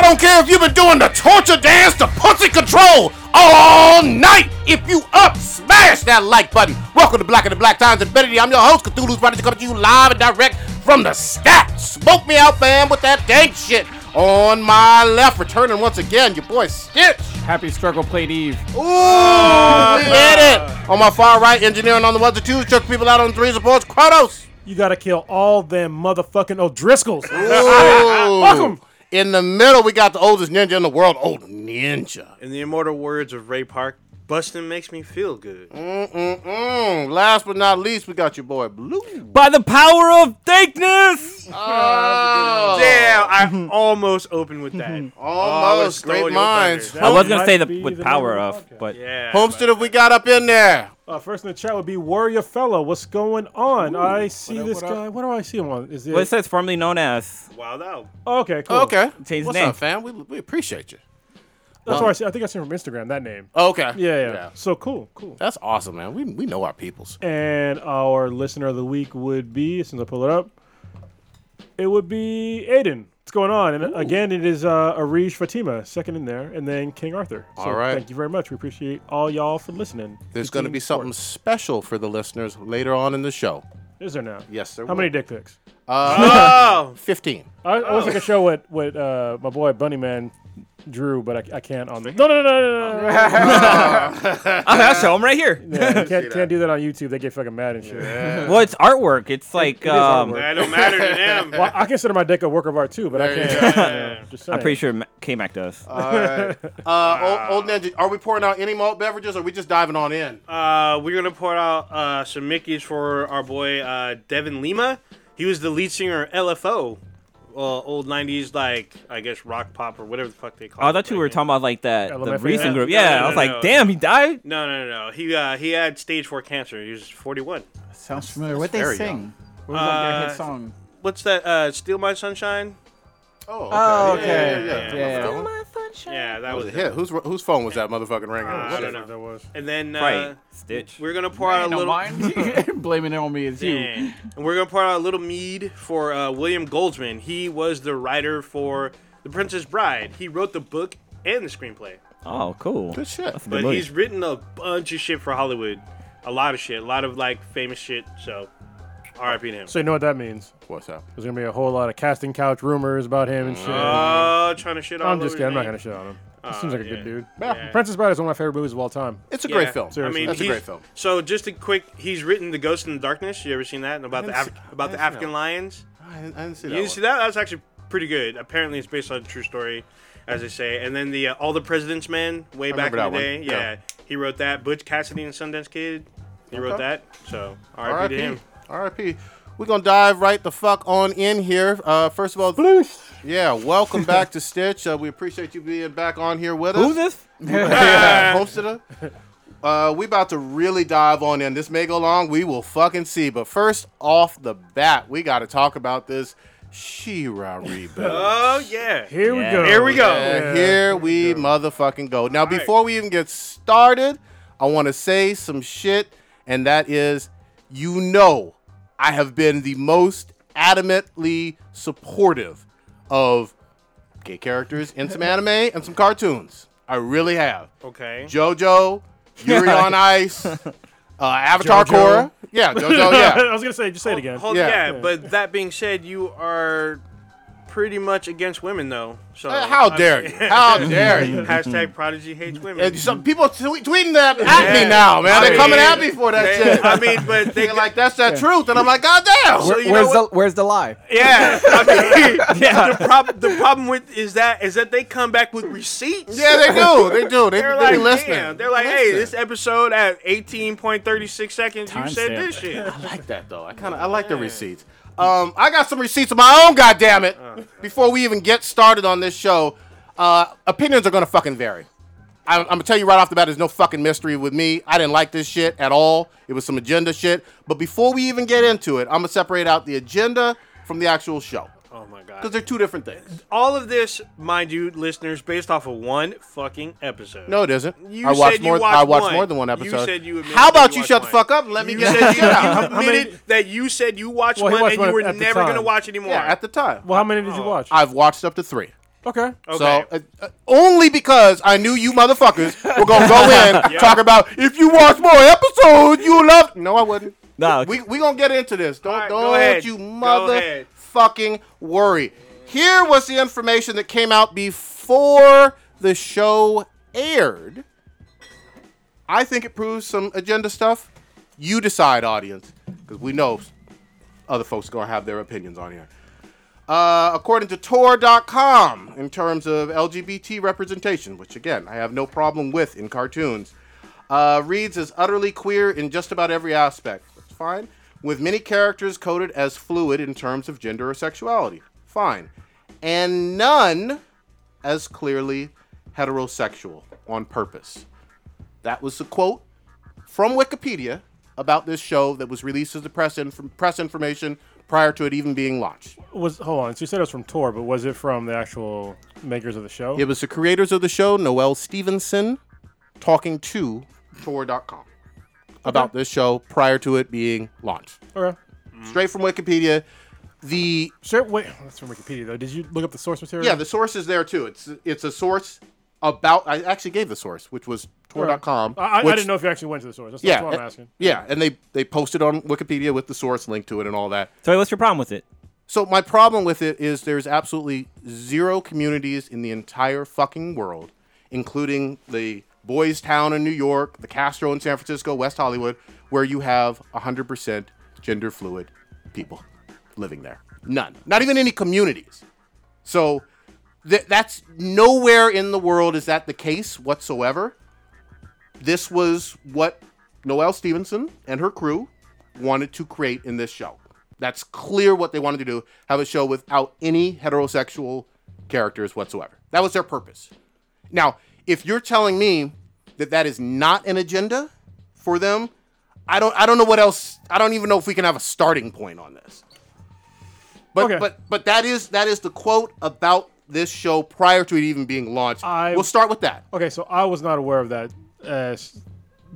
don't care if you've been doing the torture dance to pussy control all night. If you up, smash that like button. Welcome to Black and the Black Times Infinity. I'm your host, Cthulhu's Running, coming to you live and direct from the stat. Smoke me out, fam, with that dank shit. On my left, returning once again, your boy Stitch. Happy Struggle Plate Eve. Ooh, we did it. On my far right, engineering on the ones and twos, chuck people out on threes and fours, Kratos. You gotta kill all them motherfucking O'Driscolls. Fuck 'em. In the middle, we got the oldest ninja in the world, old ninja. In the immortal words of Ray Park, busting makes me feel good. Mm-mm-mm. Last but not least, we got your boy Blue. By the power of thankness! Oh. Damn, I almost opened with that. Oh, I was Almost throwing great your minds. thunder. I was gonna might say the, be with the power name of of, the podcast. but Yeah. Homestead, if we got up in there. Uh, first in the chat would be Warrior Fella. What's going on? I see this guy. What do I see him on? Is it? well, it says formerly known as. Wild out. okay, cool. Okay. Change What's name. up, fam? We, we appreciate you. That's where I see. I think I see him from Instagram. That name. Okay. Yeah, yeah. So cool, cool. That's awesome, man. We, we know our peoples. And our listener of the week would be, as soon as I pull it up, it would be Aiden. What's going on? And again, it is uh, Arish Fatima, second in there, and then King Arthur. So All right. Thank you very much. We appreciate all y'all for listening. There's Continue going to be support. something special for the listeners later on in the show. Is there now? Yes, there How will. many dick pics? Oh, 15. I, I wish I could show what what uh, my boy Bunnyman drew, but I, I can't on the. No, no, no, no, no, no, no. Oh, I'll show 'em right here. Yeah, you can't, can't do that on YouTube. They get fucking mad and shit. Well, it's artwork. It's like. it is um, artwork. that don't matter to them. Well, I consider my dick a work of art too, but I There you can't. go. Yeah, just I'm saying. pretty sure Ma- K-Mac does. All right. Uh, old, old Ninja, are we pouring out any malt beverages or are we just diving on in? Uh, we're gonna pour out uh, some Mickeys for our boy uh, Devin Lima. He was the lead singer of LFO, uh, old '90s like I guess rock pop or whatever the fuck they call. Oh, I it thought you right were now. talking about like that the LMFAO. recent group. No, Yeah, no, I was no, like, no. damn, he died. No, no, no, no. He uh, he had stage four cancer. He was 41. Sounds familiar. What they very sing? What was that their Uh, hit song? What's that? Uh, Steal My Sunshine. Oh, okay. Yeah, Oh, okay. Yeah, yeah, yeah. Yeah, yeah. That one Yeah, that was was a it. hit. Whose, whose phone was that motherfucking ringing? Oh, Uh, I shit. don't Whatever know. that was. And then uh, Right. Stitch. we're gonna pour out Ain't a no little. mine. Blaming it on me is you. Yeah. and we're gonna pour out a little mead for uh, William Goldsman. He was the writer for The Princess Bride. He wrote the book and the screenplay. Oh, cool. Good shit. That's a good But movie. he's written a bunch of shit for Hollywood, a lot of shit, a lot of like famous shit. So, R.I.P. to him. So you know what that means? What's up? There's gonna be a whole lot of casting couch rumors about him and shit. Oh, trying to shit all I'm just over kidding. I'm his not name. gonna shit on him. He seems like a yeah. good dude. Ah, Yeah. Princess Bride is one of my favorite movies of all time. It's a Yeah. great film. I mean, That's a he's- great film. So just a quick, he's written The Ghost in the Darkness. You ever seen that? And About the didn't see- Af- I about the didn't see African that one. lions. I didn't, I didn't see that You one. didn't see that? That's actually pretty good. Apparently, it's based on a true story, as they say. And then the uh, All the President's Men, way back in remember the that day. one. Yeah. Yeah. he wrote that. Butch Cassidy and Sundance Kid, he wrote Okay. that. So R.I.P. R.I.P. to him. R.I.P. We're gonna dive right the fuck on in here. Uh, first of all, yeah, welcome back to Stitch. Uh, we appreciate you being back on here with us. Who's this? Yeah, hosted us. Uh, we about to really dive on in. This may go long. We will fucking see. But first off the bat, we got to talk about this Shira rebuild. Oh yeah. Here Yeah. we go. Here we go. And here we motherfucking go. Now, before we even get started, I want to say some shit, and that is, you know, I have been the most adamantly supportive of gay characters in some anime and some cartoons. I really have. Okay. JoJo, Yuri on Ice, uh, Avatar JoJo. Korra. Yeah, JoJo, yeah. I was gonna say, just say it again. Hold- Yeah. yeah. But that being said, you are pretty much against women, though. So Uh, How I- dare you? How dare you? Hashtag Prodigy hates women. And some people tweet tweeting that at Yeah. me now, man. I They're coming mean- at me for that They- shit. I mean, but they They're like, that's that truth. And I'm like, God damn. So you know where's what? the Where's the lie? Yeah, I mean, Yeah. The, prob- the problem with is that is that they come back with receipts. yeah, they do. They do. They, They're are like, be listening. damn. They're like, hey, this episode at eighteen point thirty six seconds. you said Timestamp. this shit. I like that, though. I kind of I like the receipts. Um, I got some receipts of my own, God damn it. Uh. Before we even get started on this show, uh, opinions are going to fucking vary. I, I'm gonna tell you right off the bat, there's no fucking mystery with me. I didn't like this shit at all. It was some agenda shit. But before we even get into it, I'm gonna separate out the agenda from the actual show Oh my because god! they're two different things. All of this, mind you, listeners, based off of one fucking episode. No, it isn't. You I watched said you more. watched I watched one. more than one You episode. said you admitted How that about you you, shut the watched fuck up and let me you get said that shit out? you admitted that you said you watched Well, he one watched and you one were at the never gonna time. watch anymore. Yeah, at the time. Well, how many did you watch? I've watched up to three. Okay. Okay. So uh, uh, only because I knew you motherfuckers were gonna go in talk about if you watch more episodes, you love. No, I wouldn't. No, okay. we we gonna get into this. Don't right, go don't ahead. you Go ahead. motherfucking worry. Here was the information that came out before the show aired. I think it proves some agenda stuff. You decide, audience, because we know other folks are gonna have their opinions on here. Uh, according to Tor.com, in terms of LGBT representation, which again I have no problem with in cartoons, uh, reads as utterly queer in just about every aspect. That's fine. With many characters coded as fluid in terms of gender or sexuality. Fine. And none as clearly heterosexual on purpose. That was the quote from Wikipedia about this show that was released as the press, inf- press information prior to it even being launched. Was hold on. So you said it was from Tor, but was it from the actual makers of the show? It was the creators of the show, Noel Stevenson, talking to Tor.com about this show prior to it being launched. Okay. Straight from Wikipedia. The Sure. Wait, that's from Wikipedia though. Did you look up the source material? yeah, the source is there too. It's it's a source about I actually gave the source, which was Tor.com. I, I, I which- didn't know if you actually went to the source. That's, Yeah, that's what I'm eh, asking. yeah, and they they posted on Wikipedia with the source link to it and all that. So what's your problem with it? So my problem with it is there's absolutely zero communities in the entire fucking world, including the Boys Town in New York, the Castro in San Francisco, West Hollywood, where you have 100% gender fluid people living there. None. Not even any communities. So th- that's nowhere in the world is that the case whatsoever. This was what Noelle Stevenson and her crew wanted to create in this show. That's clear what they wanted to do. Have a show without any heterosexual characters whatsoever. That was their purpose. Now, if you're telling me that that is not an agenda for them, I don't I don't know what else. I don't even know if we can have a starting point on this. But Okay. but but that is that is the quote about this show prior to it even being launched. I- we'll start with that. Okay, so I was not aware of that uh,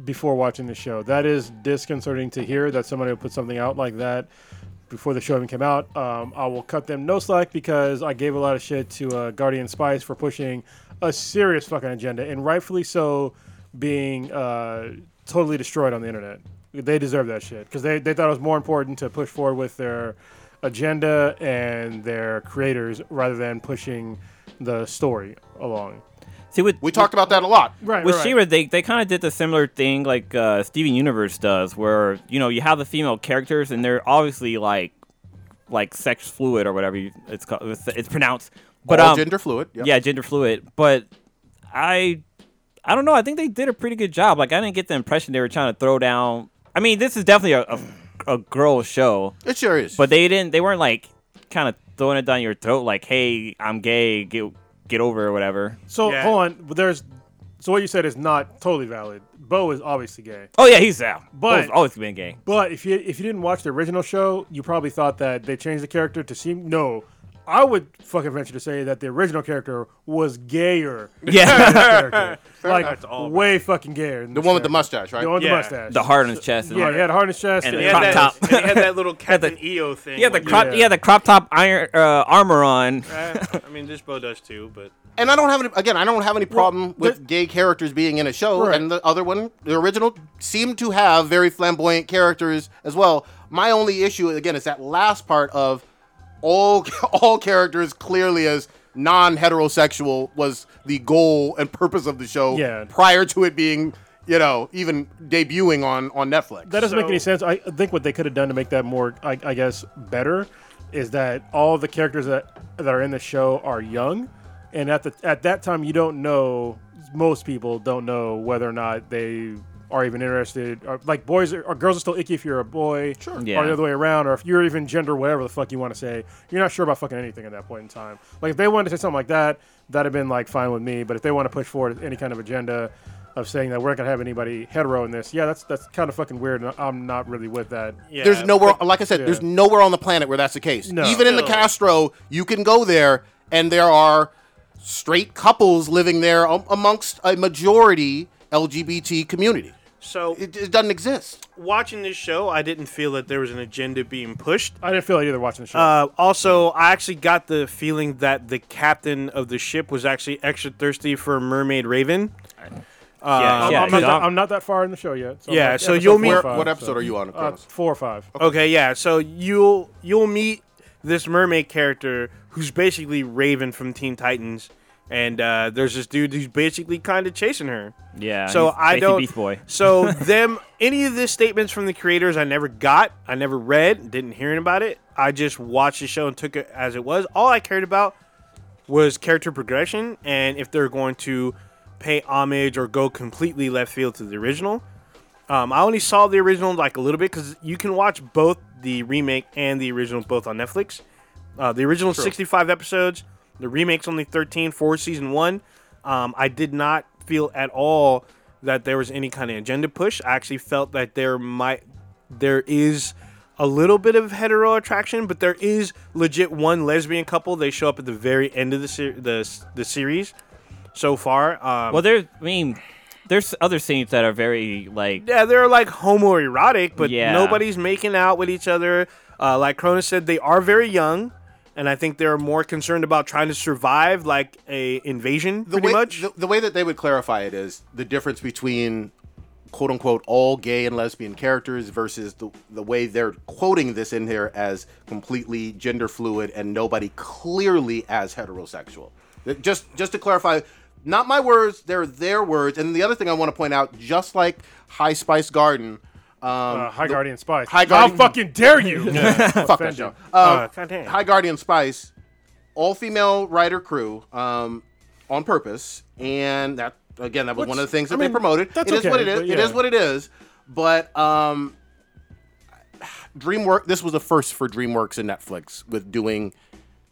before watching the show. That is disconcerting to hear that somebody would put something out like that before the show even came out. Um, I will cut them no slack because I gave a lot of shit to uh, Guardian Spice for pushing a serious fucking agenda, and rightfully so, being uh, totally destroyed on the internet. They deserve that shit because they, they thought it was more important to push forward with their agenda and their creators rather than pushing the story along. See with We talked about that a lot. Right. with Shira, they they kind of did the similar thing like uh, Steven Universe does, where you know you have the female characters and they're obviously like like sex fluid or whatever you, it's called it's, it's pronounced, but All um, gender fluid. Yep. yeah, gender fluid. But I, I don't know. I think they did a pretty good job. Like I didn't get the impression they were trying to throw down. I mean, this is definitely a a, a girl show, It sure is. but they didn't. They weren't like kind of throwing it down your throat. Like, hey, I'm gay. Get get over it or whatever. So Yeah. hold on, there's so what you said is not totally valid. Bo is obviously gay, Oh yeah, he's out. But- Bo's always been gay. but if you if you didn't watch the original show, you probably thought that they changed the character to seem no. I would fucking venture to say that the original character was gayer. than Yeah. this character. That's all like way fucking gayer. than the this one with the character. mustache, right? The one with Yeah. the mustache. the heart on his chest. and- yeah, he had a harness chest. And And He the had, that, crop top. and he had that little Captain EO thing. He had the when crop. Yeah. He had the crop top iron uh, armor on. Eh, I mean, this bow does too, but and I don't have any. Again, I don't have any problem with gay characters being in a show, Right. and the other one, the original, seemed to have very flamboyant characters as well. My only issue, again, is that last part of all all characters clearly as non-heterosexual was the goal and purpose of the show Yeah. prior to it being, you know, even debuting on on Netflix. that doesn't make any So- sense. I think what they could have done to make that more, I, I guess, better, is that all the characters that that are in the show are young, and at the at that time you don't know. Most people don't know whether or not they are even interested. Or, like boys are, or girls are still icky if you're a boy, sure, Yeah. or the other way around, or if you're even gender whatever the fuck you want to say. You're not sure about fucking anything at that point in time. Like if they wanted to say something like that, that'd have been like fine with me. But if they want to push forward any kind of agenda, of saying that we're not gonna have anybody hetero in this. Yeah, that's that's kind of fucking weird, and I'm not really with that. yeah. there's nowhere, like I said, yeah. there's nowhere on the planet where that's the case. No. Even in the No. Castro, you can go there, and there are straight couples living there am- amongst a majority LGBT community. So It, it doesn't exist. watching this show, I didn't feel that there was an agenda being pushed. I didn't feel it either watching the show. Uh, also, I actually got the feeling that the captain of the ship was actually extra thirsty for Mermaid Raven. Uh, yeah, I'm, yeah, I'm not yeah. that, I'm not that far in the show yet. So I'm Yeah, like so episode you'll four meet- or Where, five, what episode so- are you on, Uh, Kronos? four or five. Okay, yeah. So you'll you'll meet this mermaid character who's basically Raven from Teen Titans, and uh, there's this dude who's basically kind of chasing her. yeah. So he's I Casey don't. Beast Boy. So them any of the statements from the creators I never got, I never read, didn't hear about it. I just watched the show and took it as it was. All I cared about was character progression and if they're going to pay homage or go completely left field to the original. Um, I only saw the original like a little bit because you can watch both the remake and the original both on Netflix. Uh, the original 65 episodes. The remake's only 13 for season one. Um, I did not feel at all that there was any kind of agenda push. I actually felt that there might, there is a little bit of hetero attraction, but there is legit one lesbian couple. They show up at the very end of the ser- the, s- the series so far. Um, Well, there's. I mean, there's other scenes that are very like. yeah, they're like homoerotic, but Yeah. nobody's making out with each other. Uh, like Cronus said, they are very young, and I think they're more concerned about trying to survive like a invasion, the pretty way, much. The, the way that they would clarify it is the difference between quote unquote all gay and lesbian characters versus the, the way they're quoting this in here as completely gender fluid and nobody clearly as heterosexual. That- Just just to clarify, not my words, they're their words. And the other thing I want to point out, just like High Spice Garden, um, Uh, High Guardian Spice. High How Guardian- fucking dare you? fuck that show. Uh, goddamn. High Guardian Spice, all female writer crew, um, on purpose, and that again that was one of the things that I they mean, promoted. that's It is okay, what it is. but It is yeah. what it is. But um, DreamWorks. This was a first for DreamWorks and Netflix with doing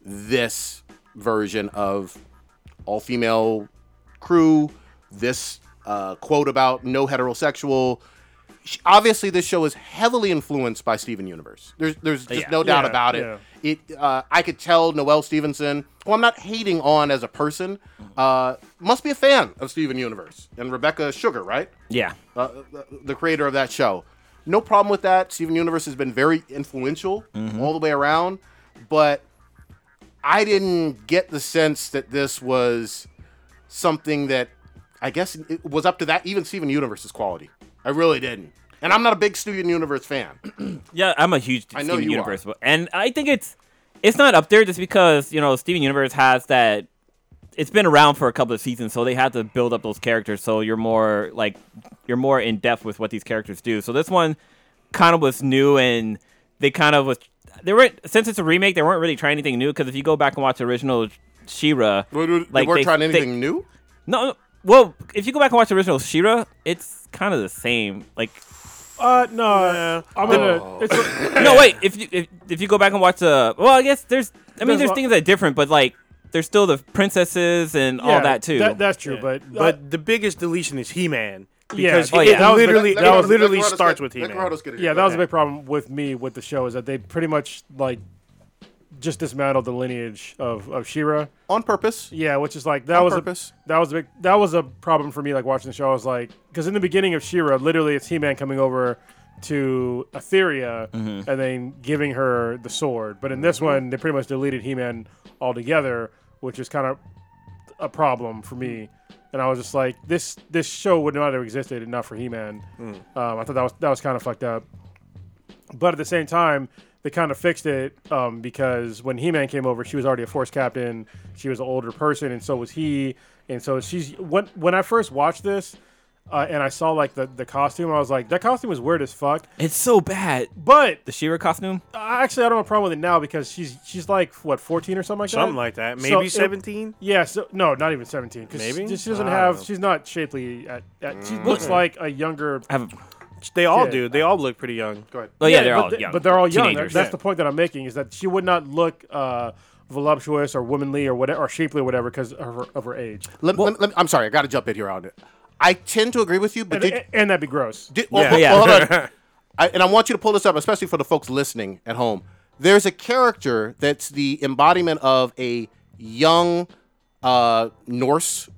this version of all female crew. This uh, quote about no heterosexual. Sh- Obviously, this show is heavily influenced by Steven Universe. There's, there's just no doubt Yeah, about it. It, uh, I could tell Noel Stevenson, who I'm not hating on as a person, uh, must be a fan of Steven Universe and Rebecca Sugar, right? Yeah. uh, the, the creator of that show. No problem with that. Steven Universe has been very influential all the way around, but I didn't get the sense that this was something that I guess it was up to that even Steven Universe's quality. I really didn't. And I'm not a big Steven Universe fan. Yeah, I'm a huge I know Steven you Universe, bu- and I think it's it's not up there just because you know Steven Universe has that. It's been around for a couple of seasons, so they had to build up those characters. So you're more like you're more in depth with what these characters do. So this one kind of was new, and they kind of was they weren't since it's a remake. They weren't really trying anything new because if you go back and watch the original Shira, they weren't trying they- anything new. no, no, well, if you go back and watch the original Shira, it's kind of the same. Like uh, no, I'm gonna. It's, no, wait. If you if, if you go back and watch the well, I guess there's. I mean, There's there's a- things that are different, but like there's still the princesses and yeah, all that too. that's true, but uh, but but the biggest deletion is He-Man Yeah, because oh, it yeah. That was- literally Let- it let Carlos- literally let Carlos starts get- with let He-Man. Carlos get it. yeah, that was a Okay. big problem with me with the show is that they pretty much like just dismantled the lineage of of Shira. on purpose. Yeah, which is like that On was purpose? a that was a big, that was a problem for me. Like watching the show, I was like, because in the beginning of Shira, literally it's He Man coming over to Etheria Mm-hmm. and then giving her the sword. But in this one, they pretty much deleted He Man altogether, which is kind of a problem for me. And I was just like, this this show would not have existed enough for He Man. Mm. Um, I thought that was that was kind of fucked up. But at the same time, they kind of fixed it um, because when He Man came over, she was already a force captain. She was an older person, and so was he. And so she's when when I first watched this, uh, and I saw like the the costume, I was like, that costume is weird as fuck. it's so bad. But The Shira costume. I actually, I don't have a problem with it now because she's she's like what fourteen or something like Something that. like that. So Maybe it- 17? yeah, so no, not even seventeen. 'cause Maybe? she, she doesn't I don't have. know. Mm. She's not shapely. At, at, she looks like a younger. I have. They all Yeah. do. They all look pretty young. Go ahead. Well, yeah, they're but all th- young, But they're all young. teenagers. That's the point that I'm making is that she would not look uh, voluptuous or womanly or whatever or shapely or whatever because of her, of her age. Let, let- let- I'm sorry, I got to jump in here on it. I tend to agree with you, but And, did, and that'd be gross. Did, well, Yeah. hold- Yeah. well, hold on. I, and I want you to pull this up, especially for the folks listening at home. There's a character that's the embodiment of a young uh, Norse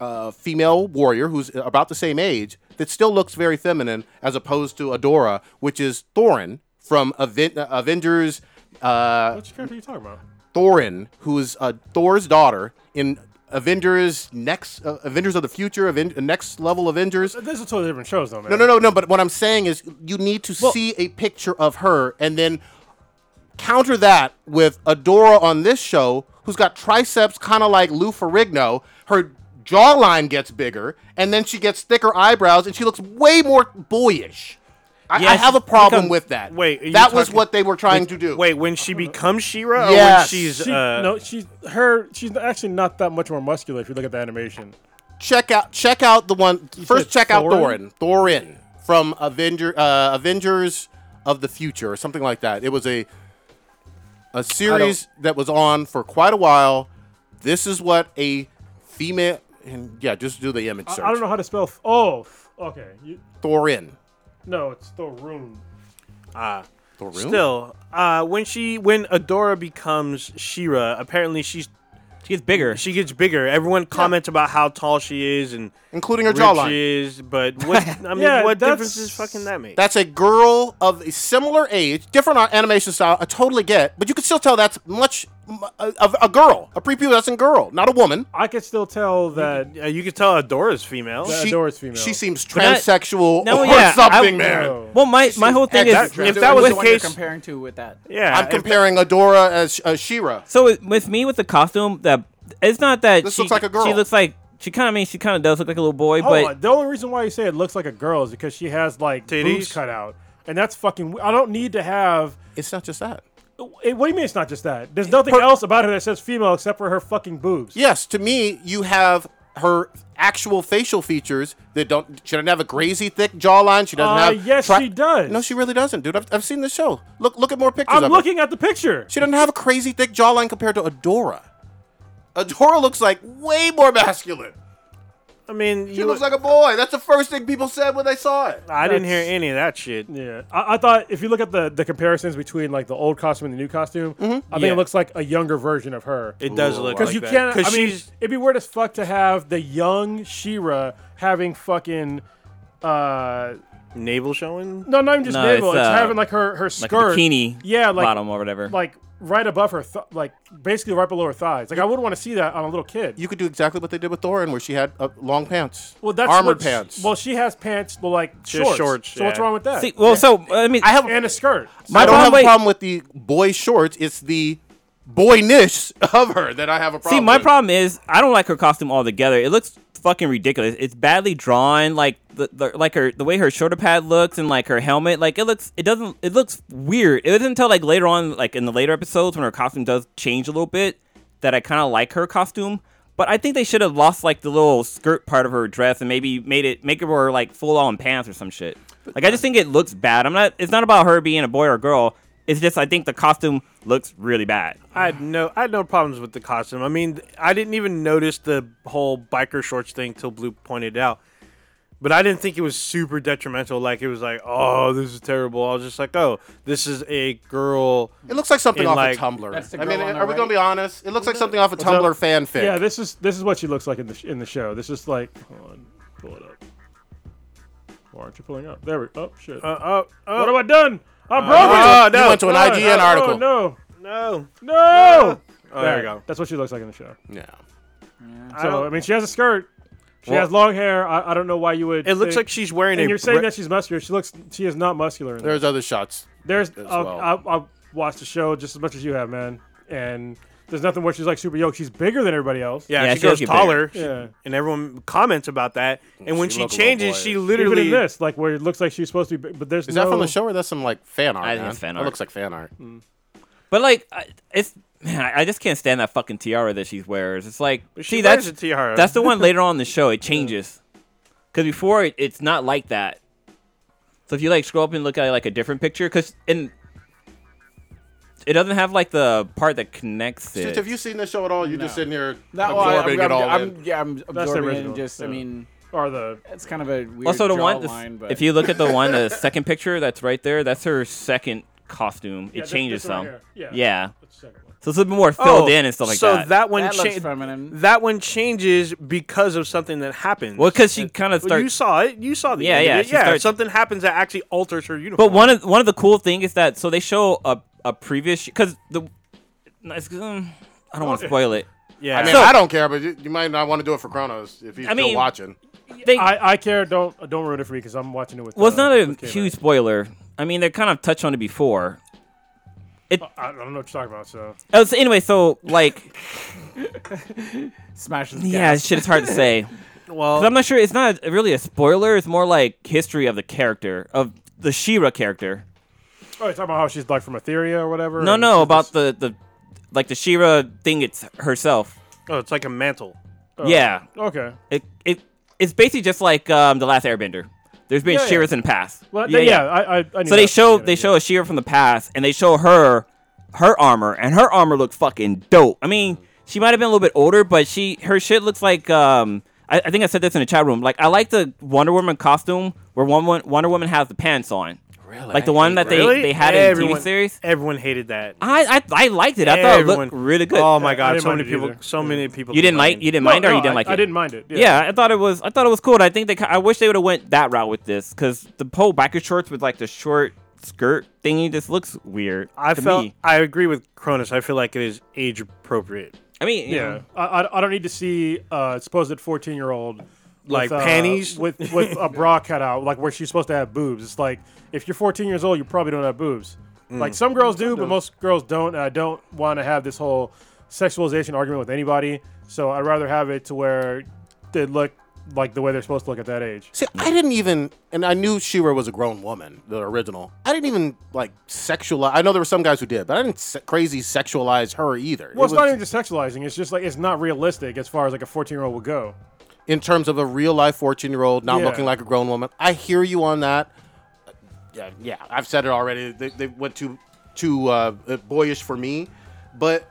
uh, female warrior who's about the same age that still looks very feminine, as opposed to Adora, which is Thorin from Aven- uh, Avengers. Uh, Which character are you talking about? Thorin, who is uh, Thor's daughter in Avengers next uh, Avengers of the Future, Aven- next level Avengers. Those are totally different shows, though, man. No, no, no, no. But what I'm saying is, you need to see a picture of her, and then counter that with Adora on this show, who's got triceps kind of like Lou Ferrigno. Her jawline gets bigger, and then she gets thicker eyebrows, and she looks way more boyish. I, I Yes, have a problem because- with that. wait, are you that was talking- what they were trying to do. Wait, when she becomes Shira, or when Yes. she's She, uh, no, she's her. She's actually not that much more muscular if you look at the animation. check out check out the one first. said check out Thorin? Thorin. Thorin from Avenger uh, Avengers of the Future or something like that. It was a a series that was on for quite a while. This is what a female and yeah, just do the image I, search. I don't know how to spell. F- oh, f- okay. You, Thorin. no, it's the room. Thorin. still uh, when she when Adora becomes Shira, apparently she's She gets bigger. she gets bigger. Everyone comments about how tall she is and including her rich jawline. she is, but what I mean, Yeah, what that's- difference does fucking that make? That's a girl of a similar age, different on animation style. I totally get, but you can still tell that's much m- a, a- a girl, a prepubescent girl, not a woman. I could still tell that. Uh, you can tell Adora's female. That- she, Adora's female. She seems that- transsexual No, or yeah, I- something, No. man. Well, my, my whole thing That- is if So that it was the was the one case- you're comparing to with that. yeah, I'm if- comparing Adora as uh, Shira. so it- with me with the costume that it's not that This she, looks like a girl. She looks like she kind of I mean she kind of does look like a little boy, Hold but on. The only reason why you say it looks like a girl is because she has like boobs Titties? cut out, and that's fucking. we- I don't need to have. It's not just that. It, what do you mean? It's not just that. There's nothing else about her that says female except for her fucking boobs. Yes, to me, you have her actual facial features that don't. She doesn't have a crazy thick jawline. She doesn't Uh, have. yes, she does. No, she really doesn't, dude. I've, I've seen the show. Look, look at more pictures. I'm of looking at the picture. Her. She doesn't have a crazy thick jawline compared to Adora. Adora looks like way more masculine. I mean, She you, looks like a boy. That's the first thing people said when they saw it. I didn't hear That's- any of that shit. Yeah, I, I thought if you look at the the comparisons between like the old costume and the new costume, I think Mm-hmm. Yeah. it looks like a younger version of her. It does look Because like you that. can't. I 'Cause mean, she's- it'd be weird as fuck to have the young Shira having fucking. Uh, navel showing. no, not even just No, navel. It's, it's, uh, having like her her like skirt, a bikini yeah, like bottom or whatever. like right above her, th- like basically right below her thighs. Like I wouldn't want to see that on a little kid. You could do exactly what they did with Thorin, where she had uh, long pants, well, that's armored what she- pants. well, she has pants, but like She has shorts. shorts, so what's yeah. wrong with that? See, well, so I mean, I have and a skirt. My I don't have problem- a problem with the boy shorts. It's the boyness of her that I have a problem. See, my with. problem is I don't like her costume altogether. It looks fucking ridiculous. It's badly drawn. Like the, the like her the way her shoulder pad looks and like her helmet. Like it looks it doesn't it looks weird. It isn't until like later on, like in the later episodes when her costume does change a little bit, that I kind of like her costume. But I think they should have lost like the little skirt part of her dress and maybe made it make it more like full on pants or some shit. Like I just think it looks bad. I'm not. It's not about her being a boy or a girl. It's just I think the costume looks really bad. I had no, I had no problems with the costume. I mean, I didn't even notice the whole biker shorts thing till Blue pointed it out. But I didn't think it was super detrimental. Like it was like, oh, this is terrible. I was just like, oh, this is a girl. It looks like something in, off like- of Tumblr. That's the I girl mean, on the are we right. gonna be honest? It looks like something off of Tumblr fanfic. Yeah, this is this is what she looks like in the sh- in the show. This is like, hold on, pull it up. Why aren't you pulling up? There we. Oh shit. Uh, oh, oh, what have I done? I'm Oh, broken. no, you went to an No, IGN no, article. Oh, No, no. no. Uh, Oh, there you go. That's what she looks like in the show. Yeah. So I, mean, she has a skirt. She has long hair. I, I don't know why you would. It looks think- like she's wearing And a. you're saying bre- that she's muscular. She looks. She is not muscular. In there. There's other shots. There's. I'll, well. I'll, I'll watch the show just as much as you have, man. And there's nothing where she's like super yoked. She's bigger than everybody else. yeah, Yeah, she, she goes does get bigger. taller. Yeah. and everyone comments about that. And when She she, look a little changes, she boyish. literally. Even in this, like where it looks like she's supposed to be, big, but there's Is no. that from the show or that's some like fan art? I think man? it's fan It art. looks like fan art. But like, I- it's man, I- I just can't stand that fucking tiara that she wears. It's like, She see, wears that's a tiara. that's the one later on in the show. It changes because before it, it's not like that. So if you like scroll up and look at like a different picture, because in it doesn't have like the part that connects it. Have you seen this show at all? You're just No. sitting here That one, I'm, absorbing it I'm, all. I'm, in. yeah, I'm the absorbing it. original, And just, I yeah. mean, Or the it's kind of a weird also, the one jawline, if, but if you look at the one, the second picture that's right there, that's her second costume. Yeah, it this- changes this one some. right here. Yeah. That's the second one. So it's a bit more filled in and stuff Oh, like so that. one That looks cha- feminine. That one changes because of something that happens. Well, 'cause she kinda Well, You starts- saw it. You saw the Yeah, end of yeah, it. she yeah. starts- Something happens that actually alters her uniform. But one of one of the cool thing is that so they show a a previous because the no, it's, um, I don't want to spoil it. yeah. I mean, So- I don't care, but you, you might not want to do it for Chronos if he's I mean- still watching. They well, I, I care. Don't don't ruin it for me because I'm watching it with. it's uh, not with a Kayla. huge spoiler. I mean, they kind of touched on it before. I I don't know what you're talking about. So Oh, so anyway, so like Smashes. yeah, shit, it's hard to say. 'Cause well, I'm not sure. It's not really a spoiler. It's more like history of the character of the Shira character. oh, you're talking about how she's like from Etheria or whatever. No, and no, she's about this- the the like the Shira thing. It's herself. oh, it's like a mantle. oh, Yeah, Okay. it it it's basically just like um, the last Airbender. There's been Yeah, yeah. Shiras in the past. Well, yeah, yeah. I, I, I knew So they that. show Yeah, they yeah. show a Shira from the past, and they show her her armor, and her armor looks fucking dope. I mean, she might have been a little bit older, but she her shit looks like um. I, I think I said this in the chat room. Like I like the Wonder Woman costume where one, one Wonder Woman has the pants on, Really? like the one that they, Really? they had everyone, in the TV series. Everyone hated that. I, I I liked it. I thought it Everyone- looked really good. Oh my I god! didn't So mind many it people. either. So many people. you didn't like you didn't No, mind it or Oh, no, you didn't I, like it. I didn't mind it. Yeah. Yeah, I thought it was. I thought it was cool. and I think they. ki- I wish they would have went that route with this because the whole biker shorts with like the short skirt thingy just looks weird. I to felt. Me. I agree with Cronus. I feel like it is age appropriate. I mean, you Yeah. know, I, I, I don't need to see uh, supposed fourteen year old Like panties? with with a bra cut out, like where she's supposed to have boobs. It's like if you're fourteen years old, you probably don't have boobs. Mm. Like some girls do, but most girls don't. And I don't want to have this whole sexualization argument with anybody. So I'd rather have it to where they look like the way they're supposed to look at that age. See, I didn't even, and I knew Shira was a grown woman, the original. I didn't even like sexualize. I know there were some guys who did, but I didn't se- crazy sexualize her either. Well, It it's not was- even just sexualizing. It's just like it's not realistic as far as like a fourteen year old would go. in terms of a real life 14 year old not Yeah. looking like a grown woman. I hear you on that. Yeah, yeah, I've said it already. They, they went too too uh, boyish for me, but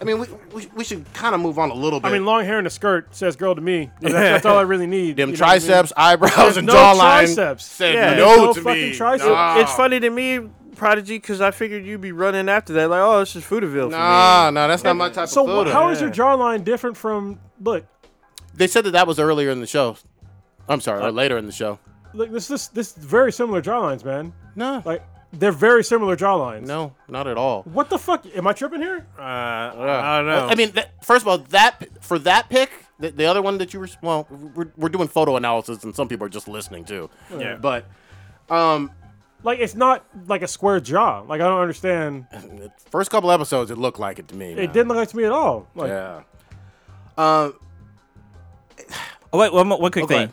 I mean, we we, we should kind of move on a little bit. I mean, long hair and a skirt says "girl" to me. That's, that's all I really need. them you know what I mean? triceps, eyebrows, There's and no jawline. triceps. Said Yeah, no, there's no to fucking me. triceps. Nah. It's funny to me, Prodigy, because I figured you'd be running after that. Like, oh, this is Foodville. for me. Nah, nah, that's not my type So of photo. wh- how is your jawline different from look? they said that that was earlier in the show. I'm sorry, Uh, or later in the show. Look, this this this very similar jawlines, man. No, Like they're very similar jawlines. no, not at all. What the fuck? Am I tripping here? Uh, I don't know. I mean, th- first of all, that for that pick, the, the other one that you were well, we're, we're doing photo analysis, and some people are just listening too. Yeah. But Like it's not like a square jaw. Like I don't understand. the first couple episodes, it looked like it to me. man. It didn't look like to me at all. Like Yeah. Uh, oh, wait, one, mo- one quick Okay. thing.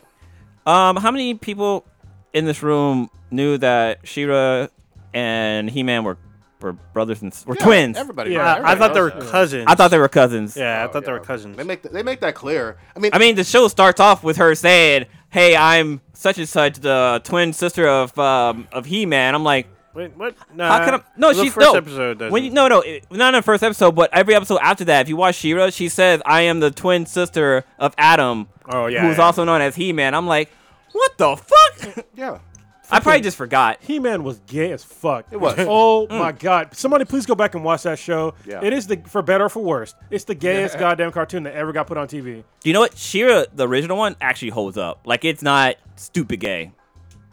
Um, how many people in this room knew that Shira and He Man were were brothers and s- were Yeah, twins? Everybody. Yeah, knows- I- I I everybody thought they were knows that. cousins. I thought they were cousins. Yeah, I thought they were cousins. They make th- they make that clear. I mean, I mean, the show starts off with her saying, "Hey, I'm such and such, the twin sister of um, of He Man." I'm like, Wait, what? No, How can I? No, Uh, the she's first no. episode. Doesn't. when you, no, no, it- not in the first episode, but every episode after that. If you watch Shira, she says, "I am the twin sister of Adam." Oh, yeah, who's yeah. also known as He Man. I'm like, what the fuck? yeah. I probably just forgot. He Man was gay as fuck. It was. Mm. Oh my god! Somebody please go back and watch that show. Yeah. It is the for better or for worse. It's the gayest goddamn cartoon that ever got put on TV. You know what? Shira, the original one, actually holds up. Like it's not stupid gay.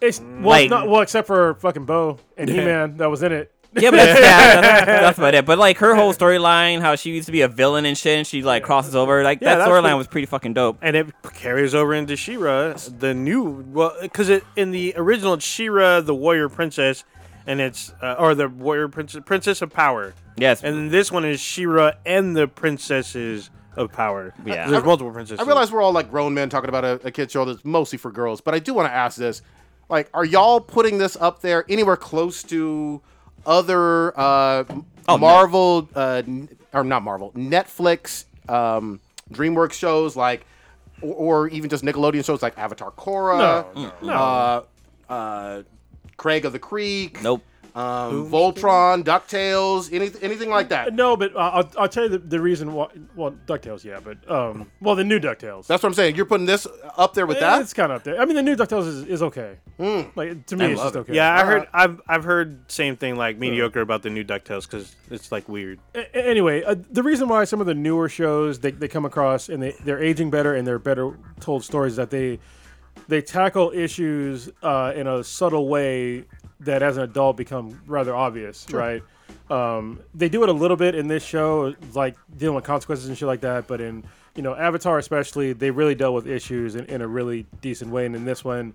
It's well, Like- it's not well except for fucking Bo and He Man that was in it. Yeah, but that's, yeah, that's, that's about it. But like her whole storyline, how she used to be a villain and shit, and she like crosses over. Like Yeah, that that's storyline pretty- was pretty fucking dope. and it carries over into Shira, the new well, because it in the original it's Shira, the warrior princess, and it's uh, or the warrior princess, princess of power, Yes, and then this one is Shira and the princesses of power. Yeah. there's multiple princesses. I realize we're all like grown men talking about a, a kid show that's mostly for girls, but I do want to ask this: like, are y'all putting this up there anywhere close to other uh, Marvel uh, n- or not Marvel Netflix um, DreamWorks shows like, or, or even just Nickelodeon shows like Avatar, Korra, No, no. Uh, uh, Craig of the Creek, Nope. um, Voltron, Ducktales, anything anything like that. No, but uh, I'll, I'll tell you the, the reason why. Well, Ducktales, yeah, but um, well, the new Ducktales. That's what I'm saying. You're putting this up there with Yeah, that. it's kind of up there. I mean, the new Ducktales is, is okay. Like to me, it's love just it. okay. Yeah, I heard. I've I've heard same thing Uh-huh. like mediocre about the new Ducktales because it's like weird. A- a- anyway, uh, the reason why some of the newer shows they, they come across and they, they're aging better and they're better told stories is that they they tackle issues uh, in a subtle way that as an adult become rather obvious, right? Um, they do it a little bit in this show, like dealing with consequences and shit like that. But in you know Avatar, especially, they really dealt with issues in, in a really decent way. And in this one,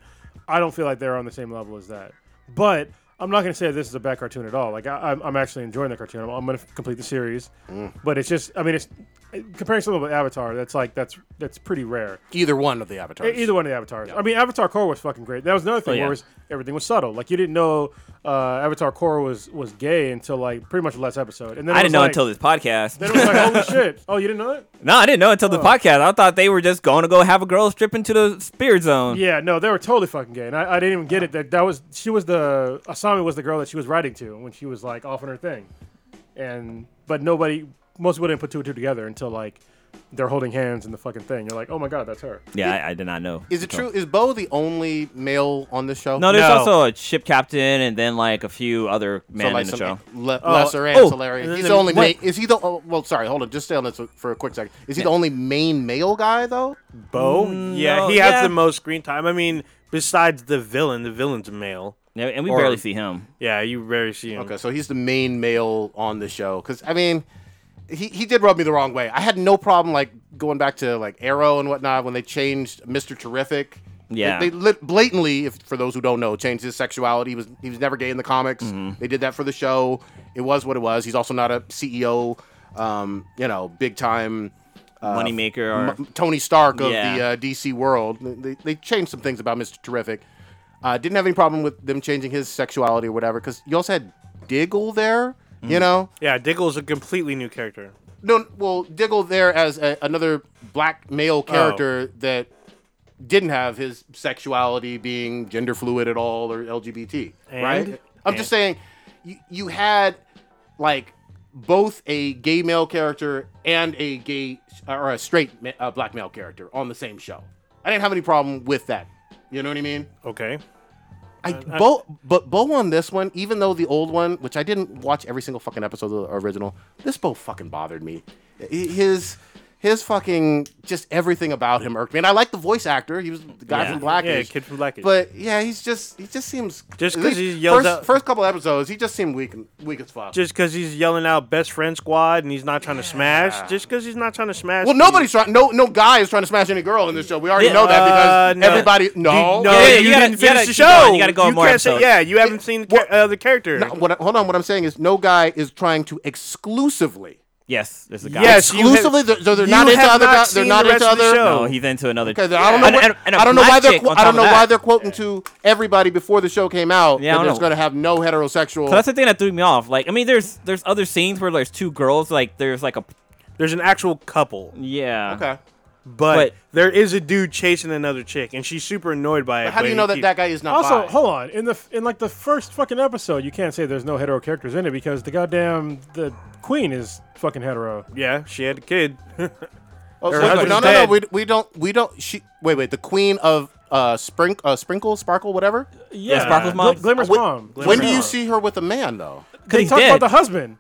I don't feel like they're on the same level as that. But I'm not going to say this is a bad cartoon at all. Like I, I'm, I'm actually enjoying the cartoon. I'm, I'm going to complete the series. But it's just, I mean, it's comparing something with Avatar. That's like that's that's pretty rare. Either one of the avatars. E-, Either one of the avatars. I mean, Avatar Core was fucking great. That was another thing Oh, yeah. where it was, everything was subtle. Like you didn't know uh, Avatar Core was was gay until like pretty much the last episode. And then I it didn't was know like- until this podcast. Then it was like, holy shit! Oh, you didn't know that? No, I didn't know until the podcast. I thought they were just going to go have a girl strip into the spirit zone. Yeah, no, they were totally fucking gay, and I, I didn't even get it. That that was she was the Asami was the girl that she was writing to when she was like off on her thing, and but nobody, most people didn't put two and two together until like they're holding hands in the fucking thing. You're like, oh my god, that's her. Yeah, I, I did not know. Is it true? Is Bo the only male on this show? No, there's No. also a ship captain and then like a few other men in the some show. Le- lesser and oh, Solari. and then He's the- the only main. what- Is he the? Oh, well, sorry. Hold on. Just stay on this for a quick second. Is he the only main male guy though? Bo, yeah, no, he has yeah. the most screen time. I mean, besides the villain, the villain's male. Yeah, and we Or- barely see him. Yeah, you rarely see him. Okay, so he's the main male on the show. Because I mean, he he did rub me the wrong way. I had no problem like going back to like Arrow and whatnot when they changed Mister Terrific. They- Yeah. they, lit blatantly, if for those who don't know, changed his sexuality. He was he was never gay in the comics. They did that for the show. It was what it was. He's also not a CEO, um, you know, big time. Moneymaker or M- Tony Stark of Yeah. the uh, DC world. They, they changed some things about Mr. Terrific. Uh, didn't have any problem with them changing his sexuality or whatever, because you also had Diggle there, you know? Yeah, Diggle's a completely new character. No, well, Diggle there as a, another black male character that didn't have his sexuality being gender fluid at all or LGBT, And? right? I'm just saying, you, you had like both a gay male character and a gay or a straight ma- uh, black male character on the same show. I didn't have any problem with that. You know what I mean? Okay. I, Bo, but Bo on this one, even though the old one, which I didn't watch every single fucking episode of the original, this Bo fucking bothered me. H- His his fucking just everything about him irked me. And I like the voice actor; he was the guy Yeah. from Blackish, Yeah, kid from Blackish. But yeah, he's just he just seems Just at 'cause least he yells first, out- first couple episodes, he just seemed weak and weak as fuck. Just because he's yelling out best friend squad and he's not trying to smash. Just because he's not trying to smash. well, nobody's trying. No, no guy is trying to smash any girl in this show. We already Yeah, know that uh, because no. everybody. No, No, Yeah, yeah, you, you gotta- didn't you finish gotta the keep going. show. You gotta go more can't say, episodes. yeah, you haven't seen the, char- uh, the character. No, what I- hold on. What I'm saying is, no guy is trying to exclusively yes, there's a guy. Yes, you have- exclusively. they're- so they're you not into have other. not guys. they're seen not the into rest of the other. show. No, he's into another. Because I don't know. And- what- and- and a I don't know black why they're. chick qu- on I top don't know of why that. they're quoting to everybody before the show came out. Yeah, I that don't it's know. going to have no heterosexual. So that's the thing that threw me off. Like, I mean, there's there's other scenes where there's two girls. Like, there's like a There's an actual couple, yeah. okay. but, But- there is a dude chasing another chick, and she's super annoyed by it. How do but you know he that keeps- that guy is not? Also, bi? hold on. In the f- in like the first fucking episode, you can't say there's no hetero characters in it because the goddamn the queen is fucking hetero. Yeah, she had a kid. Oh, so- her no, husband's no, no. dead. We, we don't. We don't. She. Wait, wait. The queen of uh, sprink, uh, sprinkle, sparkle, whatever. Yeah, Sparkle's Gl- mom? Glimmer's When- mom. When do you see her with a man though? They he's talk dead. about the husband.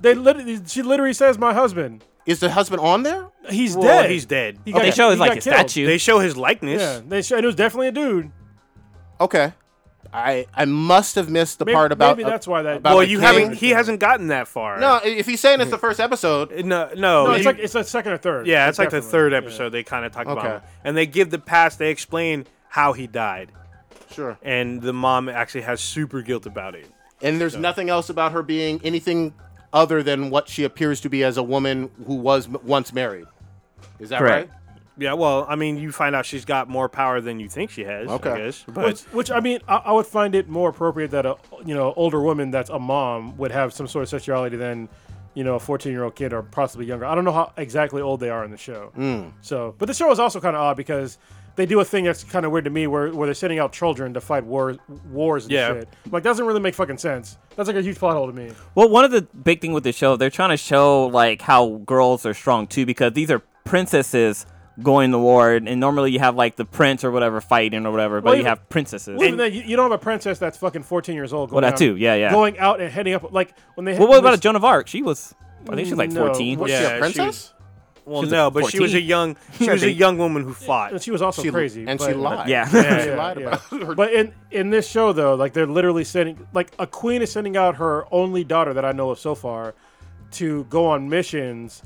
They literally, she literally says, "My husband." Is the husband on there? He's Well, dead. He's dead. He Oh, they got- show he is like got a killed. statue. They show his likeness. Yeah, they sh- it was definitely a dude. Okay. I I must have missed the Maybe- part about. uh, maybe that's why that- about Well, the you king. haven't. He hasn't gotten that far. No, if he's saying it's the first episode, no, no. No, it's you- like it's the second or third. yeah, it's like the definitely. third Yeah. episode. They kind of talk Okay. about him, and they give the past. They explain how he died, sure. and the mom actually has super guilt about it. And there's nothing else about her being anything other than what she appears to be as a woman who was m- once married. Is that right? Correct. Yeah, well, I mean, you find out she's got more power than you think she has. I Okay. guess, but Which, which, I mean, I, I would find it more appropriate that a you know older woman that's a mom would have some sort of sexuality than you know a fourteen year old kid Mm. or possibly younger. I don't know how exactly old they are in the show. So, but the show is also kind of odd because they do a thing that's kind of weird to me, where, where they're sending out children to fight war, wars and Yeah. shit. Like, doesn't really make fucking sense. That's like a huge plot hole to me. Well, one of the big thing with the show, they're trying to show like how girls are strong too, because these are princesses going to war, and, and normally you have like the prince or whatever fighting or whatever, but Well, you even- have princesses. Well, even then, you, you don't have a princess that's fucking 14 years old. Going that out- too, yeah, yeah. Going out and heading up like when they. well, what when about they- Joan of Arc? She was, I think she's like No. fourteen. What- She Yeah, a she princess? Well, She was no, like but she was a 14. young she was a Maybe. young woman who And fought. she was also crazy. and but, she lied. Yeah. Yeah, she yeah, lied yeah. about her. But in in this show though, like they're literally sending like a queen is sending out her only daughter that I know of so far to go on missions,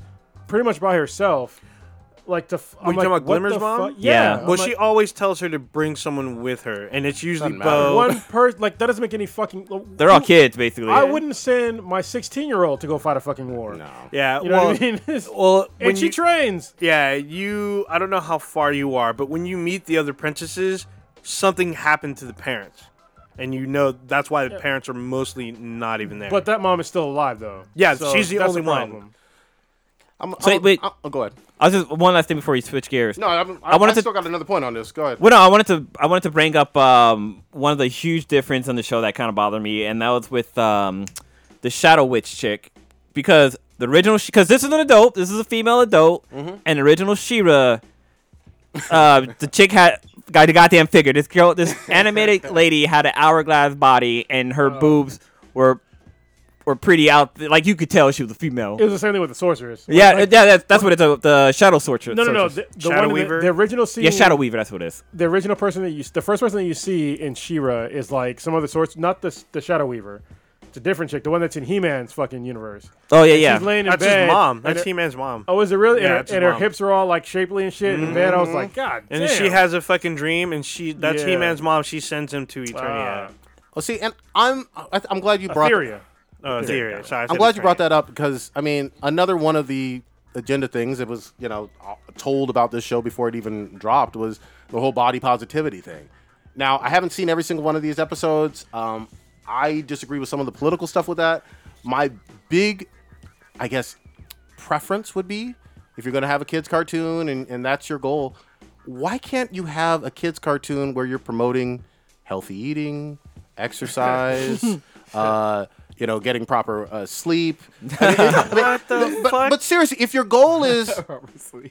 pretty much by herself. Like to. F- I'm like, you talking about what Glimmer's the mom? fuck? Yeah. Yeah. I'm Well, she always tells her to bring someone with her, and it's usually Doesn't matter. Bo. one person like that doesn't make any fucking. They're all kids basically. I wouldn't send my 16 year old to go fight a fucking war. No. Yeah, You know well, what I mean? well, when and she you- trains. yeah, you. I don't know how far you are, but when you meet the other princesses, something happened to the parents, and you know that's why the parents are mostly not even there. But that mom is still alive, though. Yeah, So she's the that's only a one. problem. I'm, So, I'm- wait. I'm- oh, go ahead. I was just one last thing before we switch gears. No, I'm, I, I wanted I to- still got another point on this. Go ahead. Well, no, I wanted to I wanted to bring up um, one of the huge difference on the show that kind of bothered me, and that was with um, the Shadow Witch chick because the original because this is an adult, this is a female adult, Mm-hmm. and the original Shira, uh, the chick had got the goddamn figure. This girl, this animated lady had an hourglass body, and her Oh. boobs were were pretty out. Like you could tell she was a female. It was the same thing with the sorceress. yeah, yeah, that's, that's what it's uh, the Shadow Sorcerer. No, no, no. Sorceress. The, the, Shadow one in the- Weaver? the original scene. yeah, Shadow Weaver. That's what it is. The original person that you, the first person that you see in Shira is like some other sorts, not the the Shadow Weaver. It's a different chick, the one that's in He Man's fucking universe. Oh yeah, yeah. She's laying in that's bed. his mom. and That's her- He Man's mom. Oh, is it really? and Yeah, that's her, his and her mom. Mm-hmm. hips are all like shapely and shit. In bed, I was like, God and damn. she has a fucking dream, and she—that's Yeah. He-Man's mom. She sends him to Eternia. Ah. Well, Oh, see, and I'm I- I'm glad you brought Etheria. oh, Etheria. Sorry, I I'm said glad you brought Eternia. that up because I mean another one of the agenda things that was you know uh, told about this show before it even dropped was the whole body positivity thing. Now I haven't seen every single one of these episodes. Um, I disagree with some of the political stuff with that. My big, I guess, preference would be if you're going to have a kids cartoon and, and that's your goal. Why can't you have a kids cartoon where you're promoting healthy eating, exercise, uh, you know, getting proper uh, sleep? I mean, it- I mean, What the but, fuck? but seriously, if your goal is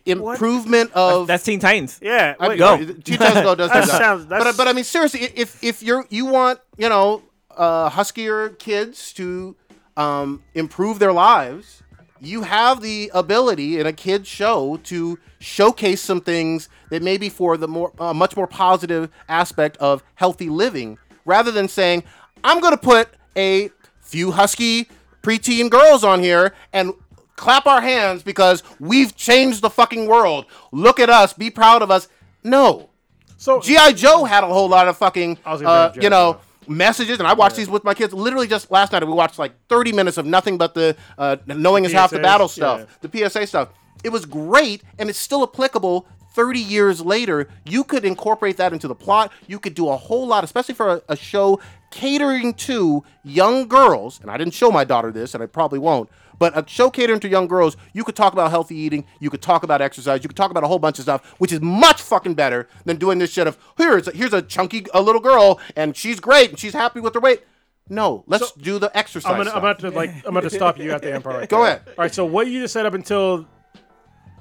improvement of That's Teen Titans. yeah, I wait, go. mean, Two times ago does That that. sounds- that's- but, but I mean, seriously, i- if if you're you want you know uh, huskier kids to um, improve their lives, you have the ability in a kids show to showcase some things that may be for the more uh, much more positive aspect of healthy living, rather than saying I'm going to put a few husky preteen girls on here and clap our hands because we've changed the fucking world. Look at us, be proud of us. No. So G.I. Joe had a whole lot of fucking, I was gonna uh, bring up you Joe, know, messages, and I watched these with my kids. Literally, just last night, we watched like 30 minutes of nothing but the uh, knowing is half the PSAs, battle stuff, yeah. the PSA stuff. It was great, and it's still applicable 30 years later. You could incorporate that into the plot. You could do a whole lot, especially for a, a show catering to young girls. And I didn't show my daughter this, and I probably won't. But a show catering to young girls, you could talk about healthy eating, you could talk about exercise, you could talk about a whole bunch of stuff, which is much fucking better than doing this shit of here's a, here's a chunky a little girl and she's great and she's happy with her weight. No, let's do the exercise. I'm gonna, I'm stuff. about to like I'm about to stop you at the Empire. Right Go there. ahead. All right, so what you just said up until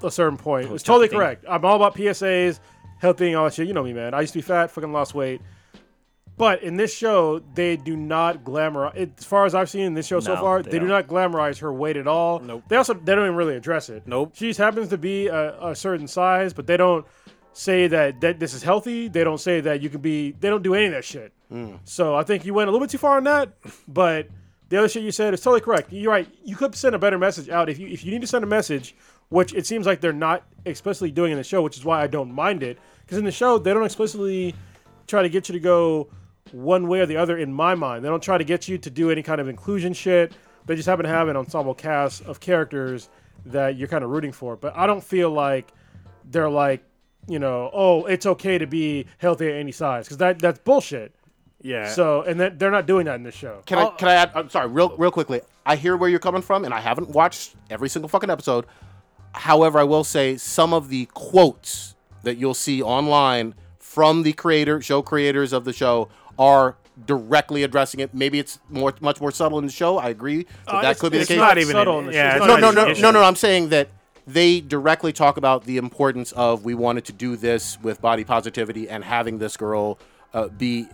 a certain point was totally thing. correct. I'm all about PSAs, healthy, and all that shit. You know me, man. I used to be fat, fucking lost weight. But in this show, they do not glamorize. As far as I've seen in this show so No, far, they they, do don't. not glamorize her weight at all. Nope. They also they don't even really address it. Nope. She just happens to be a, a certain size, but they don't say that that this is healthy. They don't say that you can be. They don't do any of that shit. Mm. So I think you went a little bit too far on that, but the other shit you said is totally correct. You're right. You could send a better message out if you if you need to send a message, which it seems like they're not explicitly doing in the show, which is why I don't mind it. Because in the show, they don't explicitly try to get you to go one way or the other. In my mind, they don't try to get you to do any kind of inclusion shit. They just happen to have an ensemble cast of characters that you're kind of rooting for. But I don't feel like they're like, you know, oh, it's okay to be healthy at any size because that that's bullshit. Uh, Yeah. So, and that they're not doing that in this show. Can I can I add? I'm sorry, real real quickly. I hear where you're coming from, and I haven't watched every single fucking episode. However, I will say some of the quotes that you'll see online from the creator show creators of the show are directly addressing it. Maybe it's more much more subtle in the show. I agree that that could be the Oh, it's case. not even subtle in- in the yeah, show. it's no, not no, even no, an issue. no, no. I'm saying that they directly talk about the importance of we wanted to do this with body positivity and having this girl uh, be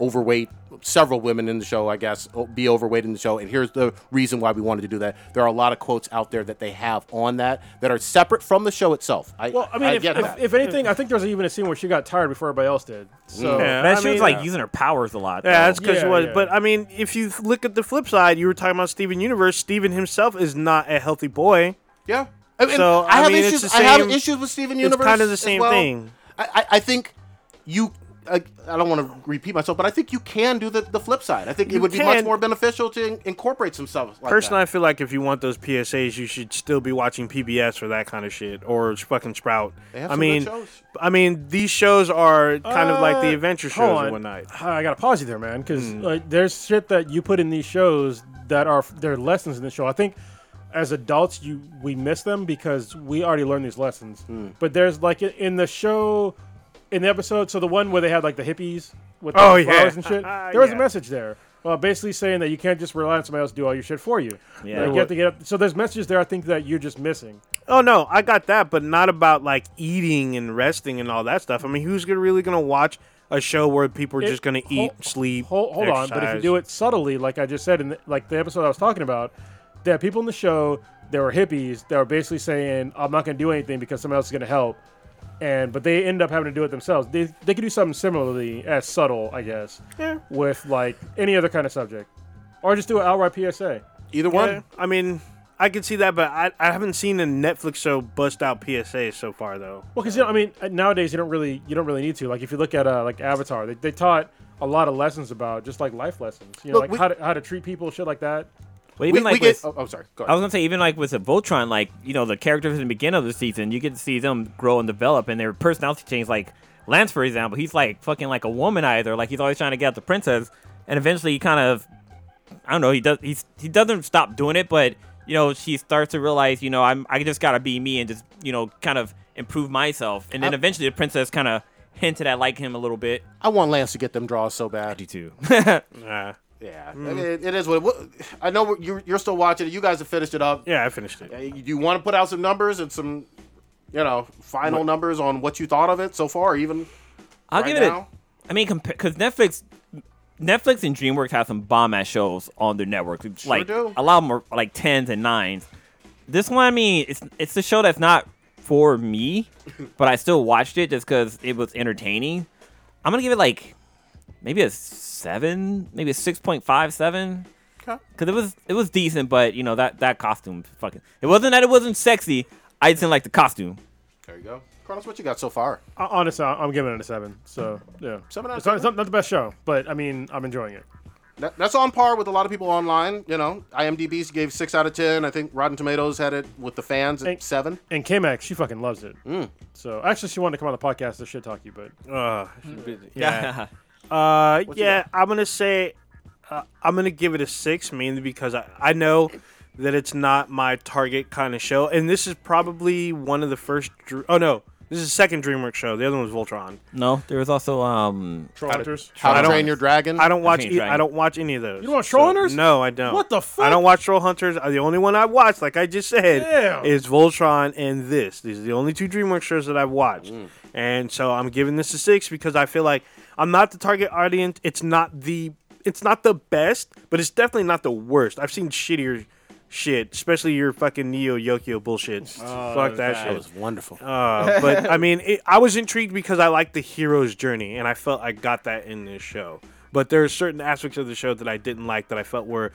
overweight. Several women in the show, I guess, o- be overweight in the show, and here's the reason why we wanted to do that. There are a lot of quotes out there that they have on that that are separate from the show itself. I, Well, I mean, if, get if, that. if anything, I think there's even a scene where she got tired before everybody else did. So Yeah. Man, I she was mean, like yeah. using her powers a lot. Yeah, though. that's because Yeah, it was. yeah. But I mean, if you look at the flip side, you were talking about Steven Universe. Steven himself is not a healthy boy. Yeah. I mean, So, I I have mean, it's issues. the I have same- issues with Steven Universe. kinda the as same well. thing. I, I, I think you. I, I don't want to repeat myself, but I think you can do the, the flip side. I think it You would be much can. more beneficial to in- incorporate some stuff. Like Personally, I feel like if you want those PSAs, you should still be watching PBS for that kind of shit or fucking Sprout. They have I some good mean, shows. I mean, these shows are kind of like the Uh, adventure hold shows on. and whatnot. I gotta pause you there, man, because Mm. like there's shit that you put in these shows that are there are lessons in the show. I think as adults, you we miss them because we already learned these lessons. Mm. But there's like in the show, in the episode, so the one where they had like the hippies with the Oh, flowers yeah. and shit. There was Yeah. a message there. Uh, basically saying that you can't just rely on somebody else to do all your shit for you. Yeah. Like, you have to get up. So there's messages there. I think that you're just missing. Oh no, I got that, but not about like eating and resting and all that stuff. I mean, who's gonna, really gonna watch a show where people are It- just gonna eat, hol- sleep, Hold, hold on, but if you exercise? do it subtly, like I just said in the, like the episode I was talking about, there are people in the show that were hippies that were basically saying, "I'm not going to do anything because someone else is going to help," and but they end up having to do it themselves. They they could do something similarly as subtle, I guess, Yeah. with like any other kind of subject, or just do an outright PSA. either Yeah, one. I mean, I could see that, but I, I haven't seen a Netflix show bust out PSAs so far though. Well, because you know, I mean, uh, nowadays you don't really you don't really need to. Like if you look at uh, like Avatar, they, they taught a lot of lessons about just like life lessons, you know, Look, like we- how, to, how to treat people, shit like that. But even we, like we get. with, Oh, oh, sorry. Go I ahead. was gonna say even like with the Voltron, like you know the characters in the beginning of the season, you get to see them grow and develop, and their personality change. Like Lance, for example, he's like fucking like a womanizer, like he's always trying to get at the princess, and eventually he kind of, I don't know, he does he's, he doesn't stop doing it, but you know she starts to realize, you know, I'm I just gotta be me and just you know kind of improve myself, and then eventually the princess kind of hinted at like him a little bit. I want Lance to get them draws so bad. too. Nah. Hmm. Yeah, I mean, it, it is what. what I know we're- you're, you're still watching it. You guys have finished it up. Yeah, I finished it. Uh, You, you want to put out some numbers and some, you know, final numbers on what you thought of it so far, even I'll right give it. now. A, I mean, because Netflix, Netflix and DreamWorks have some bomb ass shows on their network. It's like do. a lot more like tens and nines. This one, I mean, it's it's a show that's not for me, but I still watched it just because it was entertaining. I'm gonna give it like maybe a seven, maybe a six point five seven. Cause it was it was decent, but you know that that costume fucking it wasn't that it wasn't sexy. I just didn't like the costume. There you go, Carlos. What you got so far? Uh, Honestly, I- I'm giving it a seven. So yeah, Seven out of It's not, it's ten? not not the best show, but I mean, I'm enjoying it. That, that's on par with a lot of people online. You know, IMDb gave six out of ten. I think Rotten Tomatoes had it with the fans at Thank- seven. And K-Max, she fucking loves it. Mm. So actually, she wanted to come on the podcast to shit talk you, but Uh, yeah. Uh, yeah, I'm gonna say uh, I'm gonna give it a six mainly because I, I know that it's not my target kind of show, and this is probably one of the first. Dr- oh no, this is the second DreamWorks show. The other one was Voltron. No, there was also um Troll Hunters. How to don't- Train Your Dragon. I don't watch. Teen E- Dragon. I don't watch any of those. You don't watch Troll Hunters? No, I don't. What the I fuck? don't watch Troll Hunters. Uh, The only one I watched, like I just said, Damn. is Voltron and this. These are the only two DreamWorks shows that I've watched, and so I'm giving this a six because I feel like I'm not the target audience. It's not the. It's not the best, but it's definitely not the worst. I've seen shittier shit, especially your fucking Neo Yokio bullshit. Oh, fuck that, shit. wonderful. Uh, but I mean, it, I was intrigued because I liked the hero's journey, and I felt I got that in this show. But there are certain aspects of the show that I didn't like that I felt were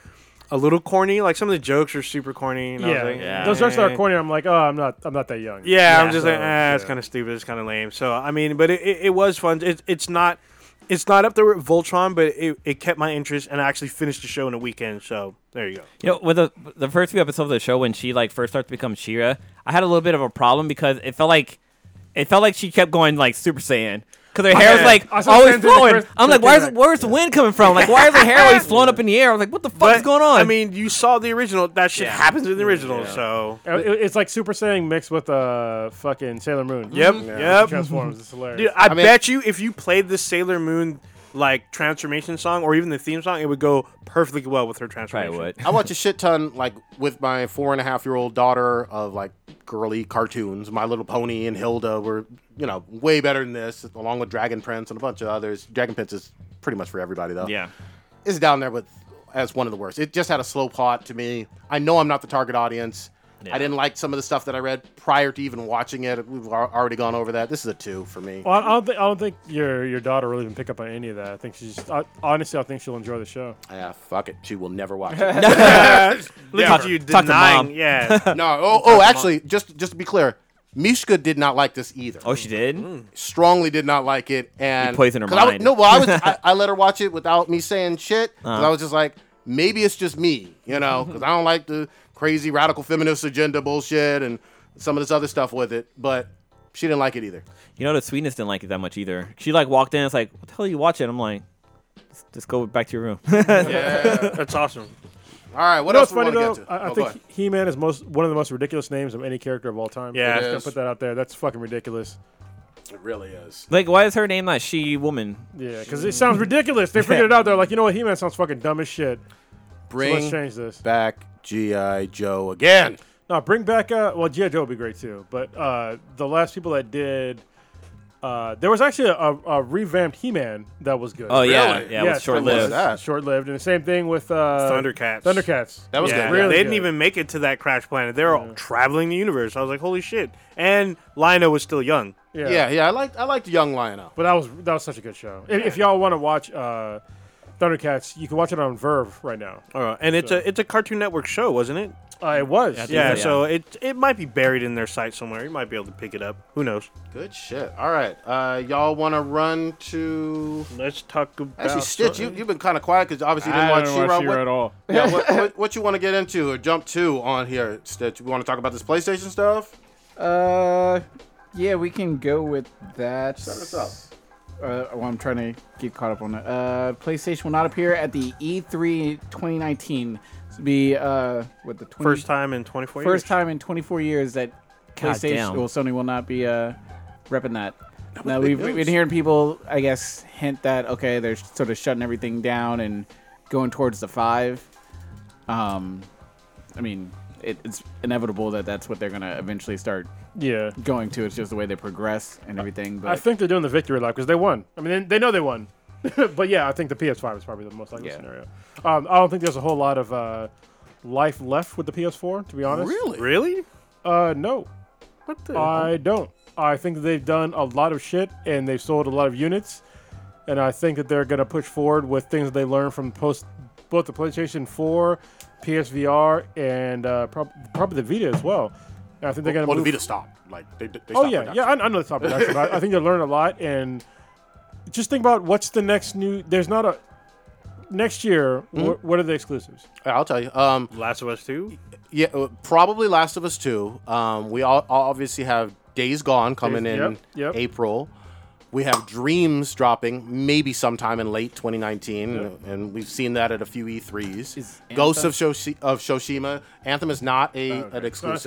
a little corny. Like some of the jokes are super corny. And I was Yeah, like, eh. those jokes that are corny. I'm like, oh, I'm not, I'm not that young. Yeah, Yeah. I'm just like, So, eh, it's yeah. kind of stupid. It's kind of lame. So I mean, but it, it, it was fun. It, it's not, it's not up there with Voltron, but it, it kept my interest, and I actually finished the show in a weekend. So there you go. You know, with the the first few episodes of the show when she like first starts to become Shira, I had a little bit of a problem because it felt like it felt like she kept going like Super Saiyan. because her hair's Yeah. like I saw always Santana flowing. Chris- I'm like, where's Santana. where's the wind coming from? Like, why is her hair always flowing up in the air? I'm like, what the fuck is going on? I mean, you saw the original. That shit happens in the original. So Uh, it- It's like Super Saiyan mixed with uh fucking Sailor Moon. Yep, Yeah, yep. Transforms. It's hilarious. Dude, I, mean- bet you if you played the Sailor Moon like transformation song or even the theme song, it would go perfectly well with her transformation. probably would. I watch a shit ton, like with my four and a half year old daughter, of like girly cartoons. My Little Pony and Hilda were, you know, way better than this, along with Dragon Prince and a bunch of others. Dragon Prince is pretty much for everybody though. yeah. it's down there with as one of the worst. It just had a slow plot to me. I know I'm not the target audience. I didn't like some of the stuff that I read prior to even watching it. We've al- already gone over that. This is a two for me. Well, I don't think I don't think your your daughter will even pick up on any of that. I think she's just, I, honestly, I think she'll enjoy the show. Yeah, Ah, fuck it. She will never watch it. Look Talk- at you talk to denying. mom. Yeah. no. Oh, oh, actually, just just to be clear, Mishka did not like this either. Oh, she did. strongly did not like it, and poisoned her 'cause I was- mind. no, well, I was I, I let her watch it without me saying shit. 'cause I was just like, maybe it's just me, you know, because I don't like the crazy radical feminist agenda bullshit and some of this other stuff with it. But she didn't like it either. You know, the sweetness didn't like it that much either. She like walked in. It's like, what the hell are you watching? I'm like, just, just go back to your room. That's awesome. All right, what You know else what's we want funny to get though? to? I, I Oh, go ahead. think He Man is most one of the most ridiculous names of any character of all time. I'm Yeah. It just gonna is. put that out there. That's fucking ridiculous. it really is. like, why is her name not she woman? Yeah, because it sounds ridiculous. They figured it out. They're like, you know what? He Man sounds fucking dumb as shit. So let's Bring change this. back GI Joe again. No, bring back. Uh, well, G.I. Joe would be great too. But uh, the last people that did, uh, there was actually a, a revamped He Man that was good. Oh yeah, Really? yeah, it Yeah, was short what was lived. that? short lived, and the same thing with uh, Thundercats. Thundercats. That was Yeah, good. Really they didn't good. even make it to that crash planet. They're all traveling the universe. I was like, holy shit. And Lino was still young. Yeah, yeah, I liked I liked Young Lionel. But that was that was such a good show. If, if y'all want to watch uh, Thundercats, you can watch it on Verve right now. Uh, and it's a it's a Cartoon Network show, wasn't it? Uh, it was. think Yeah, so, yeah. so it it might be buried in their site somewhere. You might be able to pick it up. Who knows? Good shit. All right, uh, y'all want to run to? Let's talk about Actually, Stitch, you, you've been kind of quiet because obviously you didn't I watch didn't She-Ra. watch What- She-Ra at all. yeah, what, what, what you want to get into or jump to on here, Stitch? We want to talk about this PlayStation stuff? Uh, yeah, we can go with that. Start us up. Uh, well, I'm trying to get caught up on it. Uh, PlayStation will not appear at the E E3 2019. This will be uh, what the 20, first time in 24 years. first time in 24 years that God PlayStation damn. well Sony will not be uh, repping that. Now big we've, we've news. been hearing people, I guess, hint that okay, they're sort of shutting everything down and going towards the five. Um, I mean, it, it's inevitable that that's what they're gonna eventually start Yeah. going to. It's just the way they progress and everything. But I think they're doing the victory lap because they won. I mean, they, they know they won. but yeah, I think the PS5 is probably the most likely Yeah. scenario. Um, I don't think there's a whole lot of uh, life left with the PS4, to be honest. Really? Uh, no. What the? I don't. I think they've done a lot of shit and they've sold a lot of units, and I think that they're gonna push forward with things they learned from post both the PlayStation 4, PSVR, and uh, prob- probably the Vita as well. And I think they're gonna. Well, the move- Vita stopped. Like, they, they Oh stopped yeah, production. yeah. I, I know it's not production, but I, I think they're learning a lot. And just think about what's the next new. There's not a next year. Hmm? Wh- what are the exclusives? I'll tell you. Um, Last of Us 2? yeah, uh, probably Last of Us 2. Um, we all, all obviously have Days Gone coming Days- in yep, yep. April. We have Dreams dropping maybe sometime in late 2019, and we've seen that at a few Is E3s. Ghosts of, Shoshi- of Shoshima. Anthem is not Oh, a an exclusive.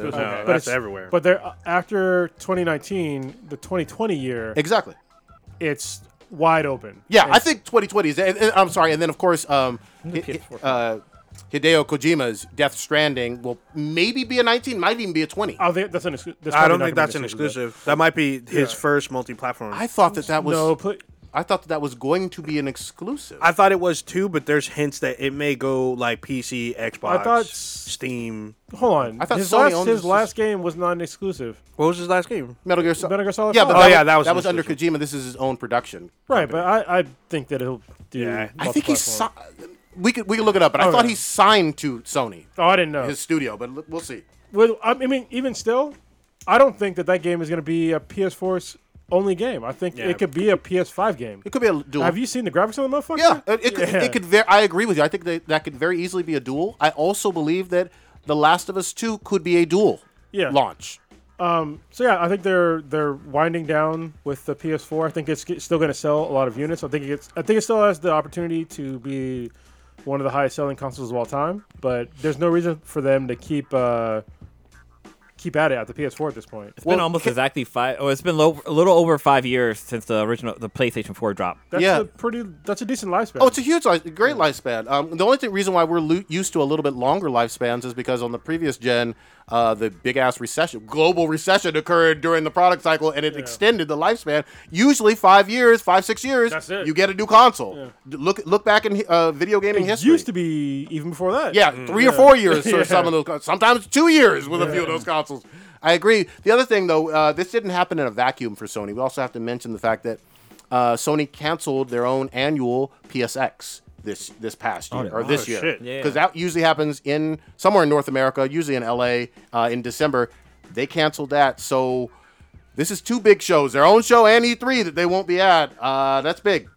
exclusive. No, But that's it's- everywhere. But they're uh, after 2019, the 2020 year. Exactly. it's wide open. Yeah, I think 2020 is. And, and- I'm sorry, and then of course, um, Hi- PS4. uh, Hideo Kojima's Death Stranding will maybe be a 19, might even be a 20. I think Oh, that's an exclu- that's I probably don't not think gonna be that's an exclusive. That might be his first multi-platform. I I, thought that that was. No, pl- I thought that that was going to be an exclusive. thought it was two, but there's hints that it may go like PC, Xbox, thought s- Steam. hold on. I thought his Sony last, owned his this- last game was not an exclusive. What was his last game? Metal Gear, Sol- Metal Gear Solid Yeah, five. but Oh, that yeah, was, that was that an was under Kojima. This is his own production. Right, but I, I think that he'll do. Yeah. I think he's. Si- multi-platform. we could we could look it up, but I Oh, thought yeah. he signed to Sony, Oh, I didn't know. his studio. But l- we'll see. Well, I I mean, even still, I don't think that that game is going to be a PS4's only game. I think Yeah. it could be a PS5 game. It could be a dual. Have you seen the graphics on the motherfucker? Yeah, it, it, could Yeah. it could. Ver- I agree with you. I think that that could very easily be a duel. I also believe that The Last of Us Two could be a duel Yeah. launch. So yeah, I think they're they're winding down with the PS4. I think it's g- still going to sell a lot of units. I think it's I think it still has the opportunity to be one of the highest selling consoles of all time. But there's no reason for them to keep uh, keep at it at the PS4 at this point. It's been almost exactly five. Oh, it's been lo- a little over five years since the original the PlayStation 4 drop. That's Yeah. a pretty that's a decent lifespan. Oh, it's a huge, life, great lifespan. Um, the only thing, reason why we're lo- used to a little bit longer lifespans is because on the previous gen, uh, the big ass recession, global recession occurred during the product cycle, and it extended the lifespan. Usually five years, five six years, That's it. you get a new console. D- Look look back in uh, video gaming it history. used to be even before that. Yeah, three or four years for some of those. con- Sometimes two years with a few of those consoles. I agree. The other thing, though, uh, this didn't happen in a vacuum for Sony. We also have to mention the fact that uh, Sony canceled their own annual PSX this this past year or this year shit. because Yeah. that usually happens in somewhere in North America, usually in LA uh, in December. They canceled that, so this is two big shows: their own show and E3 that they won't be at. Uh, that's big.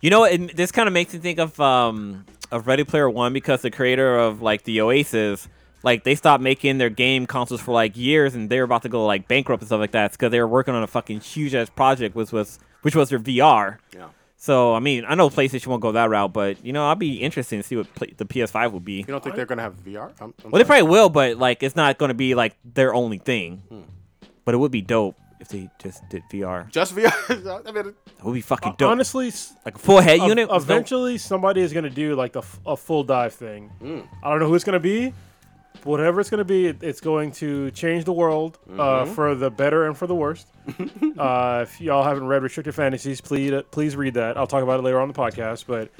You know, it, this kind of makes me think of um, of Ready Player One because the creator of like the Oasis, like they stopped making their game consoles for like years, and they were about to go like bankrupt and stuff like that because they were working on a fucking huge ass project, which was which was their VR. Yeah. So I mean, I know PlayStation won't go that route, but you know, I'd be interested to see what play- the PS5 will be. You don't think they're gonna have VR? I'm- I'm Well, they sorry. probably will, but like it's not going to be like their only thing. But it would be dope if they just did VR. just VR. I mean, It would be fucking dope. Honestly, s- like a full head ev- unit. with no- Uh, eventually somebody is going to do like the f- a full dive thing. Mm. I don't know who it's going to be. but Whatever it's going to be, it, it's going to change the world uh, Mm-hmm. for the better and for the worst. uh, if y'all haven't read Restricted Fantasies, please please read that. I'll talk about it later on the podcast. But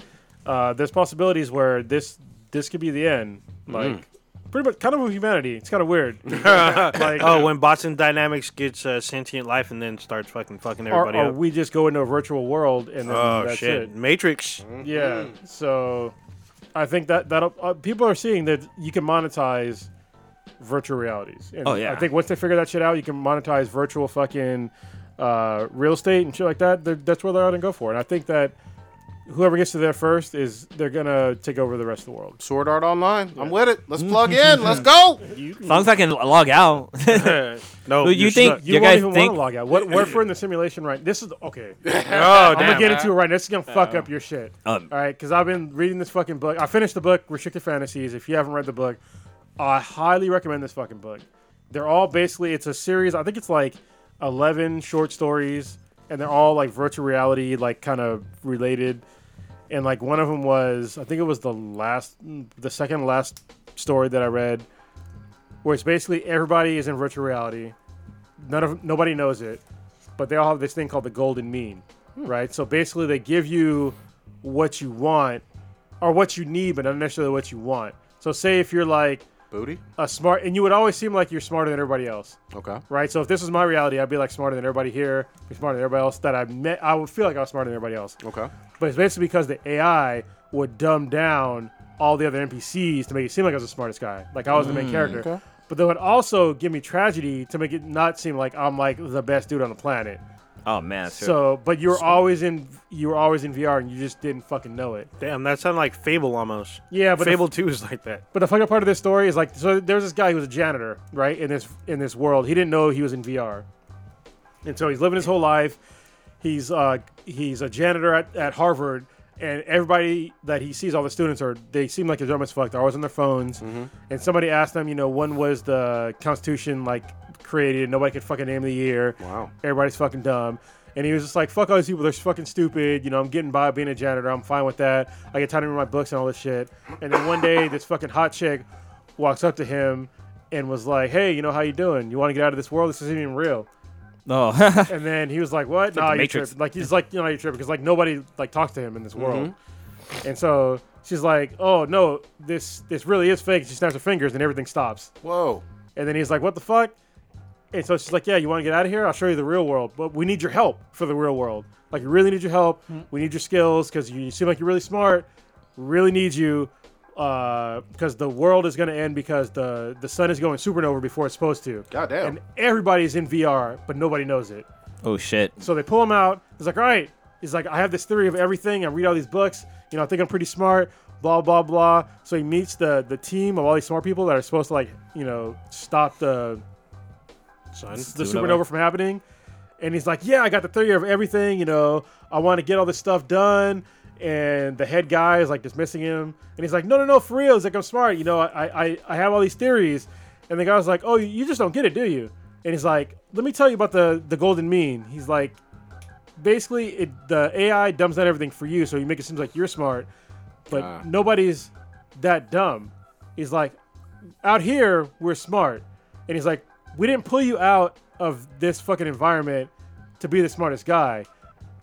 uh, there's possibilities where this this could be the end. Mm-hmm. Like pretty much kind of with humanity. It's kind of weird. like Oh, when Boston Dynamics gets uh, sentient life and then starts fucking fucking or, everybody or up. we just go into a virtual world and then oh that's shit, it. Mm-hmm. Matrix. Yeah. Hmm. So I think that that uh, people are seeing that you can monetize virtual realities. And Oh, yeah. I think once they figure that shit out, you can monetize virtual fucking uh, real estate and shit like that. They're, that's where they're going to go for. And I think that whoever gets to there first is they're going to take over the rest of the world. Sword Art Online. I'm with it. Let's plug in. Let's go. As long as I can log out. No, But you should think- not. You You won't guys even think- want to log out. What, what if we're in the simulation right? This is okay. Oh I'm damn. gonna get into it right. now. This is gonna fuck up your shit. Um, All right, because I've been reading this fucking book. I finished the book, Restricted Fantasies. If you haven't read the book, I highly recommend this fucking book. They're all basically it's a series. I think it's like eleven short stories, and they're all like virtual reality, like kind of related. And like one of them was, I think it was the last, the second last story that I read, where it's basically everybody is in virtual reality. None of nobody knows it, but they all have this thing called the golden mean, right? So basically, they give you what you want or what you need, but not necessarily what you want. So say if you're like Booty. a smart, and you would always seem like you're smarter than everybody else, Okay. right? So if this was my reality, I'd be like smarter than everybody here, be smarter than everybody else that I met. I would feel like I was smarter than everybody else, Okay. but it's basically because the AI would dumb down all the other NPCs to make it seem like I was the smartest guy, like I was the main character. okay. But they would also give me tragedy to make it not seem like I'm like the best dude on the planet. oh man, sure. So, but you were always in you were always in VR and you just didn't fucking know it. Damn, that sounded like Fable almost. Yeah, but if- Fable Two is like that. But the fucking part of this story is like, so there's this guy who was a janitor, right? In this in this world, he didn't know he was in VR, and so he's living his whole life. He's uh he's a janitor at, at Harvard, and everybody that he sees, all the students are they seem like they're dumb as fuck. They're always on their phones, and somebody asked them, you know, when was the Constitution like created? Nobody could fucking name the year. Wow. Everybody's fucking dumb. And he was just like, fuck all these people, they're fucking stupid. You know, I'm getting by being a janitor. I'm fine with that. I get time to read my books and all this shit. And then one day, this fucking hot chick walks up to him and was like, hey, you know, how you doing? You want to get out of this world? This isn't even real. oh, And then he was like, what? Nah, the you're Matrix. Mm-hmm. tripping. Like, he's like, you know, you're tripping. Because, like, nobody, like, talks to him in this world. And so she's like, oh, no, this this really is fake. She snaps her fingers and everything stops. Whoa. And then he's like, "What the fuck?" And so she's like, "Yeah, you want to get out of here? I'll show you the real world, but we need your help for the real world. Like, you really need your help. Mm-hmm. We need your skills because you, you seem like you're really smart. Really need you because the world is going to end because the the sun is going supernova before it's supposed to. Goddamn. And everybody's in VR, but nobody knows it. oh shit. So they pull him out. He's like, all right. He's like, I have this theory of everything. I read all these books. You know, I think I'm pretty smart. Blah blah blah. So he meets the the team of all these smart people that are supposed to like, you know, stop the son. the do another. supernova from happening. And he's like, Yeah, I got the theory of everything. You know, I want to get all this stuff done. And the head guy is like dismissing him. And he's like, No, no, no, for real. He's like, I'm smart. You know, I, I, I have all these theories. And the guy's like, Oh, you just don't get it, do you? And he's like, Let me tell you about the, the golden mean. He's like, Basically, it, the AI dumbs down everything for you. So you make it seem like you're smart. But Ah. nobody's that dumb. He's like, out here we're smart and he's like we didn't pull you out of this fucking environment to be the smartest guy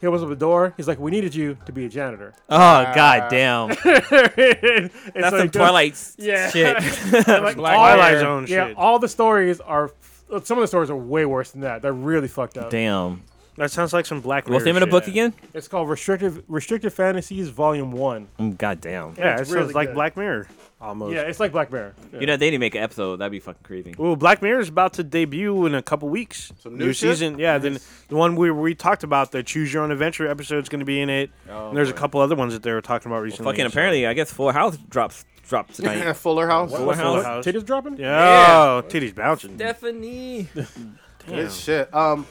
he opens up the door he's like we needed you to be a janitor Oh god damn. And That's so some it goes- Twilight s- Yeah. shit. like, Black all- Twilight Zone yeah shit. all the stories are some of the stories are way worse than that they're really fucked up damn. That sounds like some black. What's the name Mirror of the book shit. again? it's called restrictive restrictive fantasies volume one Mm, God damn. Yeah, it It's sounds really like good. Black Mirror almost. yeah it's like black mirror Yeah. You know they didn't make an episode. That'd be fucking crazy. Ooh, Black Mirror is about to debut in a couple weeks. Some new shit? season, yeah. Then the one we we talked about, the Choose Your Own Adventure episode is going to be in it. Oh, and there's a boy. couple other ones that they were talking about recently. Fucking so- apparently, I guess Full House drops drops tonight. Fuller House. What- Full what's- House. what- titties dropping Yeah, oh, titties bouncing. Stephanie. Good shit. Um,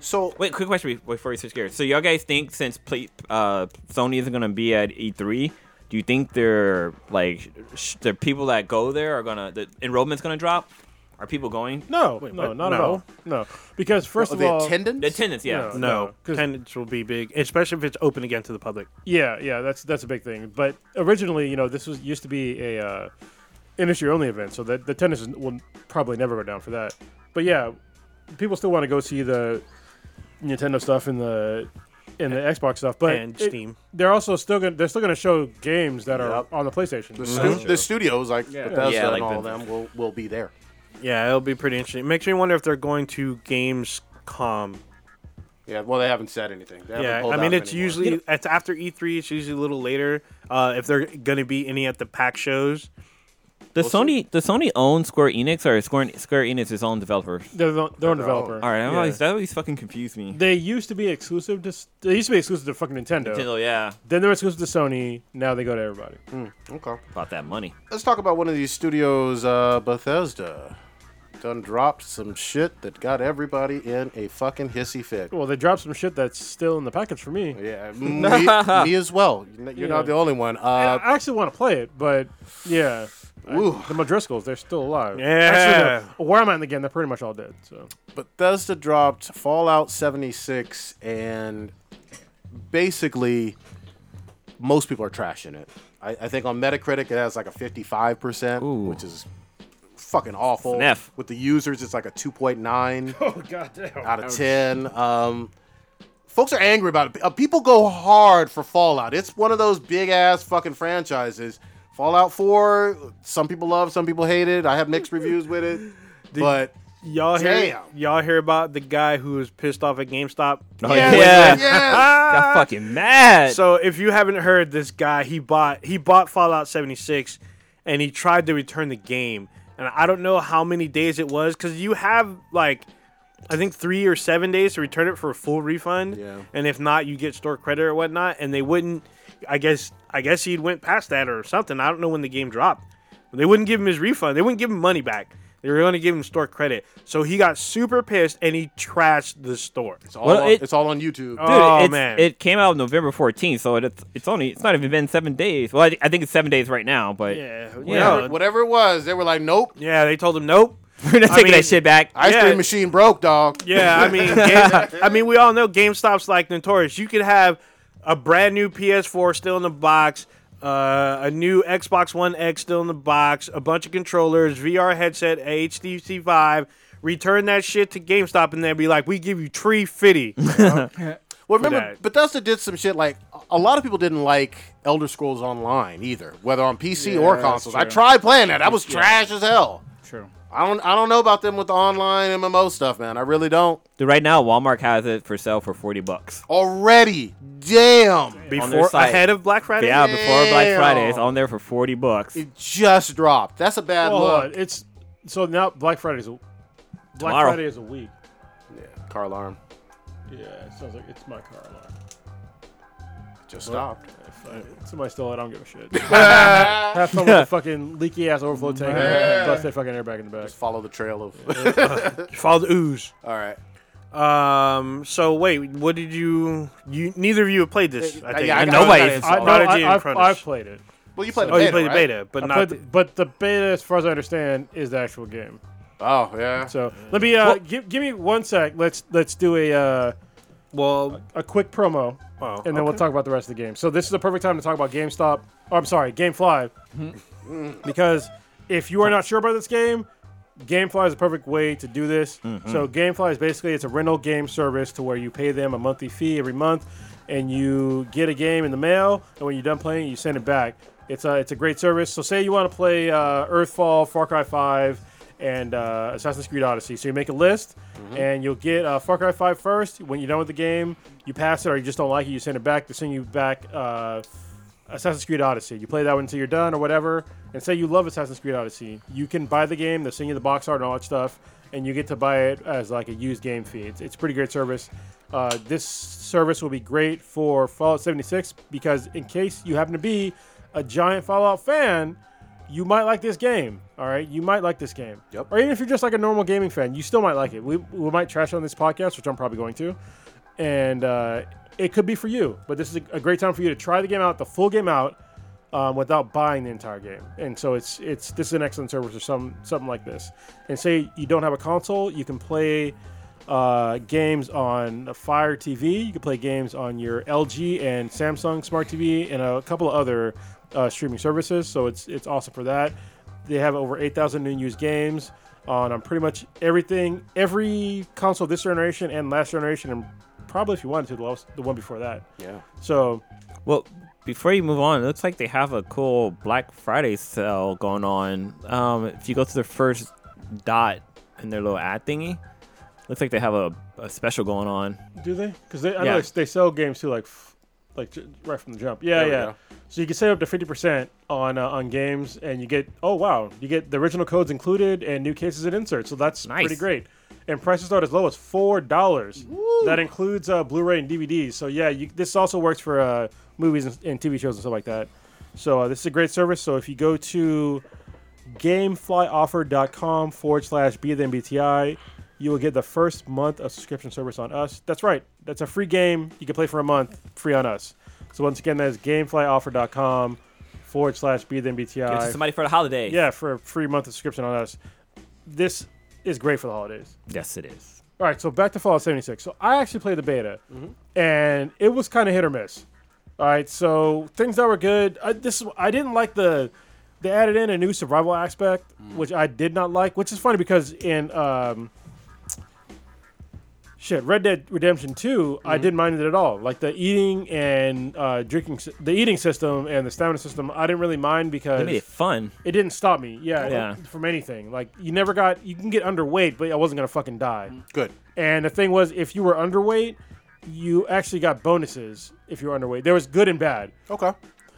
so Wait, quick question be- before you switch gears. So y'all guys think since play, uh, Sony isn't gonna be at E3, do you think their like sh- the people that go there are gonna the enrollment's gonna drop? Are people going? no no what? not at No. all no because first the of all attendance. The attendance, yeah. No. No, 'cause- attendance will be big, especially if it's open again to the public. Yeah, yeah, that's that's a big thing. But originally, you know, this was used to be a uh, industry only event, so that the tennis is, will probably never go down for that. But yeah, people still want to go see the Nintendo stuff and the and the Xbox stuff, but And it- Steam. they're also still gonna they're still gonna show games that are Yep. on the PlayStation. the, stu- the studios like Yeah. Bethesda Yeah, like and all the- them will, will be there. Yeah, it'll be pretty interesting. It makes me wonder if they're going to Gamescom. Yeah. Well, they haven't said anything. They haven't Yeah, pulled I mean out it's anymore. usually it's after E3. It's usually a little later. Uh, if they're going to be any at the PAC shows, Does Sony does Sony own Square Enix or is Square Square Enix its own developer? They're the, their own They're developer. All right, I'm Yeah. always, that always fucking confused me. They used to be exclusive to s- they used to be exclusive to fucking Nintendo. Nintendo, yeah, Then they were exclusive to Sony. Now they go to everybody. okay. about that money. Let's talk about one of these studios, uh, Bethesda. Done dropped some shit that got everybody in a fucking hissy fit. Well, they dropped some shit that's still in the package for me. Yeah, me, me as well. You're not the only one. Uh, I actually want to play it, but yeah. I- Ooh. the Madriscolls, they're still alive. Yeah. Actually, no, where I'm at in the game, they're pretty much all dead. So Bethesda dropped Fallout 76, and basically, most people are trashing it. I, I think on Metacritic, it has like a 55%, Ooh. which is fucking awful. It's an F. With the users, it's like a 2.9. Oh goddamn. out of 10. Um, folks are angry about it. Uh, people go hard for Fallout. It's one of those big ass fucking franchises. Fallout 4, some people love, some people hate it. I have mixed reviews with it. But y'all hear Damn. y'all hear about the guy who was pissed off at GameStop. Oh, Yes, yeah, yes. got fucking mad. So if you haven't heard this guy, he bought he bought Fallout 76 and he tried to return the game. And I don't know how many days it was cuz you have like I think 3 or 7 days to return it for a full refund. Yeah. And if not, you get store credit or whatnot and they wouldn't I guess I guess he went past that or something. I don't know when the game dropped. They wouldn't give him his refund. They wouldn't give him money back. They were going to give him store credit. So he got super pissed and he trashed the store. it's, all Well, on, it- it's all on YouTube. Oh. Dude, it's, man. it came out November 14th, so it's it's only it's not even been seven days. Well, I, I think it's seven days right now, but Yeah. Yeah. Yeah. Whatever it was, they were like, nope. Yeah, they told him nope. we're not I taking mean- that shit back. Ice Yeah. cream machine broke, dog. Yeah, I mean, Game, I mean, we all know GameStop's like notorious. You could have a brand new PS4 still in the box, uh, a new Xbox One X still in the box, a bunch of controllers, VR headset, a HTC Vive. Return that shit to GameStop, and they'd be like, "We give you tree fifty. Well, remember, that. Bethesda did some shit like a lot of people didn't like Elder Scrolls Online either, whether on PC or that's consoles. I true. tried playing that. That was trash as hell. True. I don't I don't know about them with the online MMO stuff, man. I really don't. Dude, right now, Walmart has it for sale for 40 bucks. Already. Damn. Before site. ahead of Black Friday. Yeah, before Black Damn. Friday, it's on there for 40 bucks. It just dropped. That's a bad Well, hold on. look. It's so now Black Friday's a, Black Tomorrow. Friday is a week. Yeah, car alarm. Yeah, it sounds like it's my car alarm. Just stopped. If Somebody stole it. I don't give a shit. Have fun with the fucking leaky ass overflow tank. and Bust that fucking airbag in the back. Just follow the trail of. Follow the ooze. All right. Um. So wait, what did you? You neither of you have played this. I Uh, think. yeah, I got- nobody- I got it. I, no, Prodigy I, and I've, Cronus. I've played it. Well, you played. oh, the you beta, played the right? beta, but I not. played, The, but the beta, as far as I understand, is the actual game. Oh yeah. So let me uh, Well- give, give me one sec. Let's let's do a uh, well, a quick promo, Oh, and then we'll talk about the rest of the game. So this is a perfect time to talk about GameStop. Or, I'm sorry, GameFly, because if you are not sure about this game, GameFly is a perfect way to do this. So GameFly is basically it's a rental game service to where you pay them a monthly fee every month, and you get a game in the mail, and when you're done playing, it, you send it back. It's a it's a great service. So say you want to play uh, Earthfall, Far Cry Five, and uh, Assassin's Creed Odyssey. So you make a list, and you'll get uh, Far Cry 5 first. When you're done with the game, you pass it, or you just don't like it, you send it back. They send you back. Uh, Assassin's Creed Odyssey. You play that one until you're done or whatever, and say you love Assassin's Creed Odyssey. You can buy the game, they'll send you the box art and all that stuff, and you get to buy it as like a used game fee. It's, it's a pretty great service. Uh, this service will be great for Fallout 76 because in case you happen to be a giant Fallout fan, you might like this game. All right, you might like this game. Yep. Or even if you're just like a normal gaming fan, you still might like it. We, we might trash on this podcast, which I'm probably going to and uh, it could be for you. But this is a, a great time for you to try the game out, the full game out, um, without buying the entire game. And so it's it's this is an excellent service or some something like this. And say you don't have a console, you can play uh, games on a Fire TV. You can play games on your LG and Samsung Smart TV and a couple of other uh, streaming services. So it's it's awesome for that. They have over 8,000 new and used games on, on pretty much everything, every console this generation and last generation, and probably if you wanted to, the, last, the one before that. Yeah. So Well, before you move on, it looks like they have a cool Black Friday sale going on. Um, if you go to the first dot in their little ad thingy, looks like they have a, a special going on. do they? Because they, I Yeah. know they, they sell games too, like f- like j- right from the jump. Yeah, There we yeah. go. So you can save up to 50% on uh, on games, and you get oh wow, you get the original codes included and new cases and inserts. So that's Nice. pretty great. And prices start as low as four dollars. That includes uh, Blu-ray and DVDs. So yeah, you, this also works for uh, movies and, and TV shows and stuff like that. So uh, this is a great service. So if you go to gameflyoffer.com forward slash be the MBTI. You will get the first month of subscription service on us. That's right. That's a free game. You can play for a month, free on us. So once again, that is gameflyoffer.com forward slash be the Give it to MBTI. somebody for the holiday. Yeah, for a free month of subscription on us. This is great for the holidays. Yes, it is. All right, so back to Fallout 76. So I actually played the beta, Mm-hmm. and it was kind of hit or miss. All right, so things that were good. I, this I didn't like the they added in a new survival aspect, Mm. which I did not like. Which is funny because in um, shit Red Dead Redemption 2, Mm-hmm. I didn't mind it at all. Like the eating and uh, drinking, s- the eating system and the stamina system, I didn't really mind because They made it fun. it didn't stop me. Yeah, it- Yeah. from anything. Like you never got you can get underweight, but I wasn't gonna fucking Mm. die. Good. And the thing was, if you were underweight, you actually got bonuses if you were underweight. There was good and bad. Okay.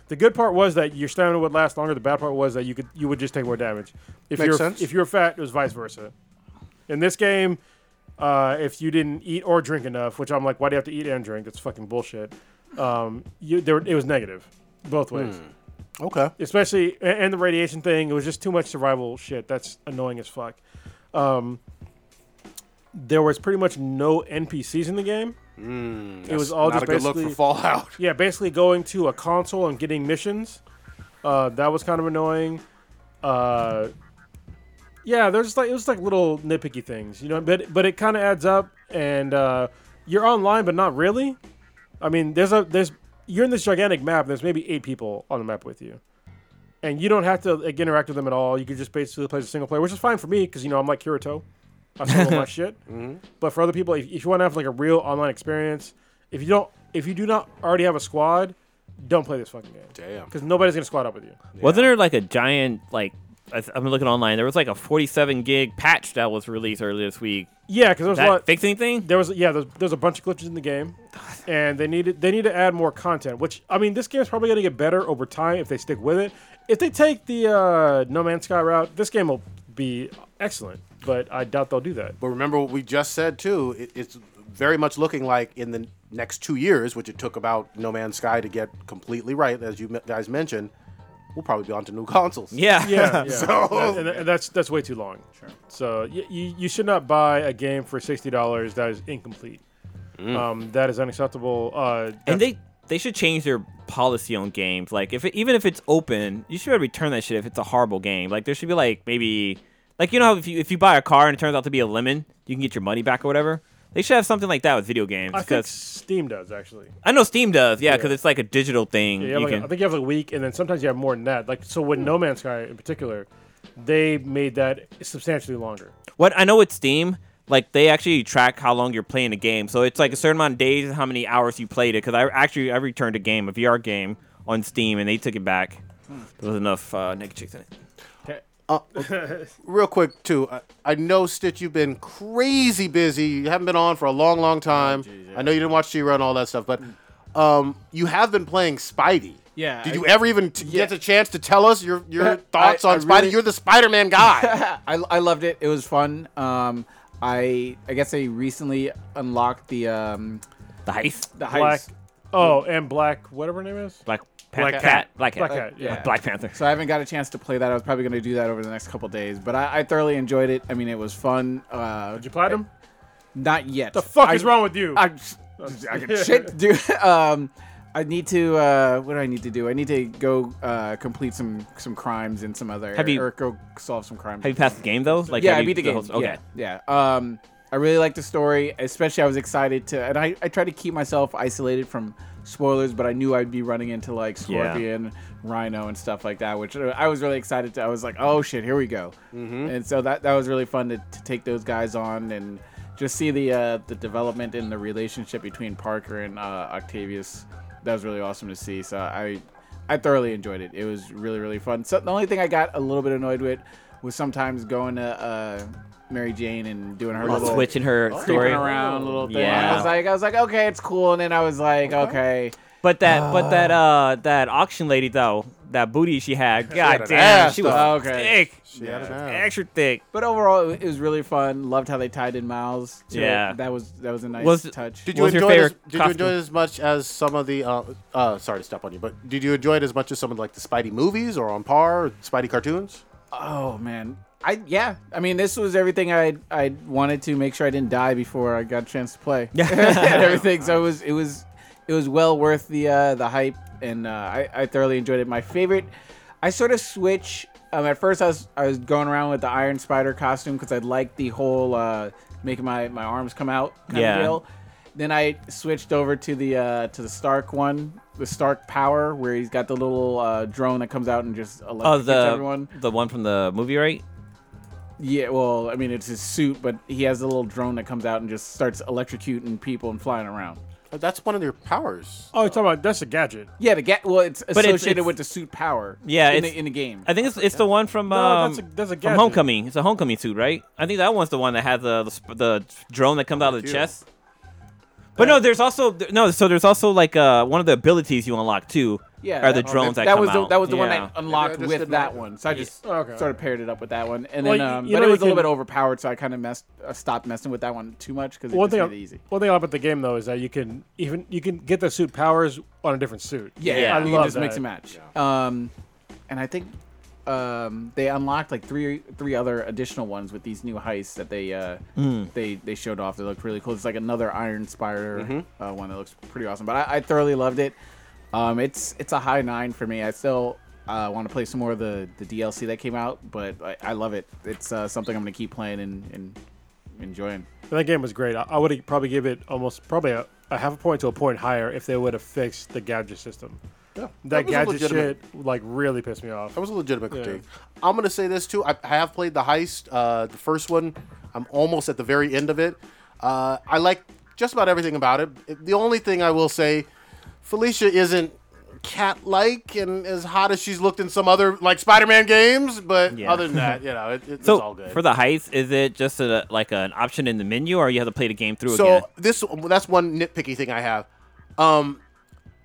The good part was that your stamina would last longer. The bad part was that you could you would just take more damage. If Makes you're sense. if you're fat, it was vice versa. In this game, uh, if you didn't eat or drink enough, which I'm like, why do you have to eat and drink? That's fucking bullshit. Um, you there it was negative, both Hmm. ways Okay. especially a- and the radiation thing. It was just too much survival shit. That's annoying as fuck. Um, there was pretty much no NPCs in the game. it was all Mm, Not just a good look basically for Fallout. yeah, basically going to a console and getting missions. Uh, that was kind of annoying. Uh, yeah, there's just like it was like little nitpicky things, you know. But but it kind of adds up, and uh, you're online, but not really. I mean, there's a there's you're in this gigantic map. And there's maybe eight people on the map with you, and you don't have to like, interact with them at all. You could just basically play as a single player, which is fine for me because you know I'm like Kirito. I solo my shit. But for other people, if, if you want to have like a real online experience, if you don't, if you do not already have a squad, don't play this fucking game. Damn. Because nobody's gonna squad up with you. Wasn't there like a giant like? I th- I'm looking online. There was like a 47 gig patch that was released earlier this week. Yeah, because there's a That lot. fix anything? There was yeah, there's, there's a bunch of glitches in the game, and they needed they need to add more content. Which I mean, this game's probably gonna get better over time if they stick with it. If they take the uh, No Man's Sky route, this game will be excellent. But I doubt they'll do that. But remember what we just said too. It, it's very much looking like in the next two years, which it took about No Man's Sky to get completely right, as you me- guys mentioned, we'll probably be onto new consoles. Yeah. Yeah, yeah. So- and, and that's that's way too long. Sure. So y- you you should not buy a game for sixty dollars that is incomplete. Um, that is unacceptable. Uh, and they they should change their policy on games. Like if it, even if it's open, you should return that shit if it's a horrible game. Like there should be like maybe like you know how if you if you buy a car and it turns out to be a lemon, you can get your money back or whatever. They should have something like that with video games I think because Steam does actually. I, know Steam does. Yeah, Yeah. because it's like a digital thing. Yeah, you you have like- can, I think you have a week, and then sometimes you have more than that. Like so, with No Man's Sky in particular, they made that substantially longer. What I know with Steam, like they actually track how long you're playing the game. So it's like a certain amount of days and how many hours you played it. Because I actually I returned a game, a VR game on Steam, and they took it back. Hmm. There was enough uh, naked chicks in it. Real quick, too, I, I know, Stitch, you've been crazy busy. You haven't been on for a long, long Oh, time. I know you didn't watch She-Ra and all that stuff, but um, you have been playing Spidey. Yeah, Did I- you ever even t- Yeah. get a chance to tell us your, your thoughts I on Spidey? really- You're the Spider-Man guy. I, I loved it. It was fun. Um, I I guess I recently unlocked the um The heist, the heist. Black. Oh, and Black, whatever her name is. Black Black Panther, Cat. Black Cat, Black Cat, yeah. Black Panther. So I haven't got a chance to play that. I was probably going to do that over the next couple days, but I, I thoroughly enjoyed it. I mean, it was fun. Uh, Did you platinum? Not yet. The fuck I- is wrong with you? I, I can shit, dude. Um, I need to. Uh, what do I need to do? I need to go uh, complete some some crimes in some other. Have you- or go solve some crimes? Have you passed the game though? Like yeah, have I you- beat the game. whole- okay, Yeah, yeah. Um, I really liked the story, especially I was excited to, and I, I tried to keep myself isolated from spoilers, but I knew I'd be running into like Scorpion, Rhino, and stuff like that, which uh, I was really excited to. I was like, oh shit, here we go. And so that that was really fun to, to take those guys on and just see the uh, the development in the relationship between Parker and uh, Octavius. That was really awesome to see. So I I thoroughly enjoyed it. It was really really fun. So the only thing I got a little bit annoyed with was sometimes going to uh, Mary Jane and doing her Well, little switching her creeping story. around little thing. Yeah. I was like I was like okay, it's cool, and then I was like okay. But that, but that, uh, that auction lady though, that booty she had, god an damn, ass, she was though. Oh, Okay. thick, Yeah, I don't know. extra thick. But overall, it was really fun. Loved how they tied in Miles. To it. Yeah. that was that was a nice Was- touch. Did What you was your enjoy it? As, favorite did you enjoy costume? it as much as some of the? Uh, uh, sorry to step on you, but did you enjoy it as much as some of like the Spidey movies or on par or Spidey cartoons? Oh man. I yeah. I mean, this was everything I I wanted to make sure I didn't die before I got a chance to play. Yeah, everything. So it was it was it was well worth the uh, the hype, and uh, I I thoroughly enjoyed it. My favorite, I sort of switch. Um, at first I was I was going around with the Iron Spider costume because I liked the whole uh, making my my arms come out kind Yeah. of deal. Then I switched over to the uh, to the Stark one, the Stark power, where he's got the little uh, drone that comes out and just electrocutes Oh, the everyone. the one from the movie, right? Yeah, well, I mean, it's his suit, but he has a little drone that comes out and just starts electrocuting people and flying around. Uh, That's one of their powers. oh, you're talking about that's a gadget. Yeah, the ga- well, it's it's- associated it's- with the suit power. Yeah, in it's- the, in the game. I think it's it's the one from No, um, that's a- that's a from gadget. Homecoming. It's a Homecoming suit, right? I think that one's the one that has the the, sp- the drone that comes out of the Cute. chest. But no, there's also th- no. So there's also like uh, one of the abilities you unlock too. Yeah, are the that- drones that, that come was the, out. that was the one Yeah. I Maybe I unlocked just with didn't that like it. one. So I just Okay. sort of paired it up with that one, and Well, then y- um, you but know it you was a little can- bit overpowered, so I kind of messed uh, stopped messing with that one too much because it One just thing, made it easy. one thing about the game though is that you can even you can get the suit powers on a different suit. Yeah, Yeah. I I you love can just mix that. and match. Um, and I think um, they unlocked like three three other additional ones with these new heists that they uh, they they showed off. They looked really cool. It's like another Iron Spider uh, one that looks pretty awesome. But I, I thoroughly loved it. Um, it's it's a high nine for me. I still uh, want to play some more of the, the DLC that came out, but I, I love it. It's uh, something I'm gonna keep playing and, and enjoying. And that game was great. I, I would probably give it almost probably a, a half a point to a point higher if they would have fixed the gadget system. Yeah, That, was a gadget legitimate- shit like really pissed me off. That was a legitimate critique. I'm gonna say this too. I, I have played the heist, uh, the first one. I'm almost at the very end of it. Uh, I like just about everything about it. It- The only thing I will say, Felicia isn't cat-like and as hot as she's looked in some other like Spider-Man games. But Yeah. other than that, you know, it, it- So it's all good. for the heights, is it just a, like an option in the menu, or you have to play the game through so again? this that's one nitpicky thing I have. Um,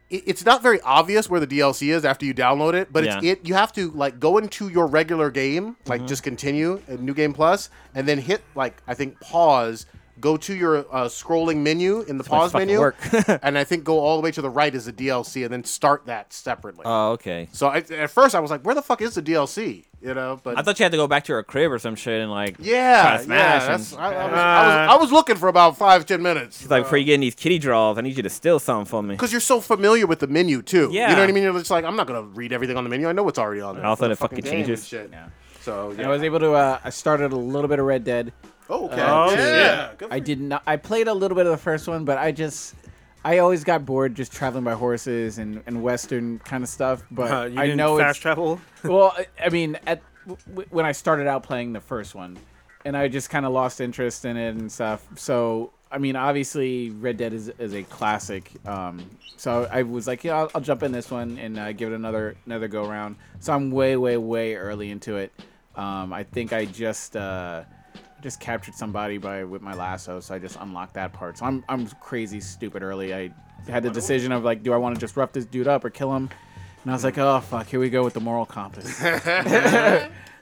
it- it's not very obvious where the DLC is after you download it, but it's Yeah. Mm-hmm. it you have to like go into your regular game, like just continue uh, new game plus, and then hit like I think pause Go to your uh, scrolling menu in the much pause fucking menu, work. and I think go all the way to the right is the DLC, and then start that separately. Oh, okay. so I, at first I was like, "Where the fuck is the DLC?" You know, but I thought you had to go back to your crib or some shit and like try yeah, to yeah, smash. and- Uh, that's, I, I, was, I, was, I was looking for about five ten minutes. She's like, before you get in these kitty draws, I need you to steal something from me. because you're so familiar with the menu too. Yeah. you know what I mean. You're just like, I'm not gonna read everything on the menu. I know what's already on there. all of a sudden It's the it fucking fucking game changes. and Shit. So And yeah. I was able to. Uh, I started a little bit of Red Dead. oh, okay. Oh, yeah. shit. Good for I you. did not. I played a little bit of the first one, but I just. I always got bored just traveling by horses and, and western kind of stuff. But Uh, you I didn't know fast it's travel. well, I- I mean, at w- w- when I started out playing the first one, and I just kind of lost interest in it and stuff. So, I mean, obviously, Red Dead is, is a classic. Um, so I was like, yeah, I'll, I'll jump in this one and uh, give it another another go around. So I'm way, way, way early into it. Um, I think I just uh, just captured somebody by with my lasso, so I just unlocked that part. So I'm I'm crazy stupid early. I had the decision of like, do I want to just rough this dude up or kill him? And I was like, oh fuck, here we go with the moral compass.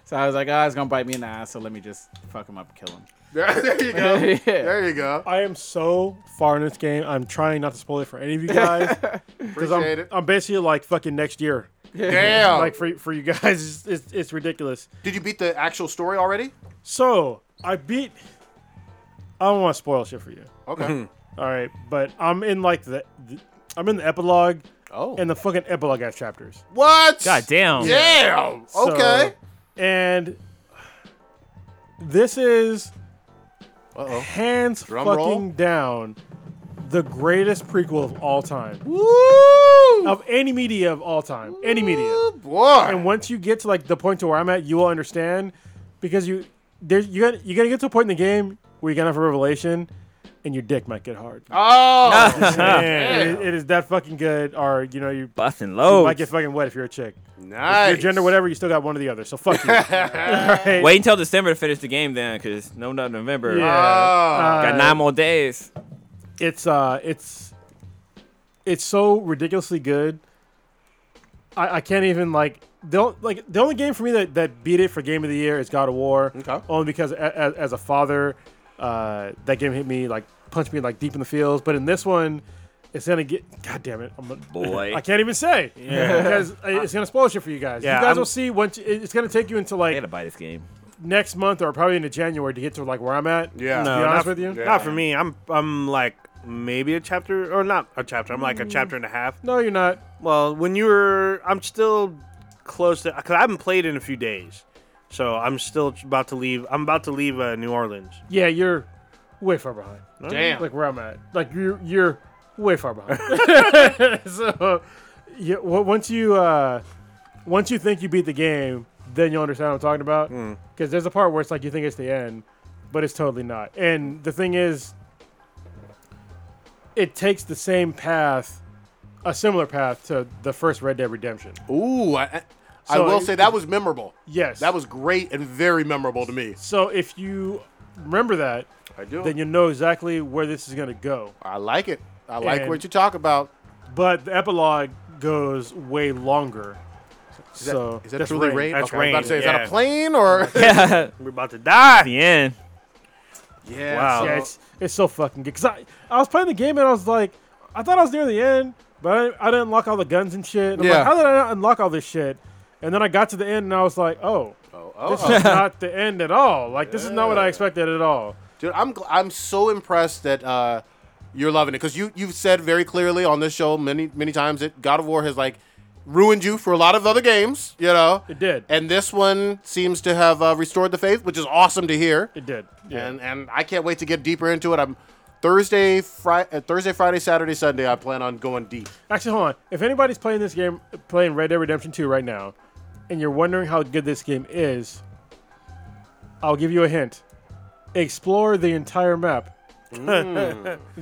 so I was like, ah, it's gonna bite me in the ass, so let me just fuck him up, kill him. there you go. Yeah. There you go. I am so far in this game. I'm trying not to spoil it for any of you guys because I'm Appreciate it. Oh. I'm basically like fucking next year. Damn. Like for for you guys, it's, it's, it's ridiculous. did you beat the actual story already? So I beat. I don't want to spoil shit for you. Okay. All right, but I'm in like the, the I'm in the epilogue oh. and the fucking epilogue has chapters. what? God damn. Damn. So- okay. and this is Uh oh. hands Drum fucking roll. down the greatest prequel of all time Woo! of any media of all time, any media. Woo, boy. And once you get to like the point to where I'm at, you will understand because you there's you got you're gonna get to a point in the game where you're gonna have a revelation and your dick might get hard. oh. Man, it- it is that fucking good, or you know you Busting loads. might get fucking wet if you're a chick. nice. Your gender, whatever, you still got one or the other. So fuck you. Alright. Wait until December to finish the game then, because no, no November. Yeah. Oh. Got nine more days. it's uh it's it's so ridiculously good i i can't even like the on- like the only game for me that that beat it for game of the year is god of war Okay. only because a, a, as a father uh that game hit me like punched me like deep in the feels but in this one it's gonna get god damn it i'm a, Boy. i can't even say yeah because it's gonna spoil shit for you guys Yeah, you guys I'm- will see once it- it's gonna take you into I like gotta buy this game. next month or probably into january to get to like where i'm at Yeah. to be No, honest not, with you Not for me. I'm I'm like maybe a chapter or not a chapter. I'm like a Mm. chapter and a half. no you're not Well, when you were, I'm still close to because I haven't played in a few days, so I'm still about to leave. I'm about to leave uh, New Orleans. Yeah, you're way far behind. Damn. Like where I'm at. Like you're you're way far behind. so, yeah, w- once you uh, once you think you beat the game, then you'll understand what I'm talking about. Hmm. Because there's a part where it's like you think it's the end, but it's totally not. And the thing is, it takes the same path, a similar path to the first Red Dead Redemption. Ooh. I, I So- will say that was memorable. Yes, That was great and very memorable to me. So if you remember that, I do. then you know exactly where this is gonna go. I like it. I like And- what you talk about. But the epilogue goes way longer. Is that, so is that that's truly rain. rain? That's Okay, I was about to say, rain, is that yeah. a plane or? Yeah. We're about to die. the end. yeah. Wow. Yeah, it's, it's so fucking good. Cause I, I was playing the game and I was like, I thought I was near the end, but I, I didn't unlock all the guns and shit. And I'm Yeah. like, how did I not unlock all this shit? And then I got to the end and I was like, oh, oh, oh, this oh. is not the end at all. Like this is not what I expected at all. dude, I'm gl- I'm so impressed that uh, you're loving it because you you've said very clearly on this show many many times that God of War has like ruined you for a lot of other games, you know. It did. And this one seems to have uh, restored the faith, which is awesome to hear. It did. Yeah. And and I can't wait to get deeper into it. I'm Thursday, Friday, Thursday, Friday, Saturday, Sunday. I plan on going deep. Actually, hold on. If anybody's playing this game, playing Red Dead Redemption 2 right now, and you're wondering how good this game is, I'll give you a hint. Explore the entire map. the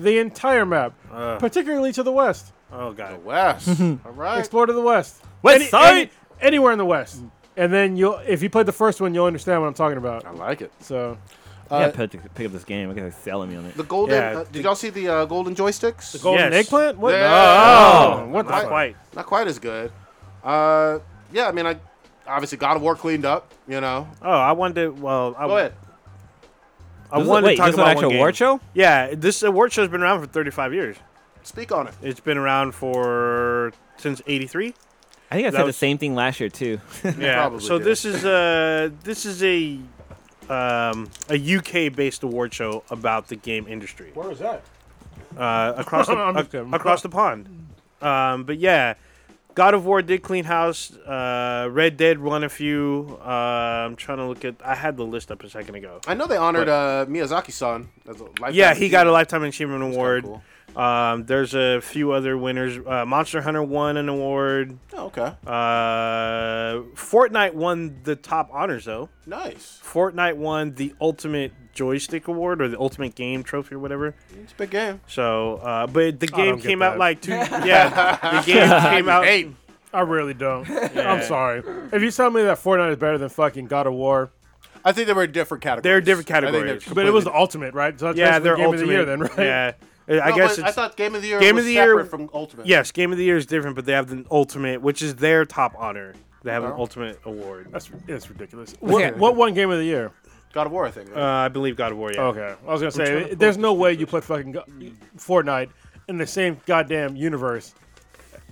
entire map, particularly to the west. Oh god. West. Mm-hmm. All right. Explore to the west. West side! anywhere in the west. And then you'll, if you played the first one, you'll understand what I'm talking about. I like it. So yeah, pick, pick up this game. I gotta sell me on it. The golden. Yeah, uh, did y'all see the uh, golden joysticks? golden Yes. eggplant. What? Yeah. No. Oh, What the Not fuck? quite. not quite as good. Uh, yeah, I mean, I obviously God of War cleaned up. You know, Oh, I wanted. To, well, I, go ahead. I This is- wanted wait, to talk this is an about actual one game. award show? Yeah, this award show's been around for 35 years. Speak on it. It's been around for since '83. I think I That said the was- same thing last year too. Yeah. probably so did. this is a this is a um, a UK based award show about the game industry Where is that? uh, across the, I'm just ac- kidding. across the pond. Um, but yeah, God of War did clean house. Uh, Red Dead won a few. Uh, I'm trying to look at. I had the list up a second ago. I know they honored uh, Miyazaki-san. As a lifetime Yeah, he got a achievement. lifetime achievement That's kinda award. cool. Um, there's a few other winners. Uh, Monster Hunter won an award. Oh, okay, Uh, Fortnite won the top honors though. nice. Fortnite won the Ultimate Joystick Award or the Ultimate Game Trophy or whatever. It's a big game. So, uh, but the game don't get came out that. like two. yeah, the game came out. Hey, I really don't. I'm sorry. If you tell me that Fortnite is better than fucking God of War, I think they were different categories. They're different I think they're categories. but it was the completely- ultimate, right? So that's Yeah, basically they're game Ultimate. of the year, then, right? Yeah, Uh, I No, guess but it's I thought Game of the Year Game was of the Year- separate from Ultimate. yes. Game of the Year is different, but they have the Ultimate, which is their top honor. They have an Oh. Ultimate Award. Uh, That's, that's ridiculous. What, what one game of the year? God of War, I think. right? Uh, I believe God of War. Yeah. Okay, I was gonna trying say to there's no way you put fucking go- Fortnite in the same goddamn universe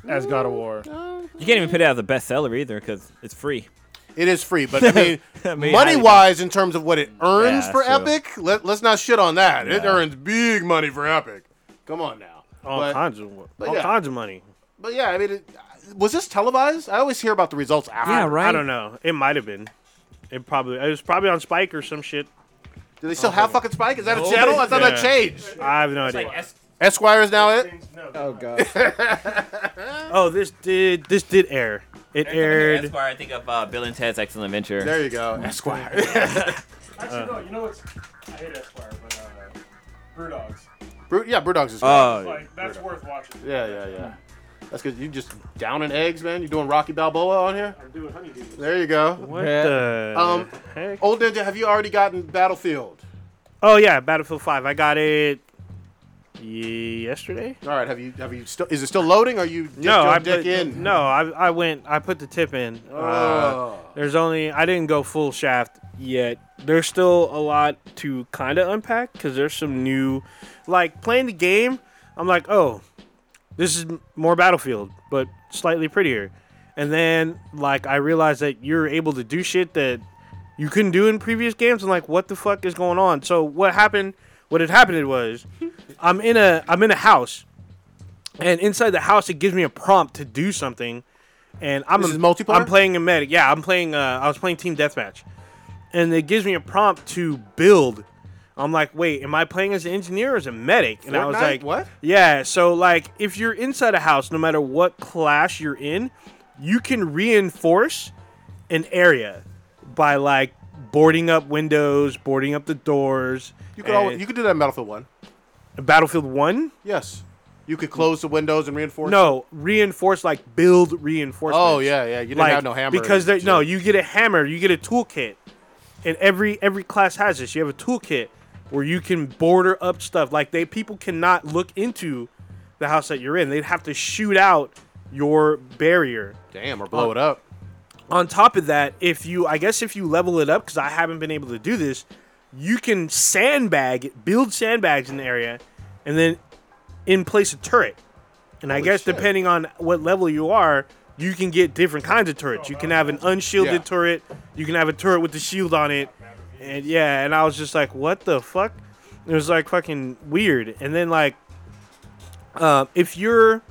as God of War. You can't even put it as a bestseller either because it's free. It is free, but I mean, I mean, money I- wise, in terms of what it earns Yeah, for that's true. Epic, let, let's not shit on that. It Yeah. earns big money for Epic. Come on now. All but, kinds of all yeah. kinds of money. but yeah, I mean, it, uh, was this televised? I always hear about the results after. Yeah, right. I don't know. It might have been. It probably it was probably on Spike or some shit. Do they still have fucking Spike? Is that a channel? I thought that Yeah. changed. I have no idea. Esquire is now it. Oh god. oh, this did this did air. It aired. I think of uh, Bill and Ted's Excellent Adventure. There you go, Esquire. Actually, no. You know what's? I hate Esquire, but uh, Brewdogs. Brew, yeah, Brewdogs is. Oh, that's worth watching. yeah, yeah, yeah. That's because you just downing eggs, man. You doing Rocky Balboa on here? I'm doing honeydew. There you go. What Yeah. the Um, heck? Old Ninja, have you already gotten Battlefield? Oh yeah, Battlefield Five. I got it yesterday. All right, have you have you still? Is it still loading? Or you dipped No, your I dick put, in? no, I I went. I put the tip in. Uh, Oh. there's only I didn't go full shaft yet. There's still a lot to kind of unpack because there's some new, like playing the game. I'm like, oh, this is m- more Battlefield, but slightly prettier. And then like I realized that you're able to do shit that you couldn't do in previous games. I'm like, what the fuck is going on? So what happened? What had happened was, I'm in a I'm in a house, and inside the house it gives me a prompt to do something, and I'm This a, is multiplayer? I'm playing a medic. Yeah, I'm playing. Uh, I was playing team deathmatch, and it gives me a prompt to build. I'm like, wait, am I playing as an engineer or as a medic? And I was Fortnite? like, What? Yeah. So like, if you're inside a house, no matter what class you're in, you can reinforce an area by like boarding up windows, boarding up the doors. You could always, and- you could do that in Battlefield One. Battlefield One. Yes, you could close the windows and reinforce. No, reinforce like build reinforcements. Oh yeah, yeah. You didn't like have no hammer. because and there, no, shit. you get a hammer, you get a toolkit, and every every class has this. You have a toolkit where you can border up stuff. Like they people cannot look into the house that you're in. They'd have to shoot out your barrier. Damn, or blow Uh, it up. on top of that, if you, I guess, if you level it up, because I haven't been able to do this, you can sandbag, build sandbags in the area, and then in place a turret. And I Holy guess shit. depending on what level you are, you can get different kinds of turrets. You can have an unshielded Yeah. turret. You can have a turret with the shield on it. And yeah, and I was just like, what the fuck? It was like fucking weird. And then like, uh, if you're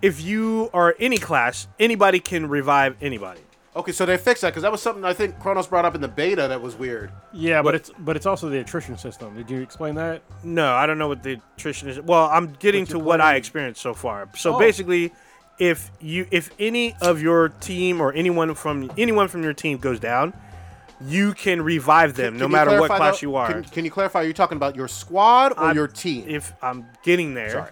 if you are any class, anybody can revive anybody. Okay, so they fixed that because that was something I think Kronos brought up in the beta that was weird. Yeah, but it's but it's also the attrition system. Did you explain that? No, I don't know what the attrition is. Well, I'm getting What to you're what I playing. experienced so far. So Oh. basically, if you if any of your team or anyone from anyone from your team goes down, you can revive them Can no you matter what clarify, class though? you are. Can, can you clarify? Are you talking about your squad or I'm- your team? If I'm getting there, Sorry.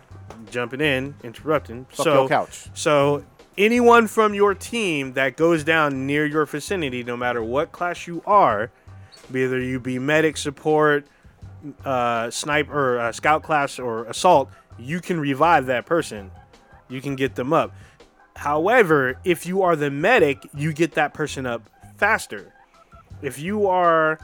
jumping in, interrupting. Fuck so your couch. So anyone from your team that goes down near your vicinity, no matter what class you are, whether you be medic support, uh, sniper, or uh, scout class, or assault, you can revive that person. You can get them up. However, if you are the medic, you get that person up faster. If you are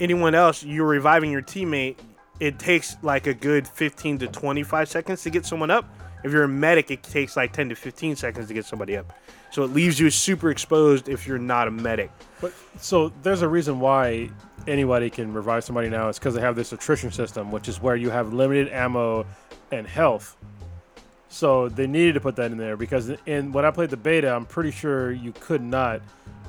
anyone else, you're reviving your teammate. It takes like a good 15 to 25 seconds to get someone up. If you're a medic, it takes like 10 to 15 seconds to get somebody up. So it leaves you super exposed if you're not a medic. But so there's a reason why anybody can revive somebody now. It's because they have this attrition system, which is where you have limited ammo and health. So they needed to put that in there because in when I played the beta, I'm pretty sure you could not.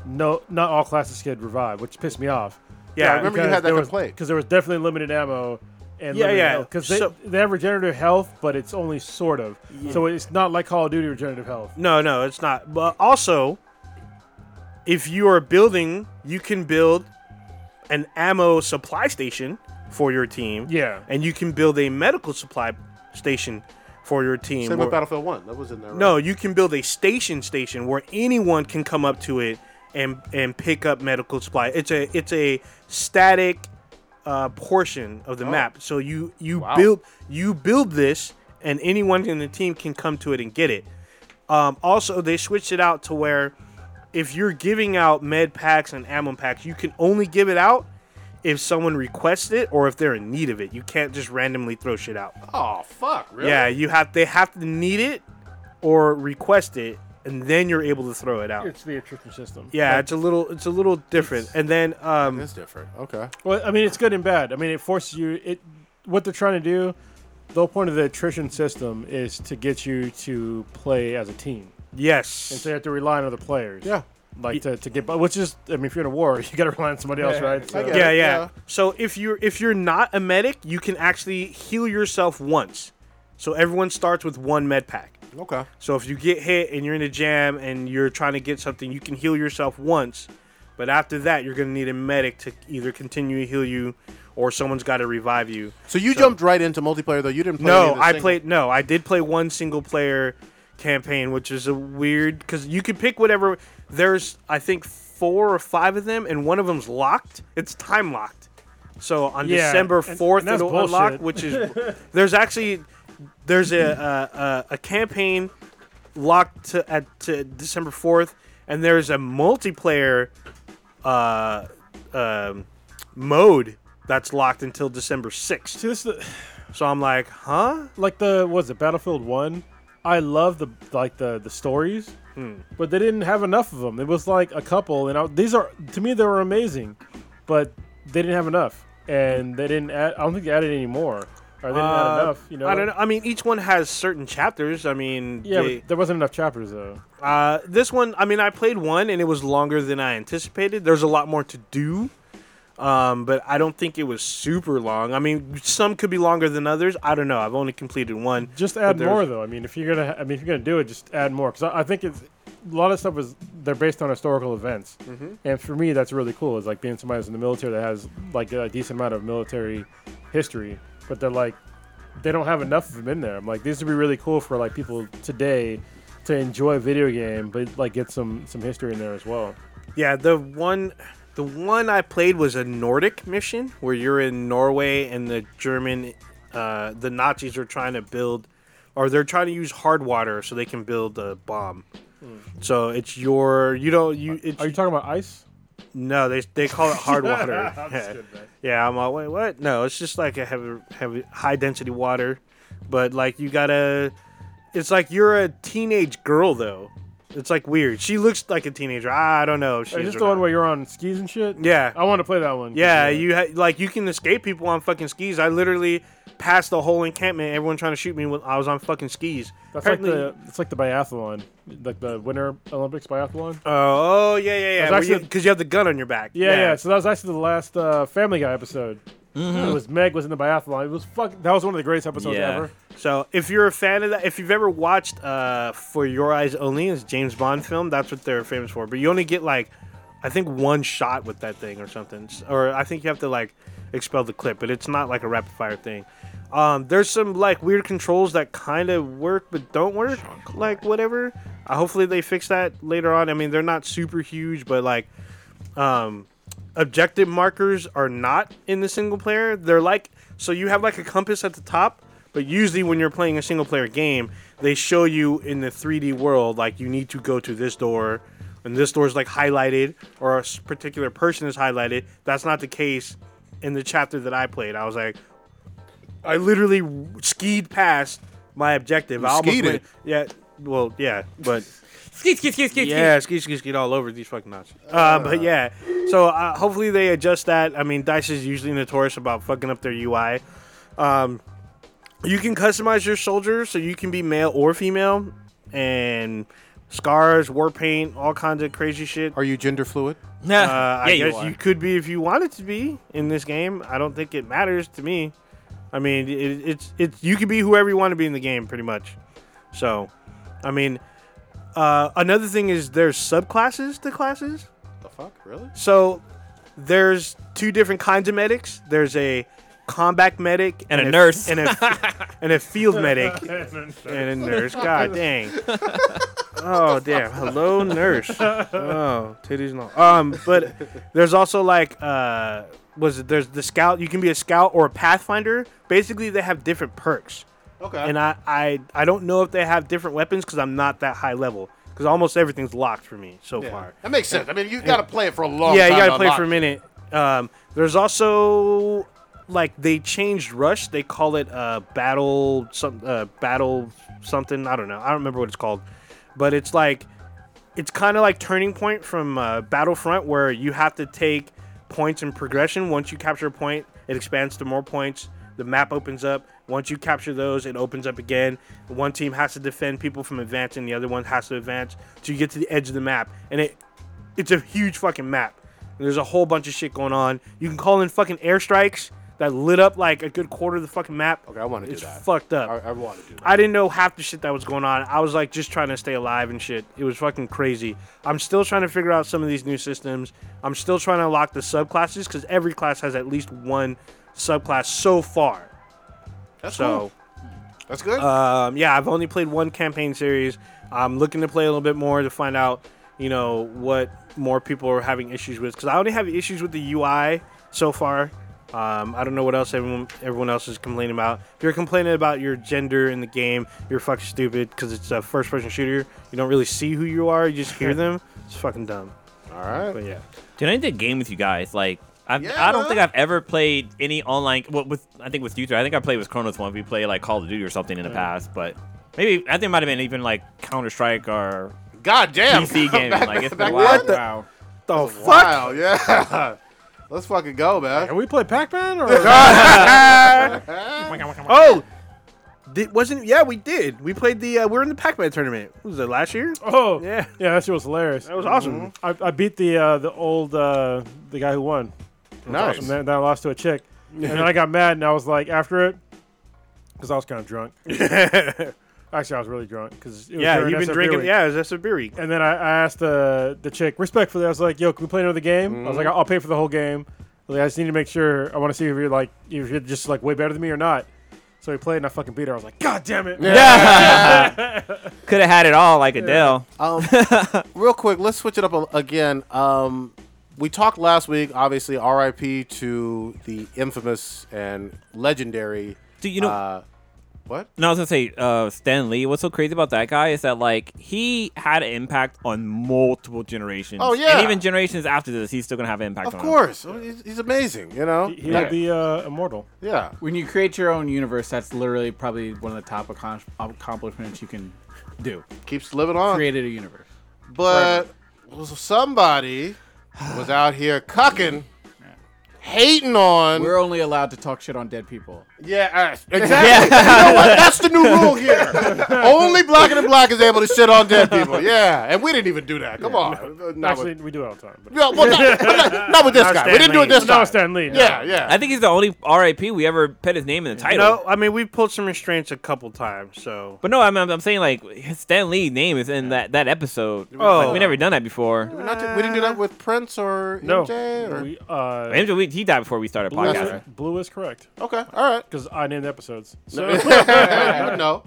No, not all classes could revive, which pissed me off. Yeah, I remember you had that complaint. because there was definitely limited ammo. And Yeah, limited yeah. Because they, So- they have regenerative health, but it's only sort of. So it's not like Call of Duty regenerative health. No, no, it's not. But also, if you are building, you can build an ammo supply station for your team. Yeah. And you can build a medical supply station for your team. Same Or- with Battlefield One. That was in there. Right? no, you can build a station station where anyone can come up to it and and pick up medical supply. It's a it's a static uh, portion of the map. So you you build you build this, and anyone in the team can come to it and get it. Um, also, they switched it out to where if you're giving out med packs and ammo packs, you can only give it out if someone requests it or if they're in need of it. You can't just randomly throw shit out. Oh fuck! Really? Yeah, you have they have to need it or request it, and then you're able to throw it out. It's the attrition system. Yeah, it's a little it's a little different. And then um, It's different. Okay. Well, I mean, it's good and bad. I mean, it forces you. It what they're trying to do. The whole point of the attrition system is to get you to play as a team, and yes, so you have to rely on other players. Yeah. like to, to get. by Which is, I mean, if you're in a war, you got to rely on somebody else, right? So, get it. yeah, yeah. yeah. So if you're if you're not a medic, you can actually heal yourself once. So everyone starts with one med pack. Okay. So if you get hit and you're in a jam and you're trying to get something, you can heal yourself once, but after that, you're gonna need a medic to either continue to heal you, or someone's got to revive you. So you jumped right into multiplayer though. You didn't play. any No, of the I single- played. No, I did play one single player campaign, which is a weird because you could pick whatever. There's I think four or five of them, and one of them's locked. It's time locked. So on Yeah, December and- fourth, and that's it'll unlock, bullshit. which is there's actually there's a a, a, a campaign locked to, at to December fourth, and there's a multiplayer uh, um, mode that's locked until December sixth. See, this is the, So I'm like, huh? like the was it Battlefield One. I love the like the the stories, but they didn't have enough of them. It was like a couple, and I, these are to me they were amazing, but they didn't have enough, and they didn't add. I don't think they added any more. Or they didn't add Uh, enough, you know. I don't know. I mean, each one has certain chapters. I mean, Yeah, they- but there wasn't enough chapters though. uh, this one. I mean, I played one and it was longer than I anticipated. There's a lot more to do, um, but I don't think it was super long. I mean, some could be longer than others. I don't know. I've only completed one. Just But add there's- more though. I mean, if you're gonna, I mean, if you're gonna do it, just add more because I, I think it's a lot of stuff was they're based on historical events, Mm-hmm. and for me that's really cool. It's like being somebody who's in the military that has like a decent amount of military history, but they're like they don't have enough of them in there. I'm like, these would be really cool for like people today to enjoy a video game, but like get some some history in there as well. Yeah, the one, the one I played was a Nordic mission where you're in Norway and the German, uh, the Nazis are trying to build, or they're trying to use hard water so they can build a bomb. So it's your you don't you it's Hmm. Are you talking about ice? no they they call it hard water. yeah. yeah, I'm all wait what? No, it's just like a heavy heavy high density water, but like you gotta. It's like you're a teenage girl though. It's like weird. She looks like a teenager. I don't know. If she Is is this or the one not. where you're on skis and shit? Yeah. I want to play that one. Yeah, you ha- like you can escape people on fucking skis. I literally passed the whole encampment, everyone trying to shoot me when I was on fucking skis. That's like the it's like the biathlon, like the Winter Olympics biathlon. oh oh, yeah yeah yeah, That's because you, actually- 'cause you have the gun on your back. Yeah, yeah. So that was actually the last uh, Family Guy episode. Mm-hmm. It was Meg was in the biathlon. It was fuck. That was one of the greatest episodes Yeah. ever. So if you're a fan of that, if you've ever watched uh, For Your Eyes Only, it's a James Bond film. That's what they're famous for. But you only get like, I think one shot with that thing or something, S- or I think you have to like expel the clip. But it's not like a rapid fire thing. Um, there's some like weird controls that kind of work but don't work, like whatever. Uh, hopefully they fix that later on. I mean they're not super huge, but like um, objective markers are not in the single player. They're like so you have like a compass at the top, but usually when you're playing a single player game, they show you in the 3D world like you need to go to this door, and this door is like highlighted or a s- particular person is highlighted. That's not the case in the chapter that I played. I was like, I literally skied past my objective. I almost skied went- it? Yeah. Well, yeah, but Skid, skid, skid, skid, yeah, ski ski ski all over these fucking Nazis. Uh, but yeah, so uh, hopefully they adjust that. I mean, Dice is usually notorious about fucking up their UI. Um, you can customize your soldier so you can be male or female, and scars, war paint, all kinds of crazy shit. Are you gender fluid? skid. Nah. Uh, I yeah, you guess are. you, could be if you wanted to be in this game. I don't think it matters to me. I mean, it, it's it's you can be whoever you want to be in the game, pretty much. So, I mean, uh, another thing is there's subclasses to classes. The fuck, really? So there's two different kinds of medics. There's a combat medic And a nurse. and a and a field medic and a nurse. God dang. Oh damn. Hello nurse. Oh titties and all. Um, but there's also like uh, was it, there's the scout. You can be a scout or a pathfinder. Basically, they have different perks. Okay. And I, I, I don't know if they have different weapons because I'm not that high level. Because almost everything's locked for me so yeah. far That makes sense. I mean, you got to play it for a long yeah, time. you to gotta play unlock for a it. minute. Um, there's also like they changed Rush. They call it uh, battle some uh, battle something. I don't know. I don't remember what it's called, but it's like it's kind of like Turning Point from uh, Battlefront, where you have to take points in progression. Once you capture a point, it expands to more points. The map opens up. Once you capture those, it opens up again. One team has to defend people from advancing. The other one has to advance. So you get to the edge of the map, and it it's a huge fucking map. And there's a whole bunch of shit going on. You can call in fucking airstrikes that lit up like a good quarter of the fucking map. Okay, I wanna do It's that. fucked up. I, I want to do that. I didn't know half the shit that was going on. I was like just trying to stay alive and shit. It was fucking crazy. I'm still trying to figure out some of these new systems. I'm still trying to unlock the subclasses because every class has at least one subclass so far. That's So That's good. um, yeah, I've only played one campaign series. I'm looking to play a little bit more to find out, you know, what more people are having issues with. Because I only have issues with the UI so far. Um, I don't know what else everyone everyone else is complaining about. If you're complaining about your gender in the game, you're fucking stupid because it's a first person shooter. You don't really see who you are; you just hear them. It's fucking dumb. All right. But yeah, Dude, I need to game with you guys. Like, I've, Yeah, I don't man. think I've ever played any online. Well, with I think with Future, I think I played with Chronos one. We played like Call of Duty or something in the past, but maybe I think it might have been even like Counter Strike or God damn. PC gaming. Like, it's been a back while. then? Wow. the fuck. Wow, yeah. Let's fucking go, man. Can we play Pac-Man or Oh, did, wasn't yeah we did we played the uh, we were in the Pac-Man tournament. What was it last year? oh Yeah. yeah that shit was hilarious That was awesome. I, I beat the uh, the old uh, the guy who won Nice. and then, then I lost to a chick and then I got mad and I was like after it because I was kind of drunk actually I was really drunk because Yeah, you've been drinking. Yeah, it's a beer week. and then I, I asked uh, the the chick respectfully. I was like, "Yo, can we play another game?" I was like, Mm-hmm. "I'll pay for the whole game. I was like, I just need to make sure. I want to see if you're like if you're just like way better than me or not." So we played, and I fucking beat her. I was like, "God damn it!" Yeah. Could have had it all like Adele. Um, real quick, let's switch it up a- again. Um, we talked last week, obviously, RIP to the infamous and legendary. Dude, you know, Uh, what? No, I was gonna say, uh, Stan Lee. What's so crazy about that guy is that like he had an impact on multiple generations. Oh, yeah. and even generations after this, he's still gonna have an impact. Of on course. Oh, He's, he's amazing, you know? He had the uh, immortal. Yeah. When you create your own universe, that's literally probably one of the top accom- accomplishments you can do. Keeps living on. Created a universe. But somebody was out here cucking, hating on. We're only allowed to talk shit on dead people. Yeah, uh, exactly. You know what? That's the new rule here. Only black and the black is able to shit on dead people. Yeah, and we didn't even do that. Come on. Uh, Not Actually, with, we do it all the time. But Yeah, well, not, but not- not with this guy. we Stan didn't do it Lee. this no, time. Stan Lee. no. Yeah, yeah. I think he's the only R.I.P. we ever put his name in the You title. know, I mean, we pulled some restraints a couple times, so. But no, I'm, I'm I'm saying like his Stan Lee name is in that, that episode. Oh. like, we never done that before. We're not- we didn't do that with Prince or No, MJ. Or, we, uh, Andrew, we, he died before we started blue, is, podcasting. blue is correct okay, all right. because I named the episodes. So no.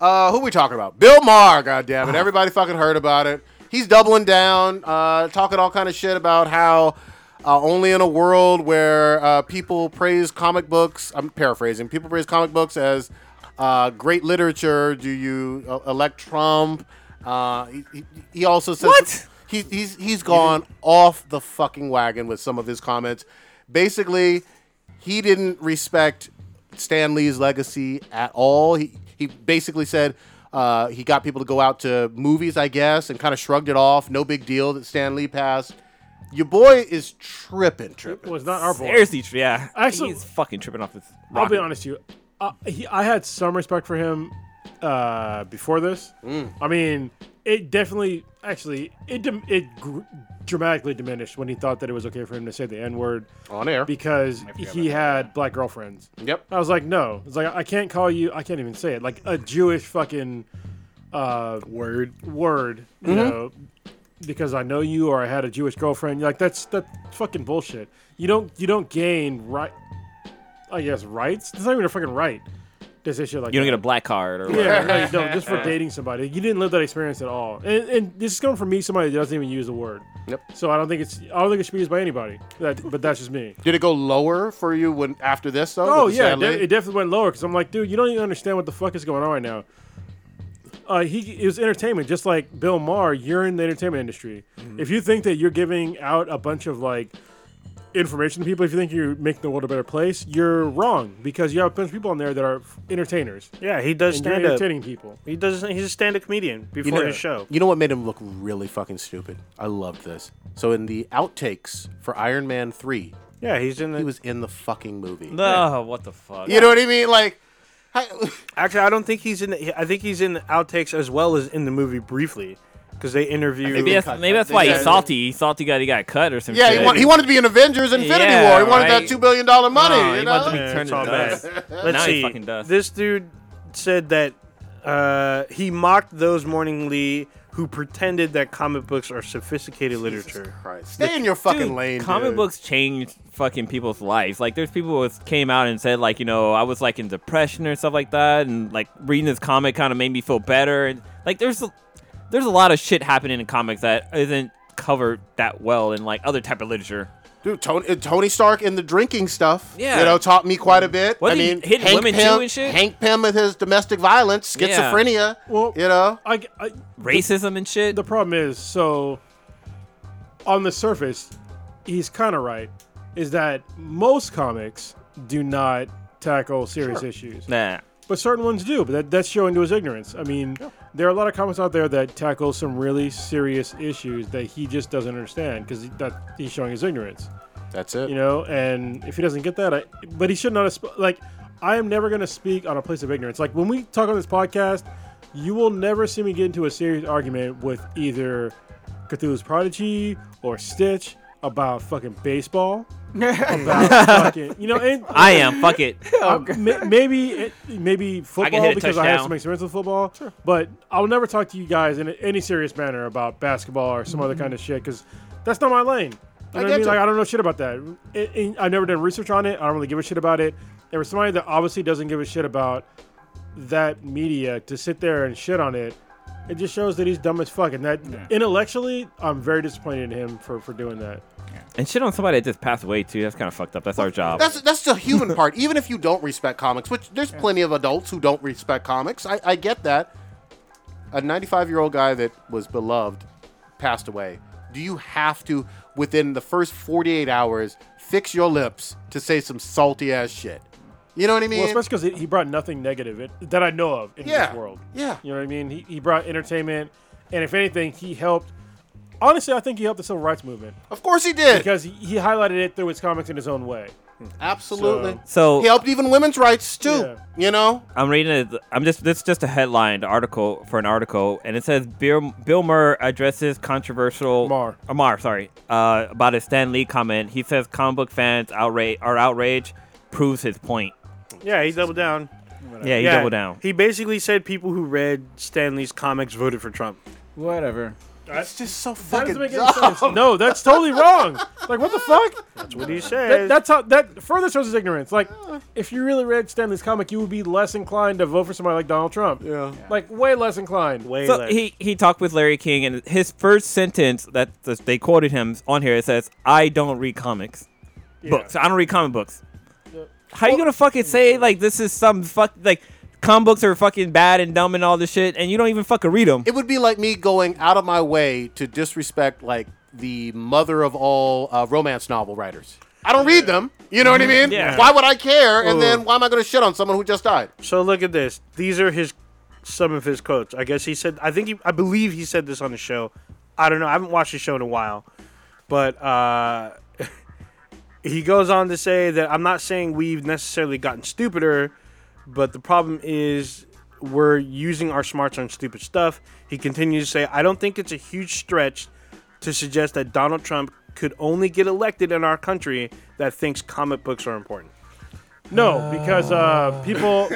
Uh, who we talking about? Bill Maher, goddammit. Everybody fucking heard about it. He's doubling down, uh, talking all kind of shit about how uh, only in a world where uh, people praise comic books, I'm paraphrasing, people praise comic books as uh, great literature, do you uh, elect Trump? Uh, he, he- he also says What? He, he's, he's gone off the fucking wagon with some of his comments. Basically, he didn't respect Stan Lee's legacy at all. He he basically said uh, he got people to go out to movies, I guess, and kind of shrugged it off. No big deal that Stan Lee passed. Your boy is tripping, tripping. was not our boy. Seriously, yeah. Actually- he's fucking tripping off his. I'll be rocket. honest with you. Uh, he, I had some respect for him uh, before this. I mean, it definitely, actually, it dim- it gr- dramatically diminished when he thought that it was okay for him to say the N word On air. because he had black girlfriends. Yep. I was like, no. It's like I can't call you. I can't even say it. Like a Jewish fucking uh, word word. You Mm-hmm. know, because I know you or I had a Jewish girlfriend. Like that's that's fucking bullshit. You don't you don't gain right. I guess rights. It's not even a fucking right. This issue like You don't that. get a black card or whatever. Yeah, like, no, just for dating somebody. You didn't live that experience at all. And, and this is coming from me, somebody that doesn't even use the word. Yep. So I don't think it's I don't think it should be used by anybody. That, but that's just me. Did it go lower for you when after this though? Oh with the yeah, it, Stan de- Lee? it definitely went lower because I'm like, dude, you don't even understand what the fuck is going on right now. Uh, he it was entertainment, just like Bill Maher. You're in the entertainment industry. If you think that you're giving out a bunch of like information to people, if you think you're making the world a better place, you're wrong because you have a bunch of people on there that are f- entertainers Yeah, he does and you're stand up. entertaining people. He does. He's a stand-up comedian before know- his show. You know what made him look really fucking stupid? I loved this. So in the outtakes for Iron Man 3, Yeah, he's in the. he was in the fucking movie. No, Oh, what the fuck? You know what I mean? Like I, actually, I don't think he's in. The, I think he's in the outtakes as well as in the movie briefly, because they interview. Maybe They that's, cut maybe that. that's why They he's cut it. salty. He's salty got he got cut or some yeah, shit. he, want, he wanted to be in Avengers Infinity Yeah, War. He wanted that right. 2 billion dollar money, No, he you wanted to know? be- Yeah, turned it's to all dust. bad. Now Let's he see. fucking does. This dude said that uh, he mocked those Morning Lee who pretended that comic books are sophisticated literature. Christ. Stay in your fucking Dude, lane. Comic dude. books changed fucking people's lives. Like, there's people who came out and said, like, you know, I was like in depression or stuff like that, and like reading this comic kind of made me feel better. And like, there's a, there's a lot of shit happening in comics that isn't covered that well in like other type of literature. Dude, Tony, uh, Tony Stark and the drinking stuff, Yeah. you know, taught me quite a bit. Wasn't I he mean, hitting Hank women too Pym, and shit? Hank Pym with his domestic violence, Yeah. schizophrenia, Well- you know. I, I- Racism and shit. the problem is so on the surface, he's kind of right. Is that most comics do not tackle serious issues. nah. But certain ones do, but that, that's showing to his ignorance. I mean, there are a lot of comics out there that tackle some really serious issues that he just doesn't understand because he, that he's showing his ignorance, That's it. you know. And if he doesn't get that, I, but he should not have sp- like. I am never going to speak on a place of ignorance. Like when we talk on this podcast, you will never see me get into a serious argument with either Cthulhu's Prodigy or Stitch about fucking baseball. about fucking, you know, and I am. Fuck it. Ma- Um, maybe it- maybe hit football a because I have touchdown. some experience with football. But I'll never talk to you guys in any serious manner about basketball or some other kind of shit because that's not my lane. You know what I get mean? you. Like I don't know shit about that. It- it- I've never done research on it. I don't really give a shit about it. There was somebody that obviously doesn't give a shit about that media to sit there and shit on it. It just shows that he's dumb as fuck, and that intellectually, I'm very disappointed in him for, for doing that. And shit on somebody that just passed away too. That's kind of fucked up. That's our job. That's that's the human part. Even if you don't respect comics, which there's plenty of adults who don't respect comics, I, I get that. A 95 year old guy that was beloved passed away. Do you have to, within the first 48 hours, fix your lips to say some salty ass shit? You know what I mean? Well, especially because he brought nothing negative it, that I know of in Yeah, this world. yeah. You know what I mean? He, he brought entertainment, and if anything, he helped. Honestly, I think he helped the civil rights movement of course he did. because he, he highlighted it through his comics in his own way. Absolutely. so he helped even women's rights too. Yeah. You know, I'm reading it. I'm just this is just a headline article for an article, and it says Bill, Bill Murr addresses controversial Maher. Uh, Maher, sorry, uh, about his Stan Lee comment. He says comic book fans outrage are outraged proves his point. Yeah, he doubled down. Yeah, he yeah, doubled down. He basically said people who read Stanley's comics voted for Trump. Whatever. it's just so That fucking. doesn't make any dumb. sense. No, that's totally wrong. Like, what the fuck? That's what he That, said. that's how that further shows his ignorance. Like, if you really read Stanley's comic, you would be less inclined to vote for somebody like Donald Trump. Yeah. Like, way less inclined. Way So less. he he talked with Larry King, and his first sentence that that they quoted him on here it says, "I don't read comics books. I don't read comic books." How you gonna fucking say like this is some fuck like comic books are fucking bad and dumb and all this shit, and you don't even fucking read them? It would be like me going out of my way to disrespect like the mother of all uh, romance novel writers. I don't read them. You know what I mean? Yeah. Why would I care? And Ooh. then why am I going to shit on someone who just died? So look at this. These are his some of his quotes. I guess he said. I think he. I believe he said this on the show. I don't know. I haven't watched the show in a while, but uh, he goes on to say that I'm not saying we've necessarily gotten stupider, but the problem is we're using our smarts on stupid stuff. He continues to say, I don't think it's a huge stretch to suggest that Donald Trump could only get elected in our country that thinks comic books are important. No, because uh, people.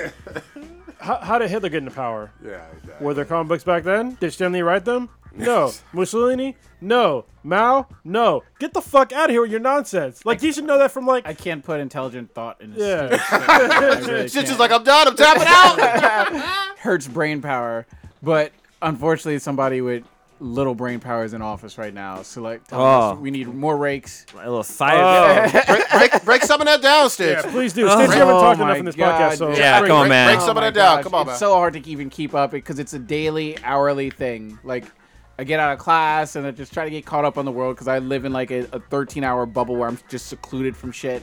how, how did Hitler get into power? Yeah. Were there comic books back then? Did Stanley write them? No. Mussolini? No. Mao? No. Get the fuck out of here with your nonsense. Like, you should know that from, like, I can't put intelligent thought in. Yeah. yeah. Shit's just like, I'm done. I'm tapping out. hurts brain power, but unfortunately, somebody with little brain power is in office right now. So like, tell us Oh. we need more rakes. A little science. break, break, break some of that down, Stitch. yeah. Please do. Stitch, you haven't Oh talked my enough in this God, podcast, so. Yeah, break, come on, break, man. Break Oh some of my that down. gosh, Come on, it's man. so hard to even keep up because it's a daily, hourly thing. Like, I get out of class and I just try to get caught up on the world because I live in like a, a 13 hour bubble where I'm just secluded from shit.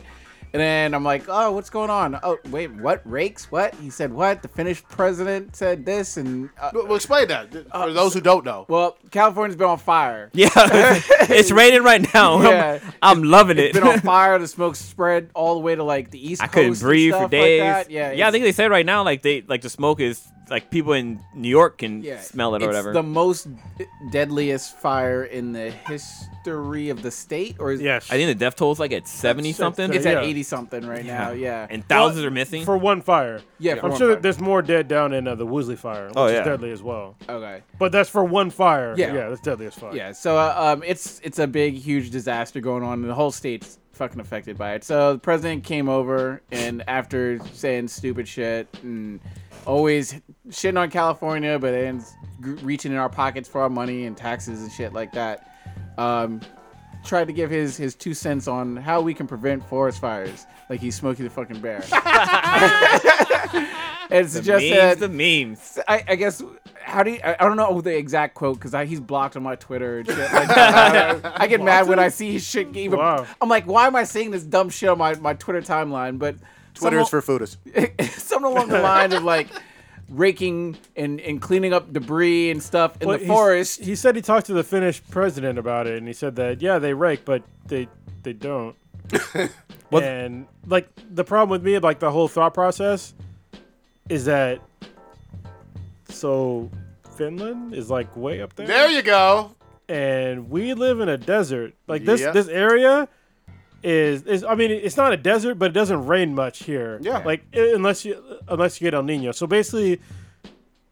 And then I'm like, oh, what's going on? Oh, wait, what? Rakes? What? He said what? The Finnish president said this. And, uh, Well, explain that Uh, for those who don't know. well, California's been on fire. Yeah, it's raining right now. Yeah. I'm, I'm loving it. been on fire. The smoke spread all the way to like the east I coast. couldn't and breathe stuff for like days. that. Yeah, yeah. I it's- think they said right now, like they like the smoke is like people in New York can yeah, smell it or it's whatever. The most deadliest fire in the history of the state, or is Yes. I think the death toll's like at seventy something. it's Yeah. at eighty something right now. Yeah, and thousands are missing. For one fire. Yeah, for I'm one sure fire. that there's more dead down in uh, the Woosley fire, which Oh, yeah. is deadly as well. okay, But that's for one fire. Yeah. that's deadly as fuck. yeah. So uh, um, it's it's a big, huge disaster going on, and the whole state's fucking affected by it. So the president came over, and after saying stupid shit and always shitting on California, but then g- reaching in our pockets for our money and taxes and shit like that. Um, tried to give his his two cents on how we can prevent forest fires, like he's Smokey the fucking bear. It's the just memes, that the memes. I, I guess how do you, I, I don't know the exact quote because he's blocked on my Twitter and shit. Like, that. I, I get mad when I see his shit. Even, Wow. I'm like, why am I seeing this dumb shit on my, my Twitter timeline? But Twitter is some- for foodists. something along the line of like raking and, and cleaning up debris and stuff in Well, the he's- forest. He said he talked to the Finnish president about it, and he said that yeah, they rake, but they they don't. and like the problem with me, like the whole thought process, is that so Finland is like way up there, There you go. and we live in a desert. Like this Yep. this area. Is, is I mean it's not a desert, but it doesn't rain much here. Yeah. Like i- unless you unless you get El Nino. So basically,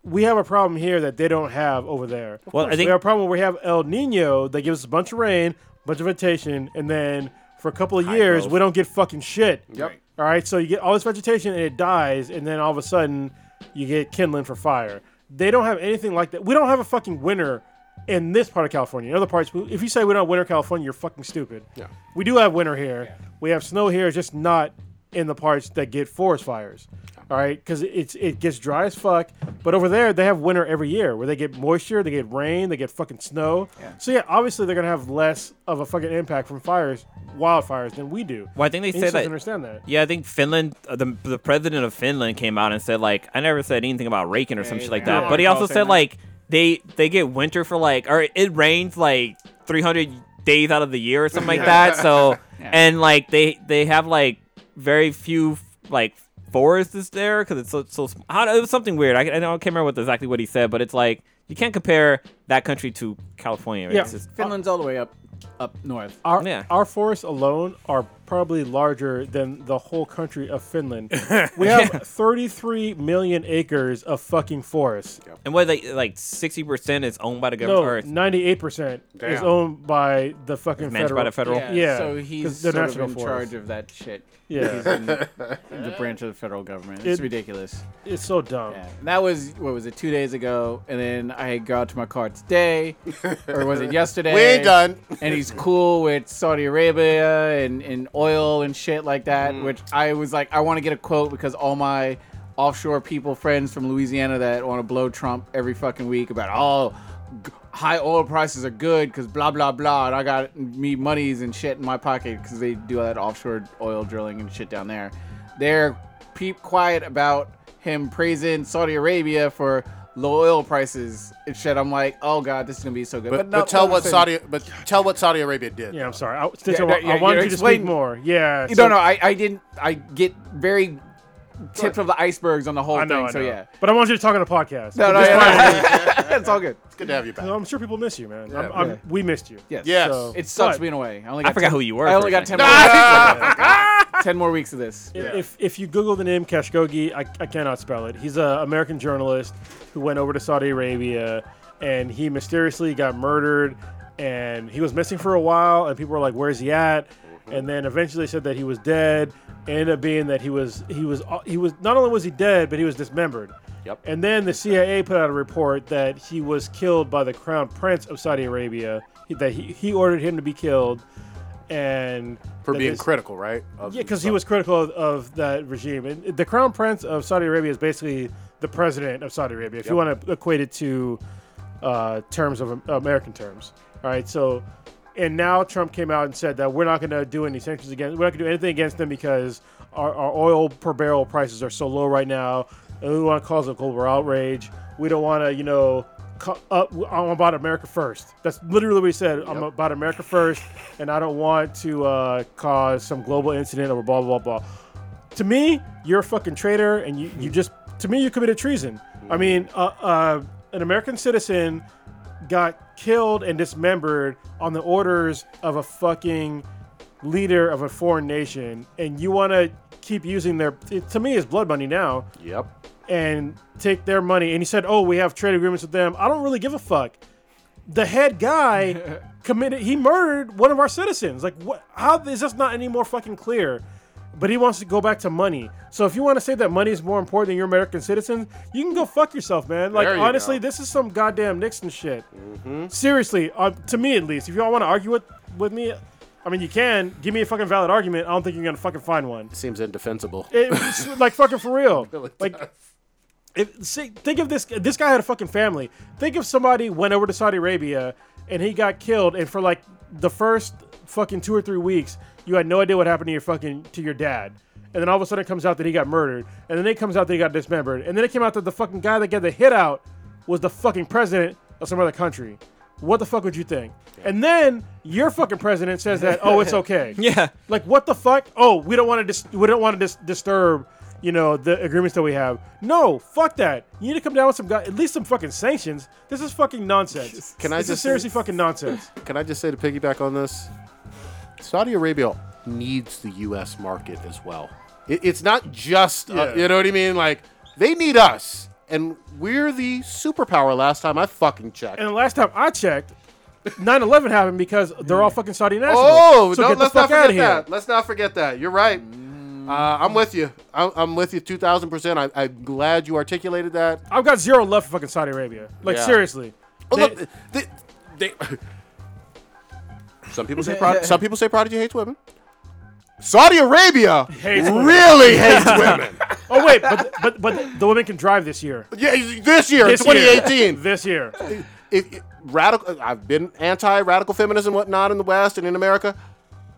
we have a problem here that they don't have over there Well, I we have a think problem where we have El Nino that gives us a bunch of rain, bunch of vegetation, and then for a couple of years growth. we don't get fucking shit. Yep. All right, so you get all this vegetation and it dies, and then all of a sudden you get kindling for fire. They don't have anything like that. We don't have a fucking winter in this part of California. In other parts, if you say we don't have winter in California, you're fucking stupid. Yeah. We do have winter here. We have snow here, just not in the parts that get forest fires. All right, because it's it gets dry as fuck. But over there, they have winter every year where they get moisture, they get rain, they get fucking snow. So yeah, obviously they're gonna have less of a fucking impact from fires, wildfires, than we do. Well, I think they And you say just that- don't understand that. yeah, I think Finland, uh, the the president of Finland came out and said like, I never said anything about raking or some shit like yeah. that. But he Yeah. also said like they they get winter for like or it rains like three hundred days out of the year or something like that. So Yeah. and like they they have like very few like forests is there because it's so, so sm- I don't- it was something weird. I, I don't I can't remember what exactly what he said, but it's like you can't compare that country to California. It's Yeah. just- Finland's all the way up up north. Our, Yeah. our forests alone are probably larger than the whole country of Finland. we have 33 million acres of fucking forest. and what like like sixty percent is owned by the No, government. or 98% is Damn. owned by the fucking managed federal. by the federal. Yeah, Yeah, so 'cause he's they're sort of national in forests. charge of that shit. Yeah. He's in the branch of the federal government. It's It- ridiculous. It's so dumb. Um, Yeah. That was what was it two days ago, and then I go out to my car today, or was it yesterday? We ain't done. And he's cool with Saudi Arabia and, and oil and shit like that, Mm. which I was like, I want to get a quote because all my offshore people friends from Louisiana that want to blow Trump every fucking week about oh, g- high oil prices are good because blah blah blah, and I got me monies and shit in my pocket because they do all that offshore oil drilling and shit down there. They're peep quiet about him praising Saudi Arabia for low oil prices and shit. I'm like, oh god, this is gonna be so good. But, no, but tell what listen. Saudi but tell what Saudi Arabia did. Yeah, I'm sorry. I, Stitch, I, Yeah, wa- yeah, I wanted you're you to speak explaining- more. Yeah. You so- don't know. I, I didn't. I get very tips of the icebergs on the whole I know. thing. I so know. yeah. But I want you to talk on a podcast. No, no, Just yeah, it's all good. It's good to have you back. fine. I'm sure people miss you, man. I'm, Yeah. I'm, We missed you. Yes. Yes. So- It sucks But- being away. I only got I forgot ten- who you were. I only for a got ten second. more, I got ten more weeks of this. I- If, if you Google the name Khashoggi, I, I cannot spell it. He's an American journalist who went over to Saudi Arabia and he mysteriously got murdered and he was missing for a while and people were like, "Where's he at?" And then eventually they said that he was dead. Ended up being that he was he was uh, he was not only was he dead, but he was dismembered. Yep. And then the CIA put out a report that he was killed by the crown prince of Saudi Arabia. He- That he, he ordered him to be killed, and For that being this- critical, right? Of yeah, because he stuff. was critical of, of that regime. And the crown prince of Saudi Arabia is basically the president of Saudi Arabia, if you want to equate it to uh, terms of American terms. All right, so and now Trump came out and said that we're not going to do any sanctions against. We're not going to do anything against them because our, our oil per barrel prices are so low right now, and we want to cause a global outrage. We don't want to, you know. co- Up, I'm about America first. That's literally what he said. I'm about America first, and I don't want to uh, cause some global incident or blah blah blah. blah to me, you're a fucking traitor, and you, you just to me you committed treason. I mean, uh, uh, an American citizen got killed and dismembered on the orders of a fucking leader of a foreign nation, and you want to keep using their it, to me is blood money now Yep. and take their money. And he said, "Oh, we have trade agreements with them." I don't really give a fuck. The head guy committed he murdered one of our citizens. Like what how is this not any more fucking clear? But he wants to go back to money. So if you want to say that money is more important than your American citizens, you can go fuck yourself, man. Like There you honestly, go. Mm-hmm. this is some goddamn Nixon shit. Seriously, uh, to me at least. If y'all want to argue with with me, I mean you can. Give me a fucking valid argument. I don't think you're gonna fucking find one. Seems indefensible. It's like fucking for real. really like if, see, think of this this guy had a fucking family. Think if somebody went over to Saudi Arabia and he got killed and for like the first fucking 2 or 3 weeks you had no idea what happened to your fucking to your dad. And then all of a sudden it comes out that he got murdered. And then it comes out that he got dismembered. And then it came out that the fucking guy that got the hit out was the fucking president of some other country. What the fuck would you think? And then your fucking president says that, "Oh, it's okay." Yeah. Like what the fuck? Oh, we don't want to dis- we don't want to dis- disturb, you know, the agreements that we have. No, fuck that. You need to come down with some guy, at least some fucking sanctions. This is fucking nonsense. Can I this just is seriously fucking nonsense? Can I just say to piggyback on this? Saudi Arabia needs the U.S. market as well. It, it's not just, uh, Yeah. you know what I mean? Like, they need us. And we're the superpower last time I fucking checked. And the last time I checked, 9/11 happened because they're all fucking Saudi nationals. Oh, so no, get let's the not fuck out forget of here. Mm. that. Let's not forget that. You're right. Uh, I'm with you. I'm, I'm with you 2,000%. I, I'm glad you articulated that. I've got zero love for fucking Saudi Arabia. Like Yeah. seriously. Oh, They- look, they, they, some people say prod, some people say Prodigy hates women. Saudi Arabia Hates women. really hates women. oh wait, but but but the women can drive this year. Yeah, this year, This year. 2018. This year. if, if- radical, I've been anti-radical feminism, and whatnot, in the West and in America.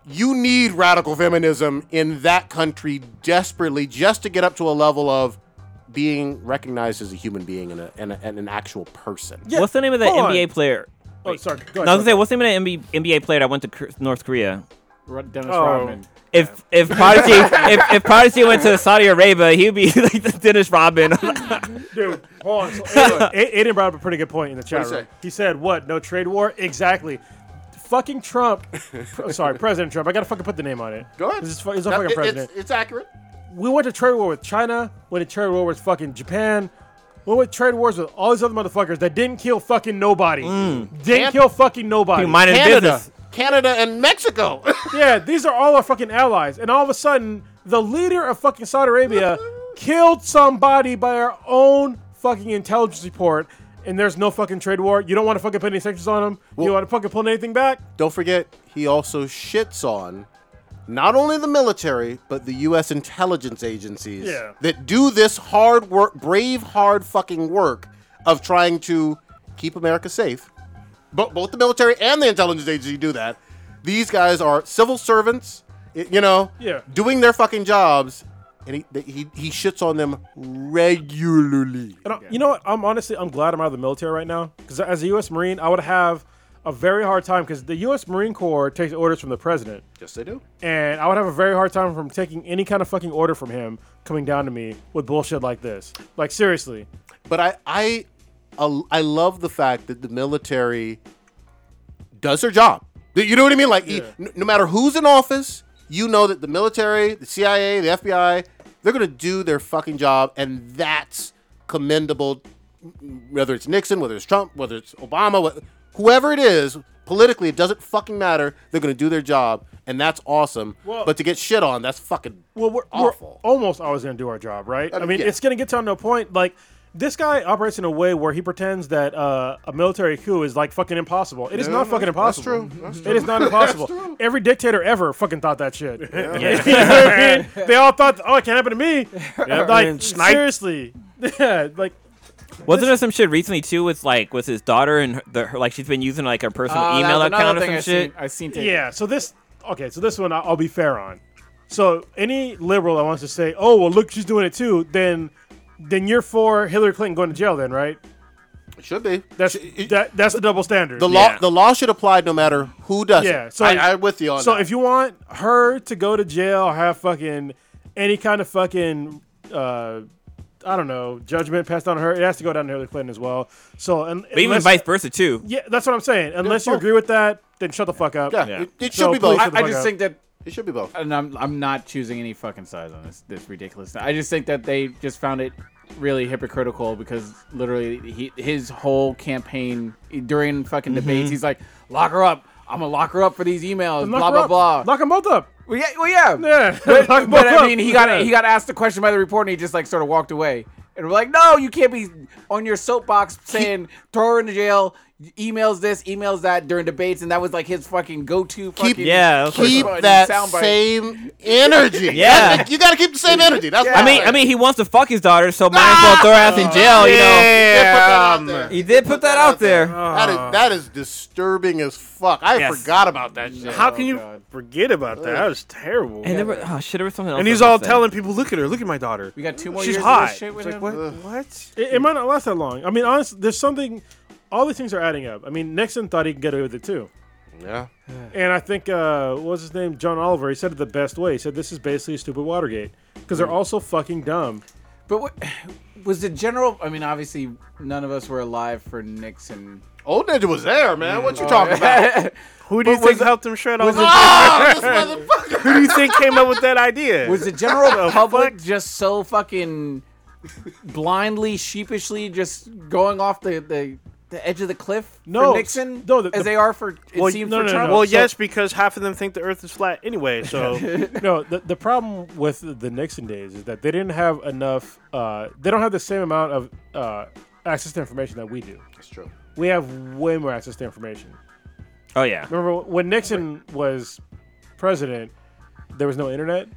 You need radical feminism in that country desperately just to get up to a level of being recognized as a human being and, a, and, a, and an actual person. Yeah, What's the name of that hold on. NBA player? Oh, sorry. Go ahead. No, I was gonna say, what's the name of that NBA, NBA player that went to K- North Korea? Ro- Dennis Oh. Rodman. If if Prodigy if, if Prodigy went to Saudi Arabia, he'd be like the Dennis Rodman. Dude, hold on. So Aiden, A- Aiden brought up a pretty good point in the chat What'd he room. say? He said, "What? No trade war? Exactly." Fucking Trump. Pr- sorry, President Trump. I gotta fucking put the name on it. Go ahead. This is fu- He's a Now, fucking it- president. It's, it's accurate. we went to trade war with China. Went to trade war with fucking Japan. We went to trade wars with all these other motherfuckers that didn't kill fucking nobody. Didn't And- kill fucking nobody. Be minding Canada, business. Canada and Mexico. Yeah, these are all our fucking allies. And all of a sudden, the leader of fucking Saudi Arabia killed somebody by our own fucking intelligence report. And there's no fucking trade war. You don't want to fucking put any sanctions on them. you Well- don't want to fucking put anything back. Don't forget, he also shits on not only the military, but the U.S. intelligence agencies Yeah. that do this hard work, brave, hard fucking work of trying to keep America safe bo- both the military and the intelligence agency do that. These guys are civil servants, i- you know, Yeah. doing their fucking jobs, and he, th- he he shits on them regularly. And I- you know what? I'm honestly, I'm glad I'm out of the military right now because as a U.S. Marine, I would have a very hard time because the U.S. Marine Corps takes orders from the president, Yes, they do. and I would have a very hard time from taking any kind of fucking order from him coming down to me with bullshit like this. Like seriously, But I I I I love the fact that the military does their job. You know what I mean? Like e- n- no matter who's in office, you know that the military, the CIA, the FBI, they're going to do their fucking job and that's commendable whether it's Nixon, whether it's Trump, whether it's Obama, wh- whoever it is, politically it doesn't fucking matter. They're going to do their job and that's awesome. Well- but to get shit on, that's fucking well, we're, we're awful. Uh, almost always going to do our job, right? I mean, yeah. it's going to get down to a point like. This guy operates in a way where he pretends that uh, a military coup is like fucking impossible. It is not that's fucking impossible. true. That's It is not impossible. Every dictator ever fucking thought that shit. Yeah. You know what I mean? They all thought, oh, it can't happen to me. Like, and snipe. seriously. Yeah, like, Wasn't there some shit recently too with like with his daughter and her, the, her like she's been using like her personal Uh, that email was another account or thing some I shit? Seen, I seen taken. yeah, so this, okay, so this one I- I'll be fair on. So any liberal that wants to say, oh, well, look, she's doing it too, then then you're for Hillary Clinton going to jail then, right? It should be. That's Sh- it- that, that's the double standard. The law Yeah. the law should apply no matter who does Yeah, it. so- So I, I'm with you on So that. if you want her to go to jail or have fucking any kind of fucking uh I don't know, judgment passed on her, it has to go down to Hillary Clinton as well. So and But even vice versa too. Yeah, that's what I'm saying. Unless you both. agree with that, then shut the fuck up. yeah, Yeah. It, it should So be both. please- I, I Shut the fuck just up. think that it should be both. and I'm I'm not choosing any fucking sides on this this ridiculous. I just think that they just found it really hypocritical because literally he, his whole campaign during fucking debates, he's like, lock her up. I'm gonna lock her up for these emails. Knock Blah her blah up. blah. Knock them both up. Well, yeah, well, yeah. Yeah. But, Knock 'em but both I up. mean, he got Yeah. he got asked the question by the reporter, and he just like sort of walked away. And we're like, no, you can't be on your soapbox saying throw her into jail. Emails this, emails that during debates, and that was like his fucking go-to. Fucking Yeah, that's Keep Soundbite. that same energy. Yeah. you gotta keep the same energy. That's what I I'm mean, saying. I mean, he wants to fuck his daughter, so might as well throw her ass in jail. You Yeah, put that out Um, there. know, he did put that out there. That is that Ah. is disturbing as fuck. I Yes. forgot about that shit. How can you forget about that? That was terrible. And there were, oh shit, there was something else. And I he's was gonna all say. telling people, "Look at her! Look at my daughter! We got two more She's years of hot." this shit with It's like him. what? What? It, it might not last that long. I mean, honestly, there's something. All these things are adding up. I mean, Nixon thought he could get away with it too. Yeah. And I think uh, what was his name, John Oliver? He said it the best way. He said this is basically stupid Watergate because they're all so fucking dumb. But what, was the general? I mean, obviously, none of us were alive for Nixon. Old Ninja was there, man. What you Mm. talking about? Who do you think helped him shred all this? oh, this motherfucker. Who do you think came up with that idea? Was the Oh, general public fuck? just so fucking blindly, sheepishly, just going off the the, the edge of the cliff No, for Nixon? no, the- as the- they are for it Well, seemed no, for no, no, Trump. no. well, so- yes, because half of them think the Earth is flat anyway. So no, the, the problem with the Nixon days is that they didn't have enough. Uh, they don't have the same amount of uh, access to information that we do. That's true. We have way more access to information. Oh yeah, Remember when Nixon was president, there was no internet.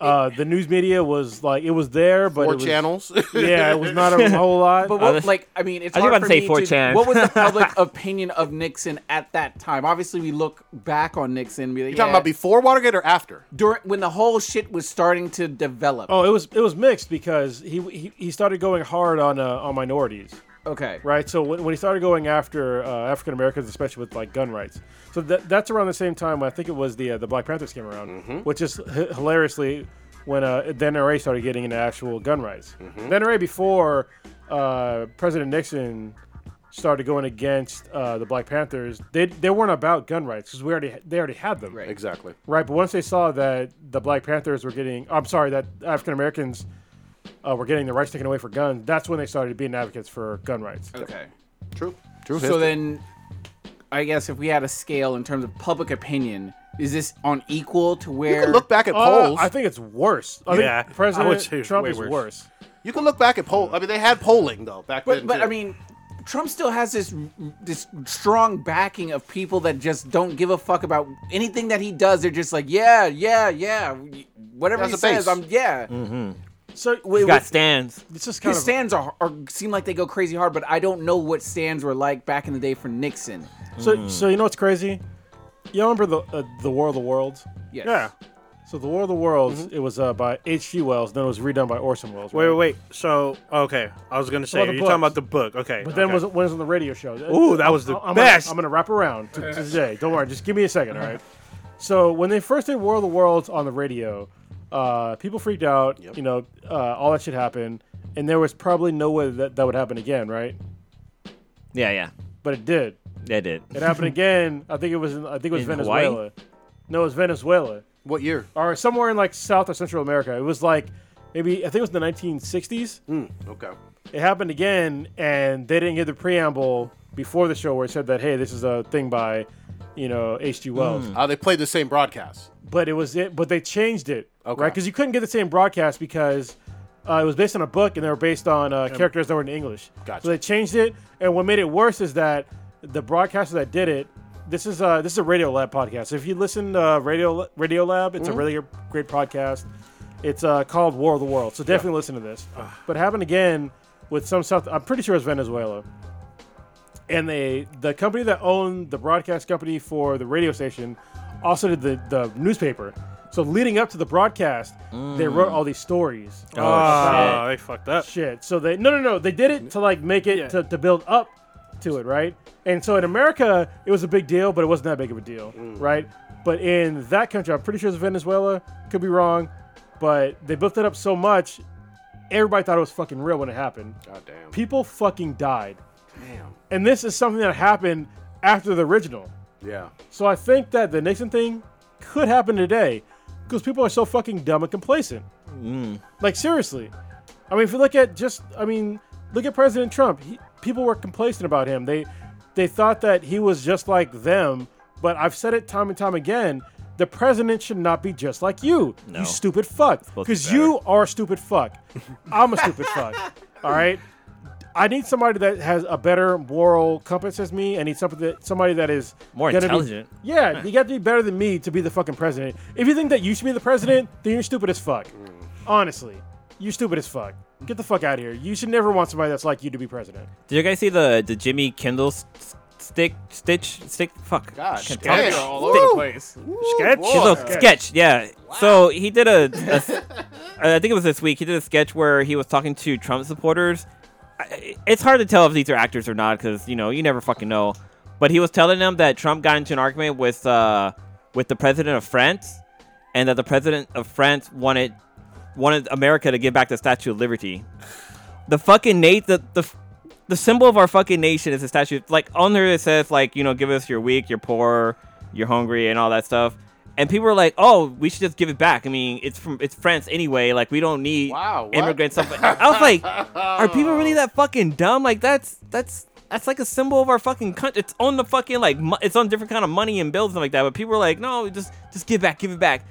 Uh, the news media was like it was there, but Four it was, channels. Yeah, it was not a whole lot. But what, that's- like, I mean, it's I was hard about for to say me 4chan. What was the public opinion of Nixon at that time? Obviously, we look back on Nixon. and be like, You talking yeah, about before Watergate or after? during when the whole shit was starting to develop. oh, it was it was mixed because he he, he started going hard on uh, on minorities, Okay, right? So when, when he started going after uh, African Americans, especially with like gun rights, so that that's around the same time when I think it was the uh, the Black Panthers came around, which is h- hilariously when uh, the NRA started getting into actual gun rights. The NRA before uh, President Nixon started going against uh, the Black Panthers, they they weren't about gun rights because we already they already had them, Right. Exactly. Right, but once they saw that the Black Panthers were getting, I'm sorry, that African Americans uh, were getting the rights taken away for guns, that's when they started being advocates for gun rights. okay. True. True. So then, I guess if we had a scale in terms of public opinion, is this on equal to where? you can look back at Uh, polls. I think it's worse. I Yeah, I think would say President it's Trump way is worse. worse. You can look back at poll. I mean, they had polling though back but then. but too. I mean, Trump still has this this strong backing of people that just don't give a fuck about anything that he does. They're just like, yeah, yeah, yeah, whatever That's he the base. Mm. says, I'm yeah. So wait, He's got stands. it's just kind His of stands are, are seem like they go crazy hard, but I don't know what stands were like back in the day for Nixon. so. So you know what's crazy? You remember the uh, the War of the Worlds? Yes. Yeah. So the War of the Worlds, it was uh, by H.G. Wells, then it was redone by Orson Welles. Wait, right? wait, wait. So, okay, I was gonna say About the you're talking books. about the book. Okay, But then okay. was when it was on the radio show. Ooh, that was the I'm best. Gonna, I'm gonna wrap around to, to today. Don't worry, just give me a second, all right? So when they first did War of the Worlds on the radio, uh, people freaked out. You know, uh, all that shit happened, and there was probably no way that that would happen again, right? Yeah, yeah. But it did. They did. It happened again. I think it was. In, I think it was In Hawaii? Venezuela. No, it was Venezuela What year? or somewhere in like South or Central America. It was like maybe I think it was in the 1960s. Okay. it happened again, and they didn't give the preamble before the show where it said that hey, this is a thing by, you know, H.G. Wells. Uh, they played the same broadcast. But it was it, but they changed it, Okay. right? Because you couldn't get the same broadcast because uh, it was based on a book and they were based on uh, characters that were in English. Gotcha. So they changed it, and what made it worse is that the broadcaster that did it. This is uh, this is a Radio Lab podcast. If you listen to Radio Radio Lab, it's a really great podcast. It's uh, called War of the World, so definitely listen to this. But it happened again with some South. I'm pretty sure it's Venezuela, and they the company that owned the broadcast company for the radio station also did the, the newspaper. So leading up to the broadcast, they wrote all these stories. Oh, Ah, they fucked up. Shit. So they no no no they did it to like make it Yeah. to, to build up to it right. And so in America it was a big deal, but it wasn't that big of a deal, Mm. right? But in that country, I'm pretty sure it's Venezuela. Could be wrong, but they built it up so much, everybody thought it was fucking real when it happened. God damn. People fucking died, Damn. and this is something that happened after the original. Yeah. So I think that the Nixon thing could happen today because people are so fucking dumb and complacent. Mm. Like seriously, I mean, if you look at just, I mean, look at President Trump. He, people were complacent about him. They they thought that he was just like them. But I've said it time and time again. The president should not be just like you, No. you stupid fuck. supposed to be Because you are a stupid fuck. I'm a stupid fuck. All right. I need somebody that has a better moral compass as me. I need somebody that somebody that is More gonna be- intelligent. yeah, you got to be better than me to be the fucking president. If you think that you should be the president, then you're stupid as fuck. Honestly, you're stupid as fuck. Get the fuck out of here. You should never want somebody that's like you to be president. Did you guys see the the Jimmy Kindle s- s- stick stitch stick? Fuck. God. Can't talk. damn. They're all over the place. Sketch? Kindle Boy. sketch. Yeah. So he did a. a s- I think it was this week. He did a sketch where he was talking to Trump supporters. I- It's hard to tell if these are actors or not because you know you never fucking know. But he was telling them that Trump got into an argument with uh, with the president of France, and that the president of France wanted wanted America to give back the Statue of Liberty. The fucking Nate, the the f- the symbol of our fucking nation is a statue. Like on there it says like you know give us your weak, you're poor, you're hungry, and all that stuff. And people are like, oh, we should just give it back. I mean, it's from it's France anyway. Like we don't need Wow, what? immigrants. Stuff. I was like, are people really that fucking dumb? Like that's that's. That's like a symbol of our fucking country. It's on the fucking like mo- it's on different kind of money and bills and like that. But people are like, no, just just give back, give it back.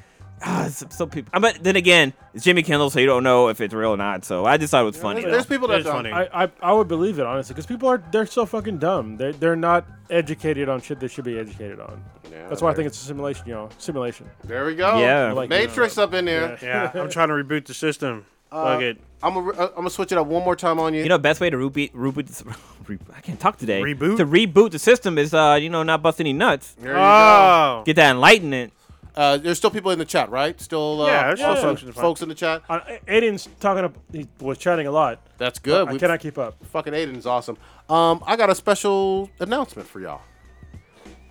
Ah, so, so people. I But then again, it's Jimmy Kendall, so you don't know if it's real or not. So I just thought it was funny. There's, there's people that It's don't. funny. I, I, I would believe it honestly because people are they're so fucking dumb. They're they're not educated on shit they should be educated on. Yeah, that's why I they're- think it's a simulation, y'all. Simulation. There we go. Yeah. Like, Matrix up in there. Yeah, I'm trying to reboot the system. Fuck it. I'm gonna I'm gonna uh, switch it up one more time on you. You know, best way to reboot, reboot. this- re- I can't talk today. Reboot? to reboot the system is, uh, you know, not bust any nuts. there you go. Oh, Get that enlightenment. Uh, there's still people in the chat, right? Still, uh, Yeah, there's still folks- folks in the chat. folks in the chat. Uh, Aiden's talking up. He was chatting a lot. That's good. I We- cannot keep up. Fucking Aiden's awesome. Um, I got a special announcement for y'all.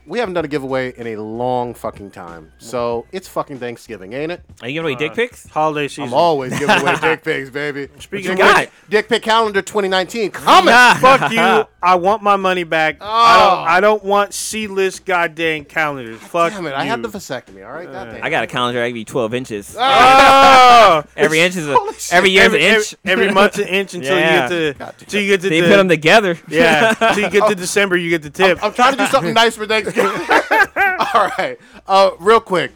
We haven't done a giveaway in a long fucking time, so it's fucking Thanksgiving, ain't it? Are you giving away dick pics? holiday season. I'm always giving away dick pics, baby. Speaking of dick, which- dick pic calendar 2019 coming. Fuck you. I want my money back. I, don't, I don't want C-list goddamn calendars. Fuck Damn it! I you. had the vasectomy. All right, goddamn. I got a calendar. I give you twelve inches. Ah, Oh! every inch is a, every year's every, every- an inch. every, month's an inch until Yeah. you get to till you get to they the, put Oh, them together. yeah till you get to December you get the tip. I'm trying to do something nice for Thanksgiving. all right, uh, real quick.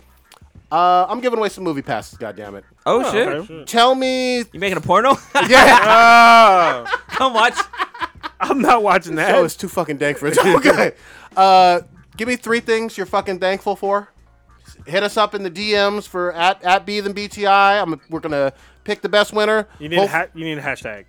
Uh, I'm giving away some movie passes. Goddamn it! Oh, shit! Tell me, You making a porno? yeah. Come watch. Ah, I'm not watching that. oh, it's too fucking dank for it. Okay. Uh, give me three things you're fucking thankful for. Hit us up in the DMs for at at B than BTI. I'm, we're gonna pick the best winner. You need a Hope- ha- you need a hashtag.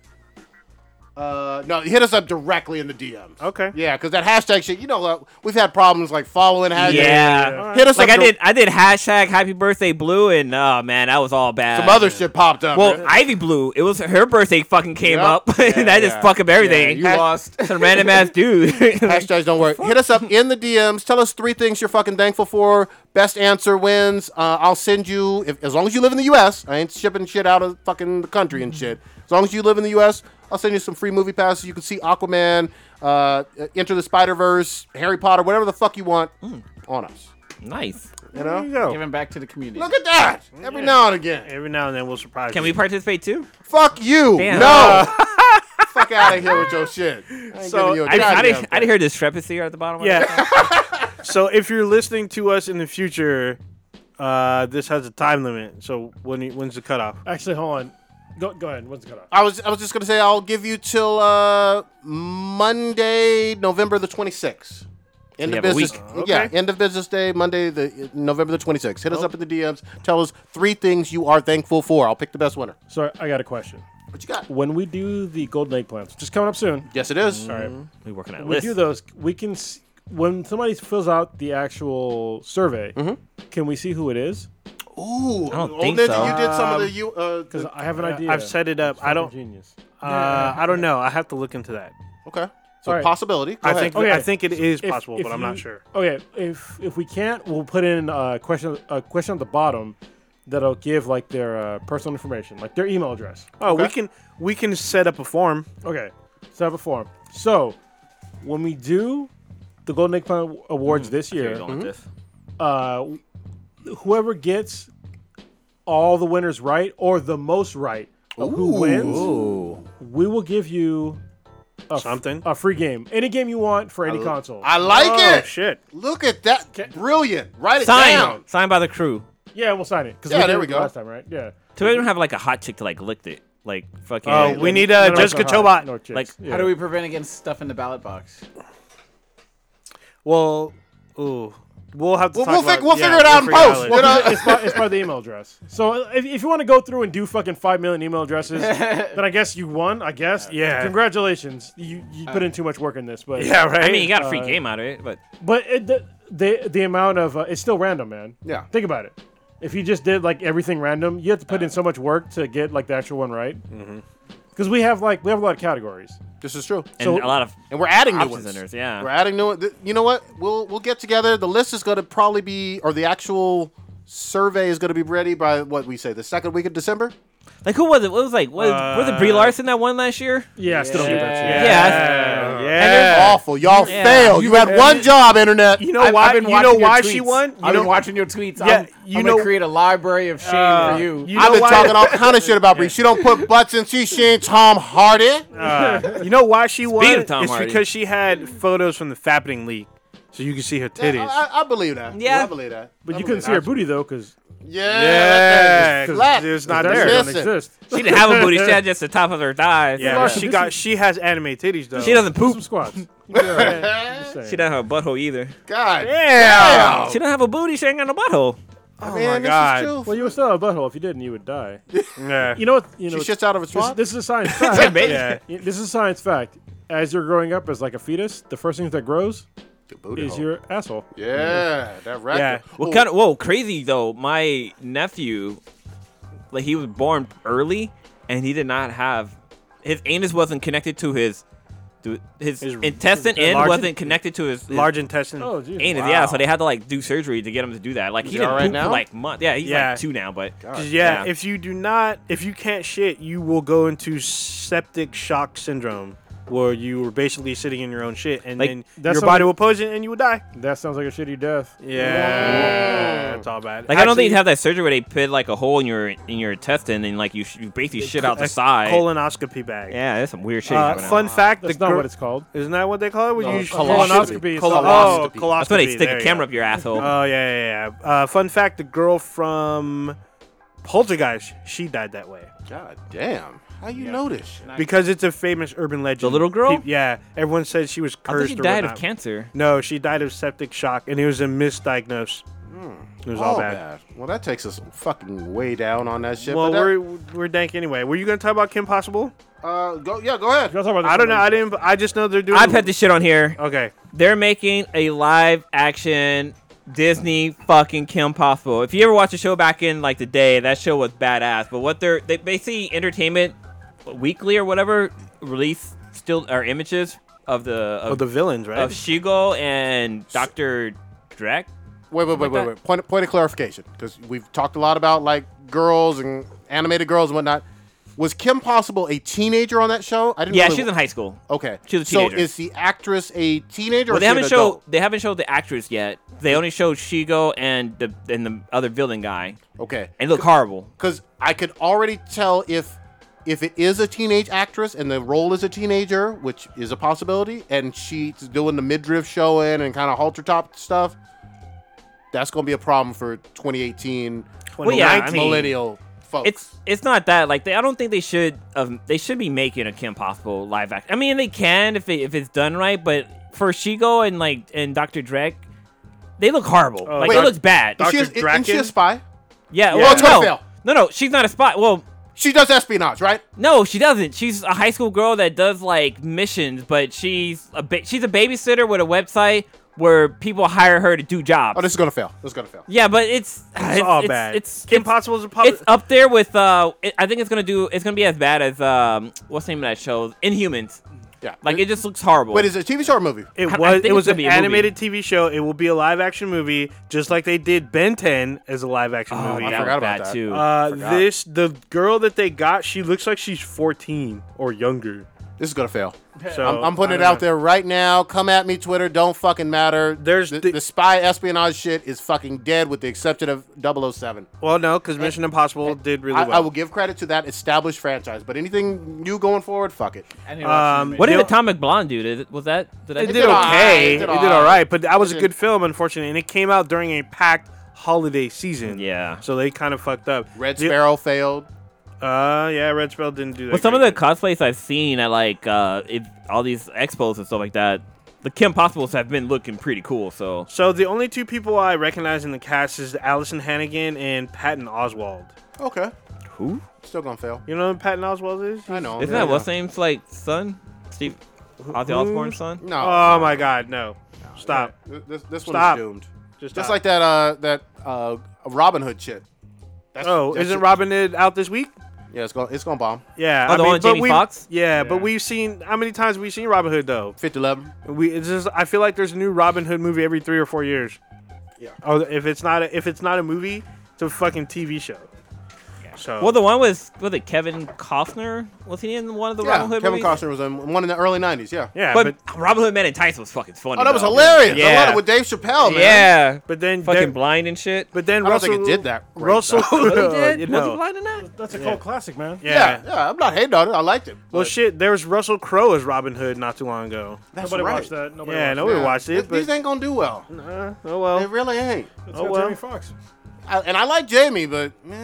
uh, no, hit us up directly in the DMs. Okay. Yeah, because that hashtag shit. You know, uh, we've had problems like following hashtags. Yeah. Hit us Like up I dir- did, I did hashtag Happy Birthday Blue, and oh man, that was all bad. Some other shit popped up. Well, Ivy Blue, it was her birthday fucking came Yep. up, Yeah, and that just yeah. fucked up everything. you lost. Some random ass dude. Like, Hashtags don't work. Hit us up in the DMs. Tell us three things you're fucking thankful for. Best answer wins. Uh, I'll send you, if, as long as you live in the U.S., I ain't shipping shit out of fucking the country and shit. As long as you live in the U.S., I'll send you some free movie passes. You can see Aquaman, uh, Enter the Spider Verse, Harry Potter, whatever the fuck you want Hmm. on us. nice. You know? There you go. Giving back to the community. Look at that. Every now and again. Every now and then we'll surprise Can you. we participate too? Fuck you. Damn. No. fuck out of here with your shit. I ain't So, giving you a I, I, goddamn didn't, I didn't hear discrepancy at the bottom. of it. Yeah. so if you're listening to us in the future, uh, this has a time limit. So when when's the cutoff? Uh, Actually, hold on. Go, go ahead. When's it cut off? I was I was just gonna say I'll give you till uh, Monday, November the twenty sixth. End We of have a business. week. Yeah, Okay. end of business day, Monday, the November the twenty sixth. Hit us up in the DMs. Tell us three things you are thankful for. I'll pick the best winner. So I got a question. What you got? When we do the golden eggplants, which is coming up soon, Yes, it is. all right, we working on when we this. do those, we can s- when somebody fills out the actual survey, Mm-hmm. can we see who it is? Ooh, I don't oh, think Ninja, so. you did some of the you. Uh, Because the- I have an Uh, idea. I've set it up. I don't. Genius. Uh, I don't know. I have to look into that. okay, so All right. possibility. Go I ahead. think Okay. I think it is If- possible, if but I'm not you- sure. Okay, if if we can't, we'll put in a question a question at the bottom that'll give like their uh, personal information, like their email address. Oh, we Okay. can we can set up a form. Okay, set up a form. So when we do the Golden Eggplant Awards Mm-hmm. this Here we year, go with this. uh, whoever gets all the winners right or the most right of who wins, we will give you a f- Something. Oh, a free game, any game you want for any console. I like oh it. shit! Look at that. Brilliant. Write it down. Signed, signed by the crew. yeah, we'll sign it because Yeah, we did there it we the go. last time, right? Yeah. So we don't have like a hot chick to like licked it, like fucking. Oh, we need uh, No, no, no, Jessica it's not Chobot. hot. No, chicks. Like, Yeah. How do we prevent against stuff in the ballot box? Well, ooh, we'll have to. We'll, talk we'll, about- fig- we'll yeah, figure it out in figure post. later. You know? it's, by, it's by the email address. So if, if you want to go through and do fucking five million email addresses, then I guess you won. I guess. Yeah. Congratulations. You you put in too much work in this, but Yeah, right. I mean, you got a free game out of it, but But it, the, the the amount of uh, it's still random, man. Yeah. Think about it. If you just did like everything random, you have to put in so much work to get like the actual one right. Mm-hmm. Because we have like we have a lot of categories. this is true. and So- a lot of And we're adding new options ones. in there. Yeah. We're adding new one. th- You know what? We'll we'll get together. The list is going to probably be, or the actual survey is going to be ready by what we say the second week of December. Like who was it? What was like? Was, was it Brie Uh, Larson that won last year? Yeah, I still don't do that shit. Yeah, Yeah. yeah. Awful, y'all Yeah. failed. You had one job, internet. You know why? you know why she won? You I've know, been watching your tweets. Yeah, I'm, you I'm gonna know- create a library of shame Uh, for you. you- I've been know why? talking all kind of shit about Bree. She don't put butts in. She she ain't Tom Hardy. Uh, you know why she won? Speaking of Tom it's Hardy. because she had photos from the Fappening League, so you can see her I, titties. I- I believe that. Yeah. I believe that. But I you believe couldn't that. see her booty though, because Yeah, that yeah, thing is flat. 'cause it's not That's there. it. doesn't Listen. exist. She didn't have a booty. She had just the top of her thighs. yeah, Larson, she this got. is- She has anime titties though. She doesn't Do poop. some squats. She doesn't have a butthole either. God, Yeah. She doesn't have a booty. She ain't got no butthole. oh my man, God. this is true. Well, you would still have a butthole. If you didn't, you would die. Yeah. You know what? You know She what- shits out of a this, swamp. this is a science fact. Baby. Yeah. Yeah, This is a science fact. As you're growing up as like a fetus, the first thing that grows is your asshole. Yeah, that Oh, record. Yeah. What kind of whoa crazy though? My nephew, like he was born early, and he did not have his anus wasn't connected to his to his, His- intestine his end large- wasn't connected to his, his Large intestine. Oh, geez. anus. Yeah, so they had to like do surgery to get him to do that. Like he he didn't all right poop now? for like months. Yeah, he's Yeah. like two now, but 'Cause, Yeah, Yeah. If you do not, if you can't shit, you will go into septic shock syndrome, where you were basically sitting in your own shit, and Like, then that's your body something- will poison and you would die. That sounds like a shitty death. Yeah, it's all bad. like I don't think Actually, you have that surgery where they put like a hole in your in your intestine and like you, sh- you basically shit out the that's side. Colonoscopy bag. yeah, that's some weird shit. Uh, happening. fun fact: That's the not gir- what it's called. Isn't that what they call it? When you colonoscopy. Colonoscopy. is- Colo- Colonoscopy. Oh, colonoscopy. That's when they stick there a you camera go. up your asshole. Oh yeah, yeah, yeah. Uh, fun fact: the girl from Poltergeist, she died that way God damn. How you know this shit? because it's a famous urban legend. The little girl? yeah, everyone said she was I think cursed. he or died of whatnot. cancer. No, she died of septic shock, and it was a misdiagnosed. It was Hmm. all, bad. Well, that takes us fucking way down on that shit. Well, but that- we're we're dank anyway. Were you gonna talk about Kim Possible? uh, go yeah, go ahead. Let's talk about this I don't one know. I didn't. I just know they're doing. I put this shit on here. Okay. They're making a live action Disney fucking Kim Possible. If you ever watched the show back in like the day, that show was badass. But what they're they basically Entertainment Weekly or whatever release still or images of the of, Oh, the villains, right? of Shugo and Doctor Drek. Wait, wait, wait, wait, wait. Point, point of clarification, because we've talked a lot about like girls and animated girls and whatnot. Was Kim Possible a teenager on that show? I didn't. Yeah, really- Oh, she's in high school. Okay, She was a so teenager. is the actress a teenager? Well, or they is she an haven't showed adult? they haven't showed the actress yet. They only showed Shigo and the and the other villain guy, Okay, and look horrible. because I could already tell if if it is a teenage actress and the role is a teenager, which is a possibility, and she's doing the midriff showing and kind of halter top stuff. That's going to be a problem for 2018 Well, yeah, I 19 mean, millennial folks. It's it's not that like they, I don't think they should um they should be making a Kim Possible live action. I mean they can if they, if it's done right, but for Shigo and like and Doctor Drek, they look horrible. like Wait, they look bad. Is she, Dr. a- isn't she a Draken? spy? yeah, Oh, Well, well, it's her no, fail. no, no, she's not a spy. Well, She does espionage, right? No, she doesn't. She's a high school girl that does like missions, but she's a ba- she's a babysitter with a website where people hire her to do jobs. Oh, this is gonna fail. This is gonna fail. yeah, but it's it's, all bad. It's Kim it's, Possible is a pop- it's up there with uh, it, I think it's gonna do. It's gonna be as bad as um, what's the name of that show? Inhumans. Yeah. Like it just looks horrible. Wait, is it a TV show or movie? It I- I was think it it's was gonna an be a movie. animated TV show. It will be a live action movie, just like they did Ben 10 as a live action oh, movie. that forgot was about bad that. too. Uh, forgot. this the girl that they got, she looks like she's 14 or younger. This is gonna fail. So I'm, I'm I putting it don't out know. there right now. Come at me, Twitter. Don't fucking matter. There's the, the- the spy espionage shit is fucking dead, with the exception of 007. Well, no, because Mission Impossible did really I, well. I will give credit to that established franchise, but anything new going forward, fuck it. I need to watch Um, the what did you know- Atomic Blonde do? Did, it- was that did I it It did did all right, it okay. It did did all all right, but that was a did- good film, unfortunately, and it came out during a packed holiday season. Yeah. So they kind of fucked up. Red The- Sparrow failed. Uh, yeah, Red Sparrow didn't do that. Well, some of great. the cosplays I've seen at like uh, if, all these expos and stuff like that, the Kim Possibles have been looking pretty cool. So So the only two people I recognize in the cast is Allison Hannigan and Patton Oswald. Okay, who? still gonna fail. You know who Patton Oswald is? I know. Oh, Isn't Yeah, Mm-hmm. that what's name's like son? Steve Ozzy Osbourne's son? yeah. No. Oh my God, no! Stop. Th- this this Stop. one's doomed. Just Just stop. like that. Uh, that uh, Robin Hood shit. That's, Oh, that isn't shit- Robin Hood out this week? Yeah, it's gonna it's gonna bomb. Yeah. Oh, the one with but Jamie we- Foxx? Yeah, but we've seen how many times we've seen Robin Hood though. Fifty eleven. We it's just I feel like there's a new Robin Hood movie every three or four years. Yeah. Oh, if it's not a, if it's not a movie, it's a fucking TV show. So Well, the one was was it Kevin Costner? Was he in one of the Yeah, Robin Hood Kevin movies? Costner was in one in the early '90s. Yeah. yeah, but But, Robin Hood Man in Tights was fucking funny. Oh, that was though. hilarious. I Yeah. love it with Dave Chappelle, man. Yeah. but then fucking there- blind and shit. but then I don't Russell think it did that. great, Russell though. Oh, he Crowe, did? you Was he know. blind in that? That's a cult classic, man. Yeah, yeah. yeah. I'm not hating on it. I liked it. Well, but shit, there was Russell Crowe as Robin Hood not too long ago. that's Nobody right. watched that. Nobody yeah, watched nobody Yeah. watched Th- it. These But, ain't gonna do well. uh, oh They well. really ain't. that. It's Oh, got well. Jamie Foxx. I, and I like Jamie, but eh,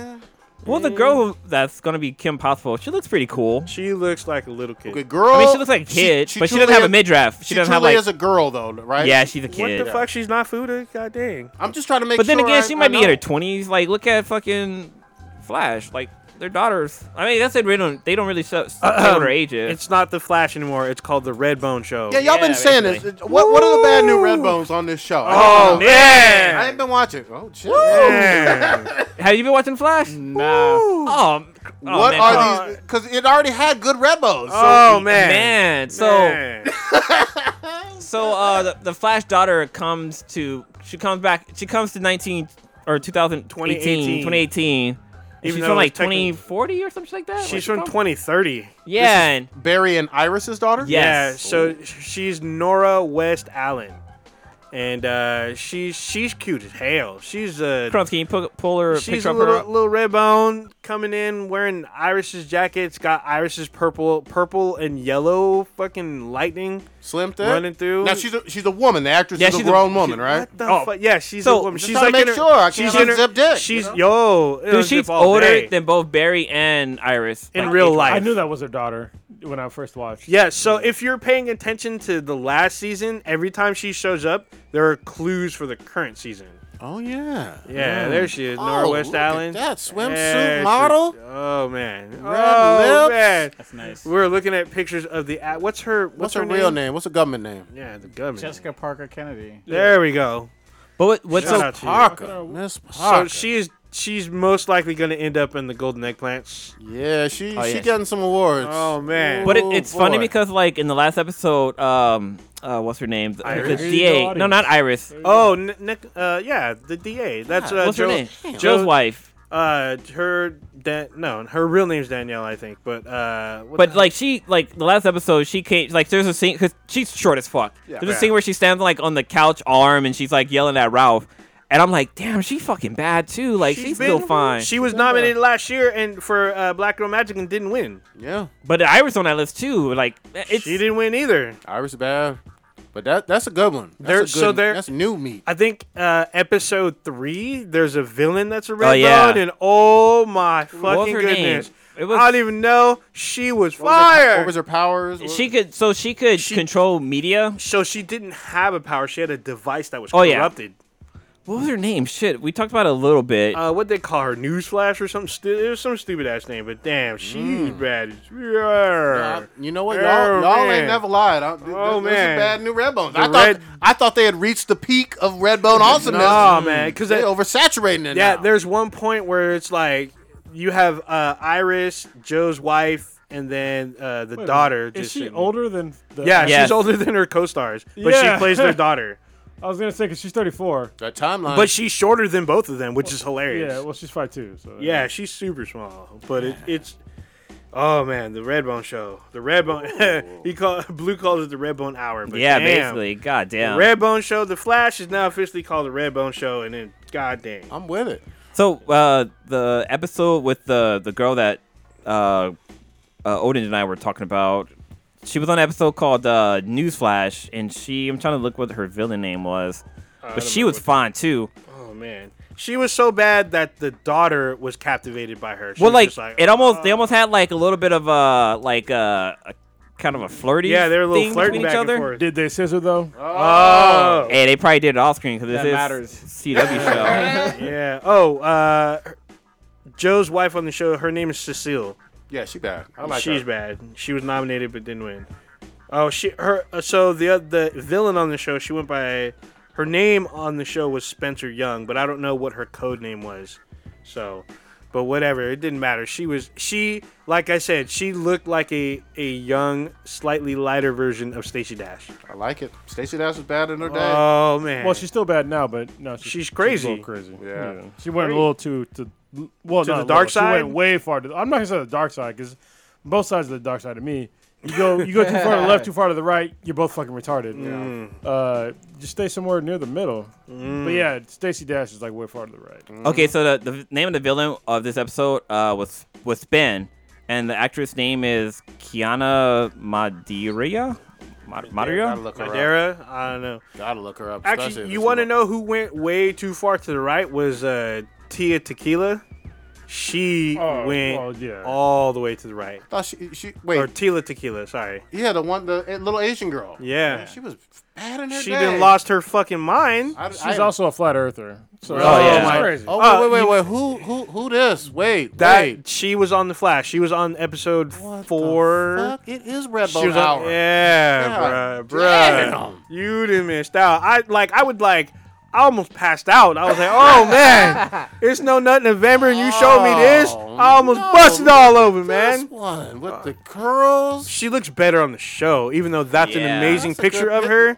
Well, the girl who- that's gonna be Kim Possible, she looks pretty cool. She looks like a little kid. good girl. I mean, she looks like a kid, she but she truly doesn't have a is- midriff. She, She, doesn't have truly like. is a girl, though, right? yeah, she's a What kid. the fuck? She's not Fuda. God dang. I'm just trying to make. But then sure again, I- she I might be in know. her twenties. Like, look at fucking Flash. Like, their daughters. I mean, that's they don't they don't really show, say what her age is. Um, It's not the Flash anymore. It's called the Red Bone Show. Yeah, y'all Yeah, been saying this. basically. What What are the bad new red bones on this show? Oh I, man. I ain't been watching. Oh shit. Man. Have you been watching Flash? Nah. Oh, oh, what man, come on. are these? Because it already had good red bones. so- Oh man. Man, so Man. so uh, the, the Flash daughter comes to she comes back she comes to nineteen or 2018, 2018. 2018. And Even she's though from it was like technically- 2040 or something like that. Like, she's from probably- 2030. Yeah, and Barry and Iris's daughter. Yeah. Yes. Yeah, Uh, so she's Nora West Allen. And uh, she's she's cute as hell. She's a Crumbs, can you pull, pull her she's picture a up? Her little, up? little red bone coming in wearing Iris's jacket. It's got Iris's purple purple and yellow fucking lightning. Slim thick. Running through. Now she's a, she's a woman. The actress Yeah, is a she's a- grown woman, right? What the Oh. fuck? Yeah, she's So, a woman. just She's trying to like make in her- sure I can't she's in her, unzip dick, She's you yo. it'll Dude, zip she's all older day. than both Barry and Iris in like, real age- life. I knew that was her daughter when I first watched. Yeah, so if you're paying attention to the last season, every time she shows up, there are clues for the current season. Oh yeah. Yeah, there she is, Oh, Northwest look at Island. that swimsuit There she- model. Oh man, oh lips. man, That's nice. we're looking at pictures of the. a- What's her? What's, What's, her, her real name? What's her government name? Yeah, the government. Jessica Parker Kennedy. There we go. But what, what's Shout so out to you. Parker. Miss Parker. So she is. She's most likely going to end up in the golden eggplants. yeah, she Oh, she yeah. getting some awards. Oh man. But it, Oh, it's funny boy. because like in the last episode, um, uh, what's her name? The- Iris? The There you DA. go, No, not Iris. Oh, Nick, Nick, uh, yeah, the DA. That's uh, what's Joe, her name? Joe's Joe's wife. wife. Uh, her da- no, her real name's Danielle, I think. But uh, what But the- like she, like the last episode, she came. Like there's a scene because she's short as fuck. there's a Yeah. scene where she stands like on the couch arm and she's like yelling at Ralph, and I'm like, damn, she's fucking bad too. Like she's, still been- fine. She was nominated last year and for uh, Black Girl Magic and didn't win. Yeah, but Iris on that list too. Like it's she didn't win either. Iris bad. But that that's a good one. That's There- a good, so there- that's new meat. I think uh, episode three, there's a villain that's a red Oh, yeah. dot, and oh my fucking her name? goodness! It was- I don't even know she was What was her- fired. What was her powers? What- she could so she could She- control media. so she didn't have a power. She had a device that was Oh, yeah. corrupted. What was her name? Shit, we talked about it a little bit. Uh, what they call her? Newsflash or something? Stu- it was some stupid ass name, but damn, she's bad. as- Uh, you know what? Oh, Y'all, y'all ain't man. never lied. I, th- Oh, th- this is man. bad new Redbone. The I thought red- I thought they had reached the peak of Redbone awesomeness. Nah, man, 'cause they that- oversaturating it. Yeah, now. there's one point where it's like you have uh, Iris, Joe's wife, and then uh, the Wait a daughter. minute. Is just she sitting- older than? The, Yeah, Yes. she's older than her co-stars, but Yeah. she plays their daughter. I was gonna say because she's 34. that Uh. timeline. But she's shorter than both of them, which is hilarious. Yeah, well, she's five two. So Yeah, she's super small, but it, it's oh man, the Redbone show, the Redbone. he call Blue calls it the Redbone hour. But yeah, damn, basically. God damn. Redbone show. The Flash is now officially called the Redbone show, and then god dang, Oh. I'm with it. So uh, the episode with the the girl that uh, uh, Odin and I were talking about, she was on an episode called uh, Newsflash, and she I'm trying to look what her villain name was, but she was fine too. oh man, she was so bad that the daughter was captivated by her. She well, was like, just it almost they "Oh." almost had like a little bit of uh like uh, a kind of a flirty yeah, they were a thing little flirting between back each other. and forth. Did they scissor though? Oh Hey, they probably did it off screen because this That is matters. CW show. yeah. Oh, uh, Joe's wife on the show. Her name is Cecile. Yeah, she bad. I like She's her. bad. She was nominated but didn't win. Oh, she her uh, so the oth- the villain on the show, she went by her name on the show was Spencer Young, but I don't know what her code name was. So, but whatever, it didn't matter. She was she like I said, she looked like a a young, slightly lighter version of Stacey Dash. I like it. Stacey Dash was bad in her day. Oh man. Well, she's still bad now, but no, she's, She's a crazy. little crazy. Yeah. she went a little too to well To not the a dark little. She side? went way far to. I'm not gonna say the dark side because both sides of the dark side to me. You go you go too far to the left, too far to the right. You're both fucking retarded. Uh, just stay somewhere near the middle. But yeah, Stacy Dash is like way far to the right. Mm-hmm. okay, so the, the name of the villain of this episode uh, was was Ben, and the actress name is Kiana Madeira. Ma- Gotta Madeira. look her up. Madeira, I don't know. Gotta look her up. especially Actually, if you it's want to a- know who went way too far to the right was uh, Tia Tequila. She Oh, went well, yeah. all the way to the right. Thought she, she Or wait. Tila Tequila, sorry. Yeah, the one, the eh, little Asian girl. Yeah. Man, she was bad in her She day. then lost her fucking mind. I- She's I- also a flat earther. So Oh, yeah. it's my- crazy. Oh Uh, wait, wait, you- wait, wait. Who, who, who? This? Wait, That wait. she was on the Flash. She was on episode What the four. fuck? It is She Redbone was Hour. on, yeah, Yeah, bruh, bruh. damn. You done missed out. I like. I would like. I almost passed out. I was like, "Oh man, it's no nut November," and you showed me this. I almost Oh, no, busted all over, This man. one with the curls. She looks better on the show, even though that's Yeah. an amazing That's a picture good of her.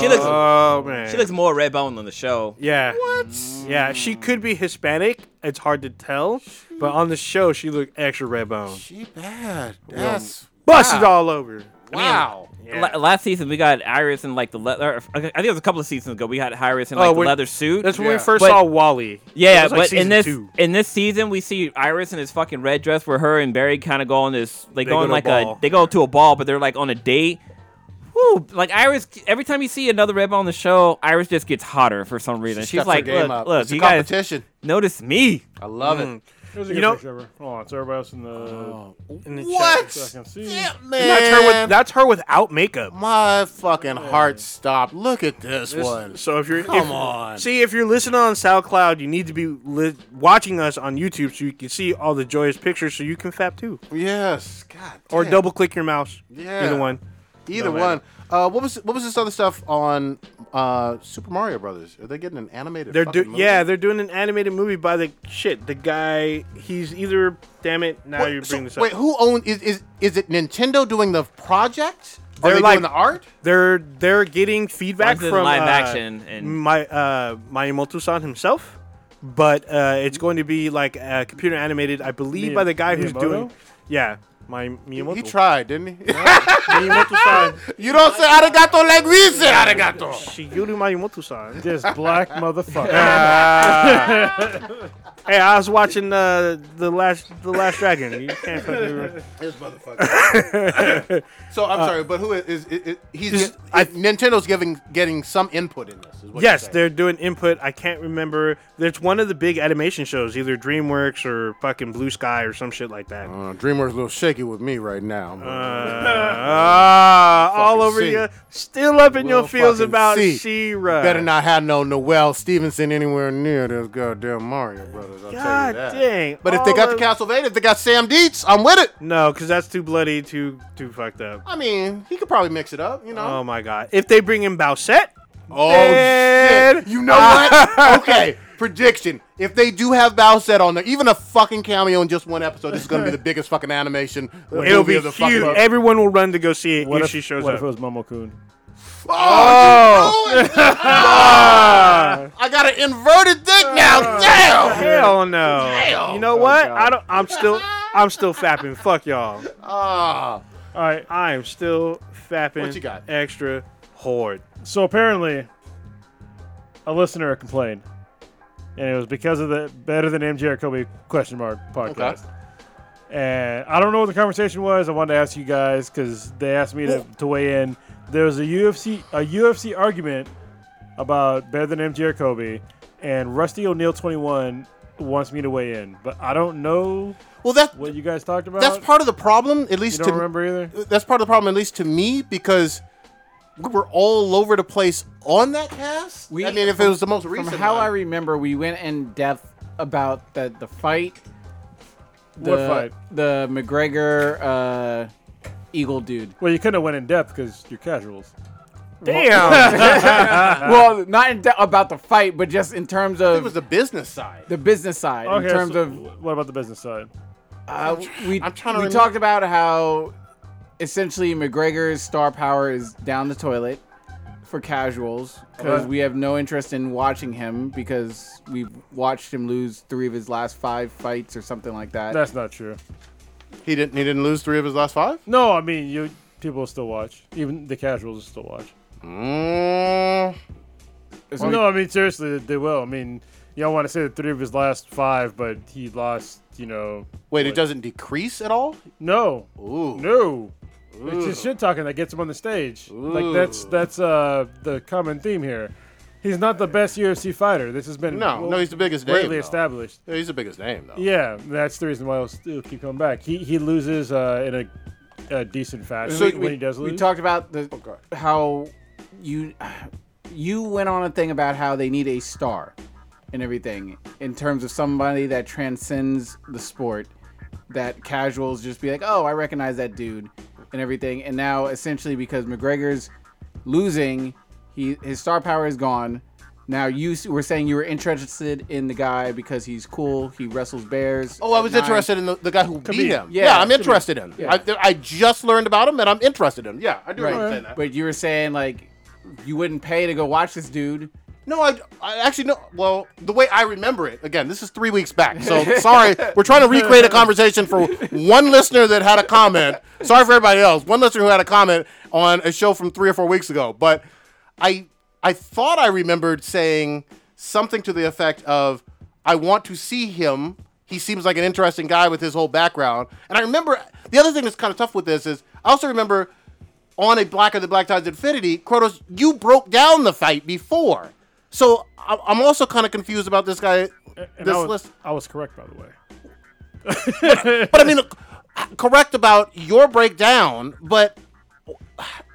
She looks Oh man, she looks more red bone on the show. Yeah. What? Yeah, she could be Hispanic. It's hard to tell, but on the show she looked extra red bone. She bad. Yes. Busted all over. Wow. Yeah. La- last season we got Iris in like the leather. I think it was a couple of seasons ago. We had Iris in Oh, like the we're- leather suit. That's when Yeah. we first But- saw Wally. yeah, That was, like, but in season this two. in this season we see Iris in his fucking red dress where her and Barry kind of go on this. They They, go go on to a like a, ball. they go to a ball, but they're like on a date. Woo! Like Iris, every time you see another red bone on the show, Iris just gets hotter for some reason. She's Steps her like, game look, up. look, it's a you guys competition. notice me. Mm. I love it. It was a good You know- pushover. Hold on, so everybody else in the. Oh. In the What? chat. Second season. Damn, And That's her, man. with, that's her without makeup. My fucking heart stopped. Look at this, This- one. So if you're Come if- on. see if you're listening on SoundCloud, you need to be li- watching us on YouTube so you can see all the joyous pictures, so you can fap too, Yes, God. or damn. double click your mouse. Yeah. either one. Either No one. matter. Uh, what was what was this other stuff on uh, Super Mario Brothers? Are they getting an animated? They're fucking do- movie? yeah, they're doing an animated movie by the shit. The guy, he's either damn it. Now Wait, you so- bring this up. Wait, who owned is is is it Nintendo doing the project? Are They're they doing like- the art? they're they're getting feedback One's in from live uh, action and- my uh, Miyamoto-san himself, but uh, it's going to be like uh, computer animated, I believe, Mi- by the guy who's Miyamoto? doing. Yeah, my Miyamoto. He tried, didn't he? Miyamoto-san. you don't say arigato like we say arigato. Shigeru Miyamoto-san. This black motherfucker. Hey, I was watching uh, the last the last dragon. You can't fucking- This motherfucker. so I'm sorry, but who is, is, is, he's, Just- get- Uh, I- Nintendo's giving getting some input in this? Is what you're yes, saying. they're doing input. I can't remember. There's one of the big animation shows, either DreamWorks or fucking Blue Sky or some shit like that. Uh, DreamWorks a little shaky with me right now. but- Uh, Ah, all Fucking over see. you, still up in We'll your feels fucking about see. She-Ra. Better not have no Noel Stevenson anywhere near this goddamn Mario Brothers. I'll tell you God that. dang! But if all they got of- the Castlevania, if they got Sam Dietz, I'm with it. no, because that's too bloody, too too fucked up. I mean, he could probably mix it up, you Oh know. my god! If they bring in Bowsette, oh man. shit! You know what? okay, prediction: If they do have Bowsette on there, even a fucking cameo in just one episode, this is going to be the biggest fucking animation. it'll movie be of the fucking huge. world. Everyone will run to go see it what if, if she shows What up. if it was Momokun? Oh, you know it. I got an inverted dick now. Damn. Hell no! You know what? God. I don't. I'm still. I'm still fapping. Fuck y'all. Ah, All right. I am still fapping. What you got? Extra horde. So apparently, a listener complained, and it was because of the better than MJ or Kobe question mark podcast. And I don't know what the conversation was. I wanted to ask you guys because they asked me to, to weigh in. There was a UFC a UFC argument about better than MJ or Kobe, and Rusty O'Neill twenty one wants me to weigh in, but I don't know well that what you guys talked about. that's part of the problem, at least you don't to remember either. that's part of the problem, at least to me, because we were all over the place on that cast. We- I mean, if it was the most recent, From how one. I remember, we went in depth about the the fight. The, What fight? The McGregor uh, Eagle dude. Well, you couldn't have went in depth because you're casuals. Damn. well, not in de- about the fight, but just in terms it of was the business side. the business side. Okay, in terms so of what about the business side? Uh, we I'm trying to we remem- talked about how essentially McGregor's star power is down the toilet for casuals because Okay. we have no interest in watching him because we've watched him lose three of his last five fights or something like that. That's not true. He didn't. He didn't lose three of his last five. No, I mean you. People still watch. Even the casuals still watch. Mm, So we- no, I mean seriously, they will. I mean, you don't want to say the three of his last five, but he lost. You know, wait, it What? doesn't decrease at all. no, Ooh. no. It's just shit talking that gets him on the stage. Like that's that's uh the common theme here. He's not the best UFC fighter. This has been No, no, he's the biggest name. greatly though. established. Yeah, He's the biggest name though. Yeah, that's the reason why he'll still keep coming back. He he loses uh, in a, a decent fashion So when he does we lose. Oh, talked about the God. how you you went on a thing about how they need a star and everything in terms of somebody that transcends the sport that casuals just be like oh i recognize that dude and everything and now essentially because mcgregor's losing he his star power is gone now you s- were saying you were interested in the guy because he's cool he wrestles bears Oh, I at was nine. interested in the, the guy who beat be. him. Yeah, Yeah, I'm could be. interested in him. Yeah. I, I just learned about him and I'm interested in him. Yeah, I do Right. understand that. but you were saying like you wouldn't pay to go watch this dude No, I, I actually no. Well, the way I remember it, again, this is three weeks back. So sorry, we're trying to recreate a conversation for one listener that had a comment. Sorry for everybody else. One listener who had a comment on a show from three or four weeks ago. But I, I thought I remembered saying something to the effect of, "I want to see him. He seems like an interesting guy with his whole background." And I remember the other thing that's kind of tough with this is I also remember on a Black of the Black Tides Infinity, Kronos, you broke down the fight before. So I- I'm also kind of confused about this guy. And this I was, list. I was correct, by the way. but I mean, look, correct about your breakdown, but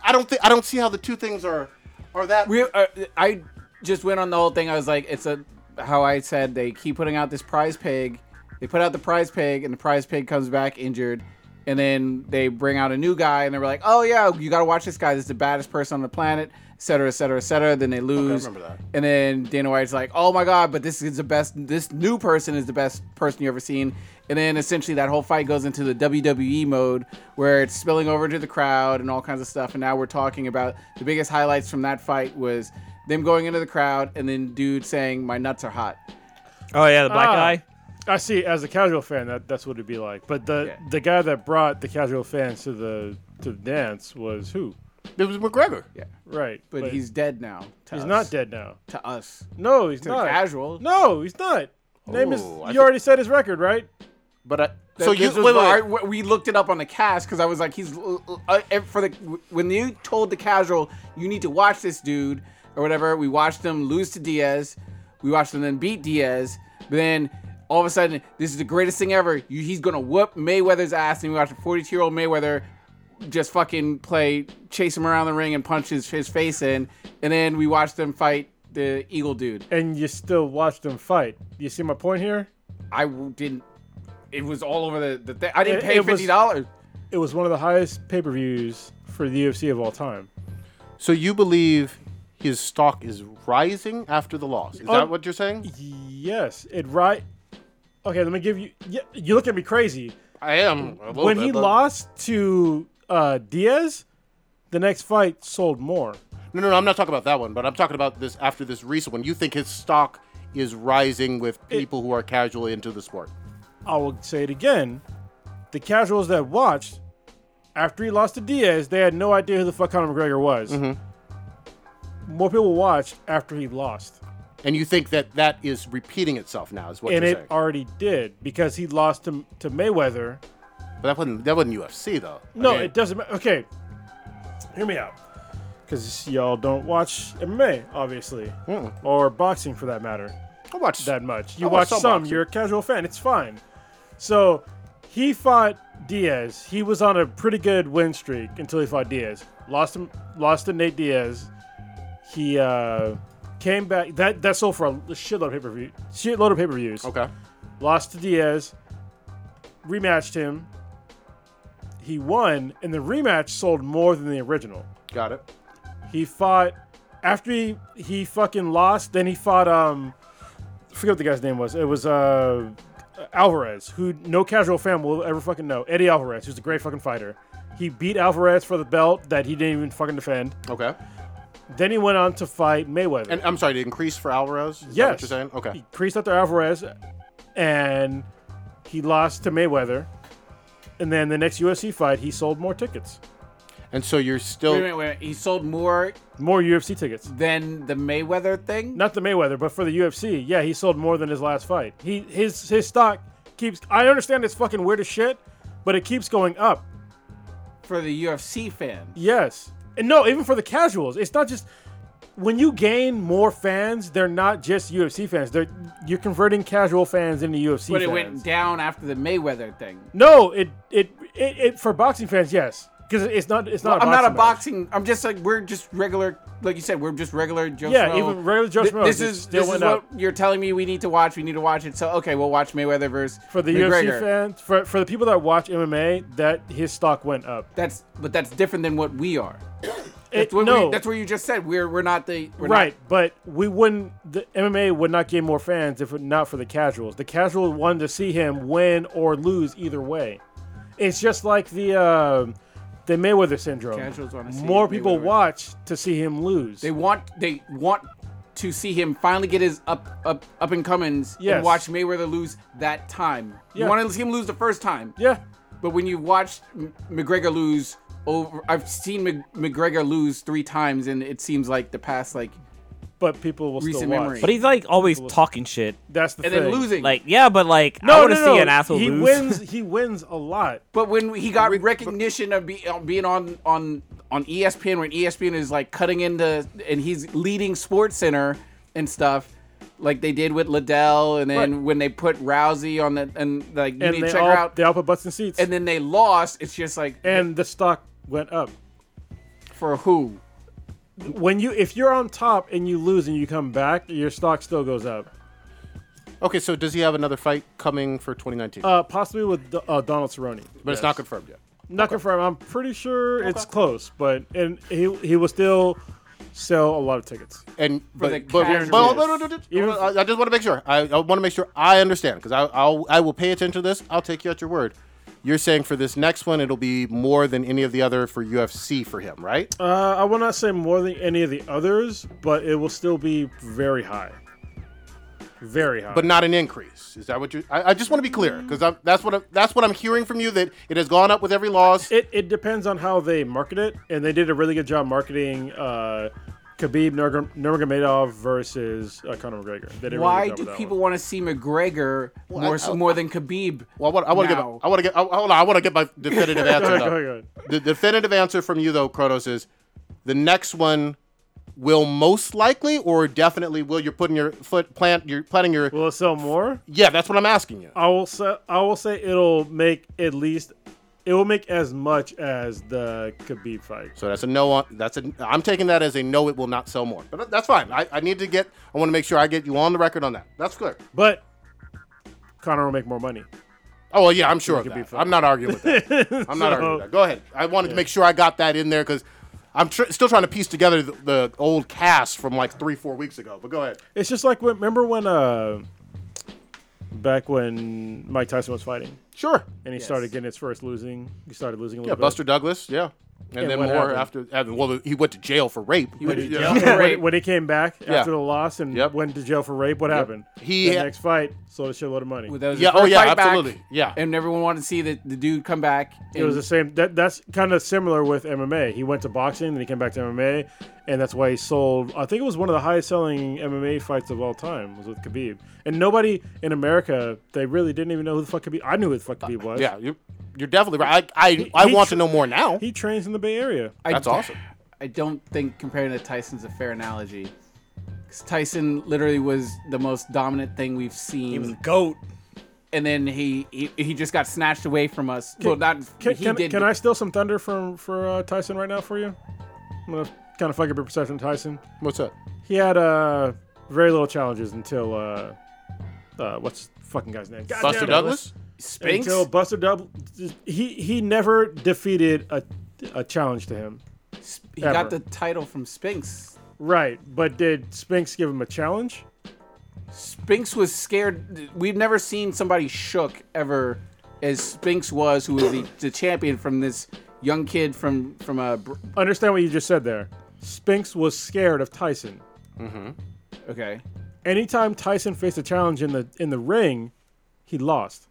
I don't think I don't see how the two things are are that. We, uh, I just went on the whole thing. I was like, it's a how I said they keep putting out this prize pig. They put out the prize pig, and the prize pig comes back injured, and then they bring out a new guy, and they were like, oh yeah, you got to watch this guy. This is the baddest person on the planet, et cetera, et cetera, et cetera. Then they lose, remember that. and then Dana White's like, oh my god, but this is the best. This new person is the best person you ever seen. And then essentially that whole fight goes into the WWE mode where it's spilling over to the crowd and all kinds of stuff. And now we're talking about the biggest highlights from that fight was them going into the crowd and then dude saying my nuts are hot. Oh yeah, the black Ah. guy. I see. As a casual fan, that that's what it'd be like. But the Yeah. the guy that brought the casual fans to the to the dance was who? It was McGregor. Yeah, Right. but, he's dead now. To he's us. not dead now. to us. No, he's To the not. casual. No, he's not. Name is. Oh, I you thi- already said his record, right? But I, That so you gives us- wait, wait, wait. I- we- we looked it up on the cast because I was like, he's l- l- uh, ev- for the when you told the casual you need to watch this dude or whatever. We watched them lose to Diaz, we watched them then beat Diaz, but then all of a sudden this is the greatest thing ever. You, he's gonna whoop Mayweather's ass, and we watched a 42 year old Mayweather just fucking play chase him around the ring and punch his, his face in, and then we watched them fight the Eagle dude. And you still watch them fight. You see my point here? I w- didn't. It was all over the, the thing. I didn't It- pay it was- fifty dollars. It was one of the highest pay per views for the UFC of all time. So you believe his stock is rising after the loss? Is that what you're saying? Yes, it right. Okay, let me give you. Yeah, you look at me crazy. I am. a little when bit, he but- lost to uh, Diaz, the next fight sold more. No, no, no. I'm not talking about that one, but I'm talking about this after this recent one. You think his stock is rising with people who are casually into the sport? I will say it again. The casuals that watched after he lost to Diaz, they had no idea who the fuck Conor McGregor was. More people watched after he lost, And you think that that is repeating itself now? Is what and you're it saying? already did because he lost to, to Mayweather. but that wasn't that wasn't UFC though. No, I mean, it doesn't matter. Okay, hear me out. Because y'all don't watch MMA, obviously, or boxing for that matter. I watched that much. You I watch watch some some. boxing. You're a casual fan. It's fine. So he fought Diaz. He was on a pretty good win streak until he fought Diaz. Lost him. Lost to Nate Diaz. He uh, came back. That that sold for a shitload of pay per view. Shitload of pay per views. Okay. Lost to Diaz. Rematched him. He won, and the rematch sold more than the original. Got it. He fought after he he fucking lost. Then he fought um, I forget what the guy's name was. It was uh Alvarez, who no casual fan will ever fucking know. Eddie Alvarez, who's a great fucking fighter. He beat Alvarez for the belt that he didn't even fucking defend. Okay. Then he went on to fight Mayweather. And I'm sorry, to increase for Alvarez. Is yes, That what you're saying? Okay. He creased after Alvarez, and he lost to Mayweather. And then the next UFC fight, he sold more tickets, And so you're Wait a still minute, wait a minute. He sold more more UFC tickets. than the Mayweather thing. not the Mayweather, but for the UFC. Yeah, he sold more than his last fight. He his his stock keeps. I understand it's fucking weird as shit, but it keeps going up. for the UFC fan. Yes, and no, even for the casuals, it's not just when you gain more fans. They're not just UFC fans. They're you're converting casual fans into UFC. But it fans. went down after the Mayweather thing. No, it it it, it for boxing fans, yes, because it's not it's not. I'm not a match. boxing. I'm just like we're just regular, like you said, we're just regular Joe. Yeah, Schmo. even regular Joe Th- Schmo This just is still this is went what up. you're telling me we need to watch. We need to watch it. So okay, we'll watch Mayweather versus For the UFC McGregor. fans, for, for the people that watch MMA, that his stock went up. That's but that's different than what we are. It, That's what no, we, that's where you just said we're we're not the we're not- Right, but we wouldn't. The MMA would not gain more fans if it not for the casuals. The casual wanted to see him win or lose either way. It's just like the um the Mayweather syndrome. Casuals wanna see more people Mayweather. watch to see him lose. They want they want to see him finally get his up up up and comings Yes. and watch Mayweather lose that time. You Yeah. want to see him lose the first time. yeah, But when you watched M- McGregor lose over, I've seen Mc- McGregor lose three times, and it seems like the past like but people will still Recent watch. memory. But he's like always talking shit. That's the and thing. then losing. Like yeah, but like I No, want no, to no. see an asshole he lose. wins. He wins a lot. but when he got recognition of be, uh, being on on on E ESPN, when ESPN is like cutting into and he's leading Sports Center and stuff, like they did with Liddell, and then when they put Rousey on the and like you and need to they check all, her out, they all put butts in seats, and and, then they lost. It's just like the stock went up. for who? When you if you're on top and you lose and you come back, your stock still goes up. Okay, so does he have another fight coming for 2019? Uh, possibly with Do- uh, Donald Cerrone. but it's not confirmed yet. Not confirmed. I'm pretty sure it's close, but and he he will still sell a lot of tickets. And but, the but, but, casuals. but- but- but- but- Even- I I just want to make sure. I, I want to make sure I understand because I I'll, I will pay attention to this. I'll take you at your word. You're saying for this next one, it'll be more than any of the other for UFC for him, right? Uh, I will not say more than any of the others, but it will still be very high. Very high. but not an increase. Is that what you? I, I just want to be clear because that's what I'm, that's what I'm hearing from you that it has gone up with every loss. it, it depends on how they market it, and they did a really good job marketing uh, Khabib Nurmag- Nurmagomedov versus uh, Conor McGregor. They did a Why really good job do with that people one. want to see McGregor I- more s- I- more than Khabib? Well, I want, I want to get now? I want to get I, hold on. I want to get my definitive answer. ahead, though. go ahead, go The definitive answer from you though, Kronos, is the next one will most likely or definitely will you're putting your foot plant you're planting your Will it sell more? yeah that's what I'm asking you. I will say I will say it'll make at least it will make as much as the Khabib fight. So that's a no on that's a I'm taking that as a no. It will not sell more, but that's fine. I, I need to get I want to make sure I get you on the record on that. That's clear. But Conor will make more money. Oh well, yeah, I'm sure of could be that. fun. I'm not arguing with that. I'm not arguing with that. Go ahead. I wanted to make sure I got that in there because I'm tr- still trying to piece together the, the old cast from like three, four weeks ago. But go ahead. It's just like when, remember when uh back when Mike Tyson was fighting Sure. and he started getting his first losing. He started losing a little Yeah, bit. Buster Douglas. Yeah, and, then more what happened? after, after. uh, Well, he went to jail for rape. He went to yeah. jail. When- Rape. When he came back Yeah. after the loss and Yep. went to jail for rape, what happened? He the had- next fight sold a shitload of money. Well, that was his Yeah, oh, first yeah, fight back, absolutely. Yeah. and everyone wanted to see the, the dude come back. It was and- the same. That that's kind of similar with MMA. He went to boxing, then he came back to MMA, and that's why he sold. I think it was one of the highest selling MMA fights of all time was with Khabib. And nobody in America, they really didn't even know who the fuck Khabib. I knew who the fuck Khabib was. Yeah, you're, you're definitely right. I I, I he want to tr- know more now. he trains in the Bay Area. I That's d- awesome. I don't think comparing to Tyson's a fair analogy. 'Cause Tyson literally was the most dominant thing we've seen. goat. and then he, he he just got snatched away from us. well, not Can, he can, did. can I steal some thunder from for uh, Tyson right now for you? I'm gonna kind of fuck up your perception, of Tyson. What's up? He had uh, very little challenges until uh, uh, what's the fucking guy's name? Goddamn Buster it, Douglas. Spinks? Until Buster Double, he he never defeated a, a challenge to him. he ever. got the title from Spinks. Right, but did Spinks give him a challenge? Spinks was scared. We've never seen somebody shook ever as Spinks was, who was the, the champion from this young kid from from a. br- Understand what you just said there. Spinks was scared of Tyson. Okay, Anytime Tyson faced a challenge in the in the ring, he lost.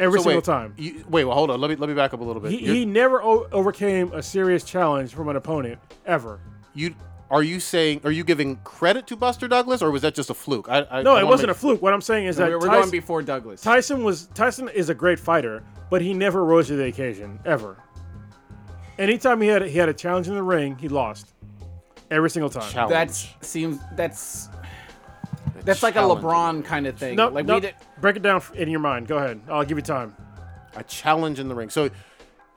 Every So single wait, time. you- wait, well, hold on. Let me let me back up a little bit. He, You're- he never o- overcame a serious challenge from an opponent ever. you are you saying are you giving credit to Buster Douglas or was that just a fluke? I, I No, it wasn't a fluke. What I'm saying is that we're, we're Tyson, going before Douglas. Tyson was Tyson is a great fighter, but he never rose to the occasion ever. Anytime he had he had a challenge in the ring, he lost every single time. challenge. That seems that's that's like a challenge. LeBron kind of thing. No, like no, we did. break it down f- in your mind. Go ahead. I'll give you time. a challenge in the ring. So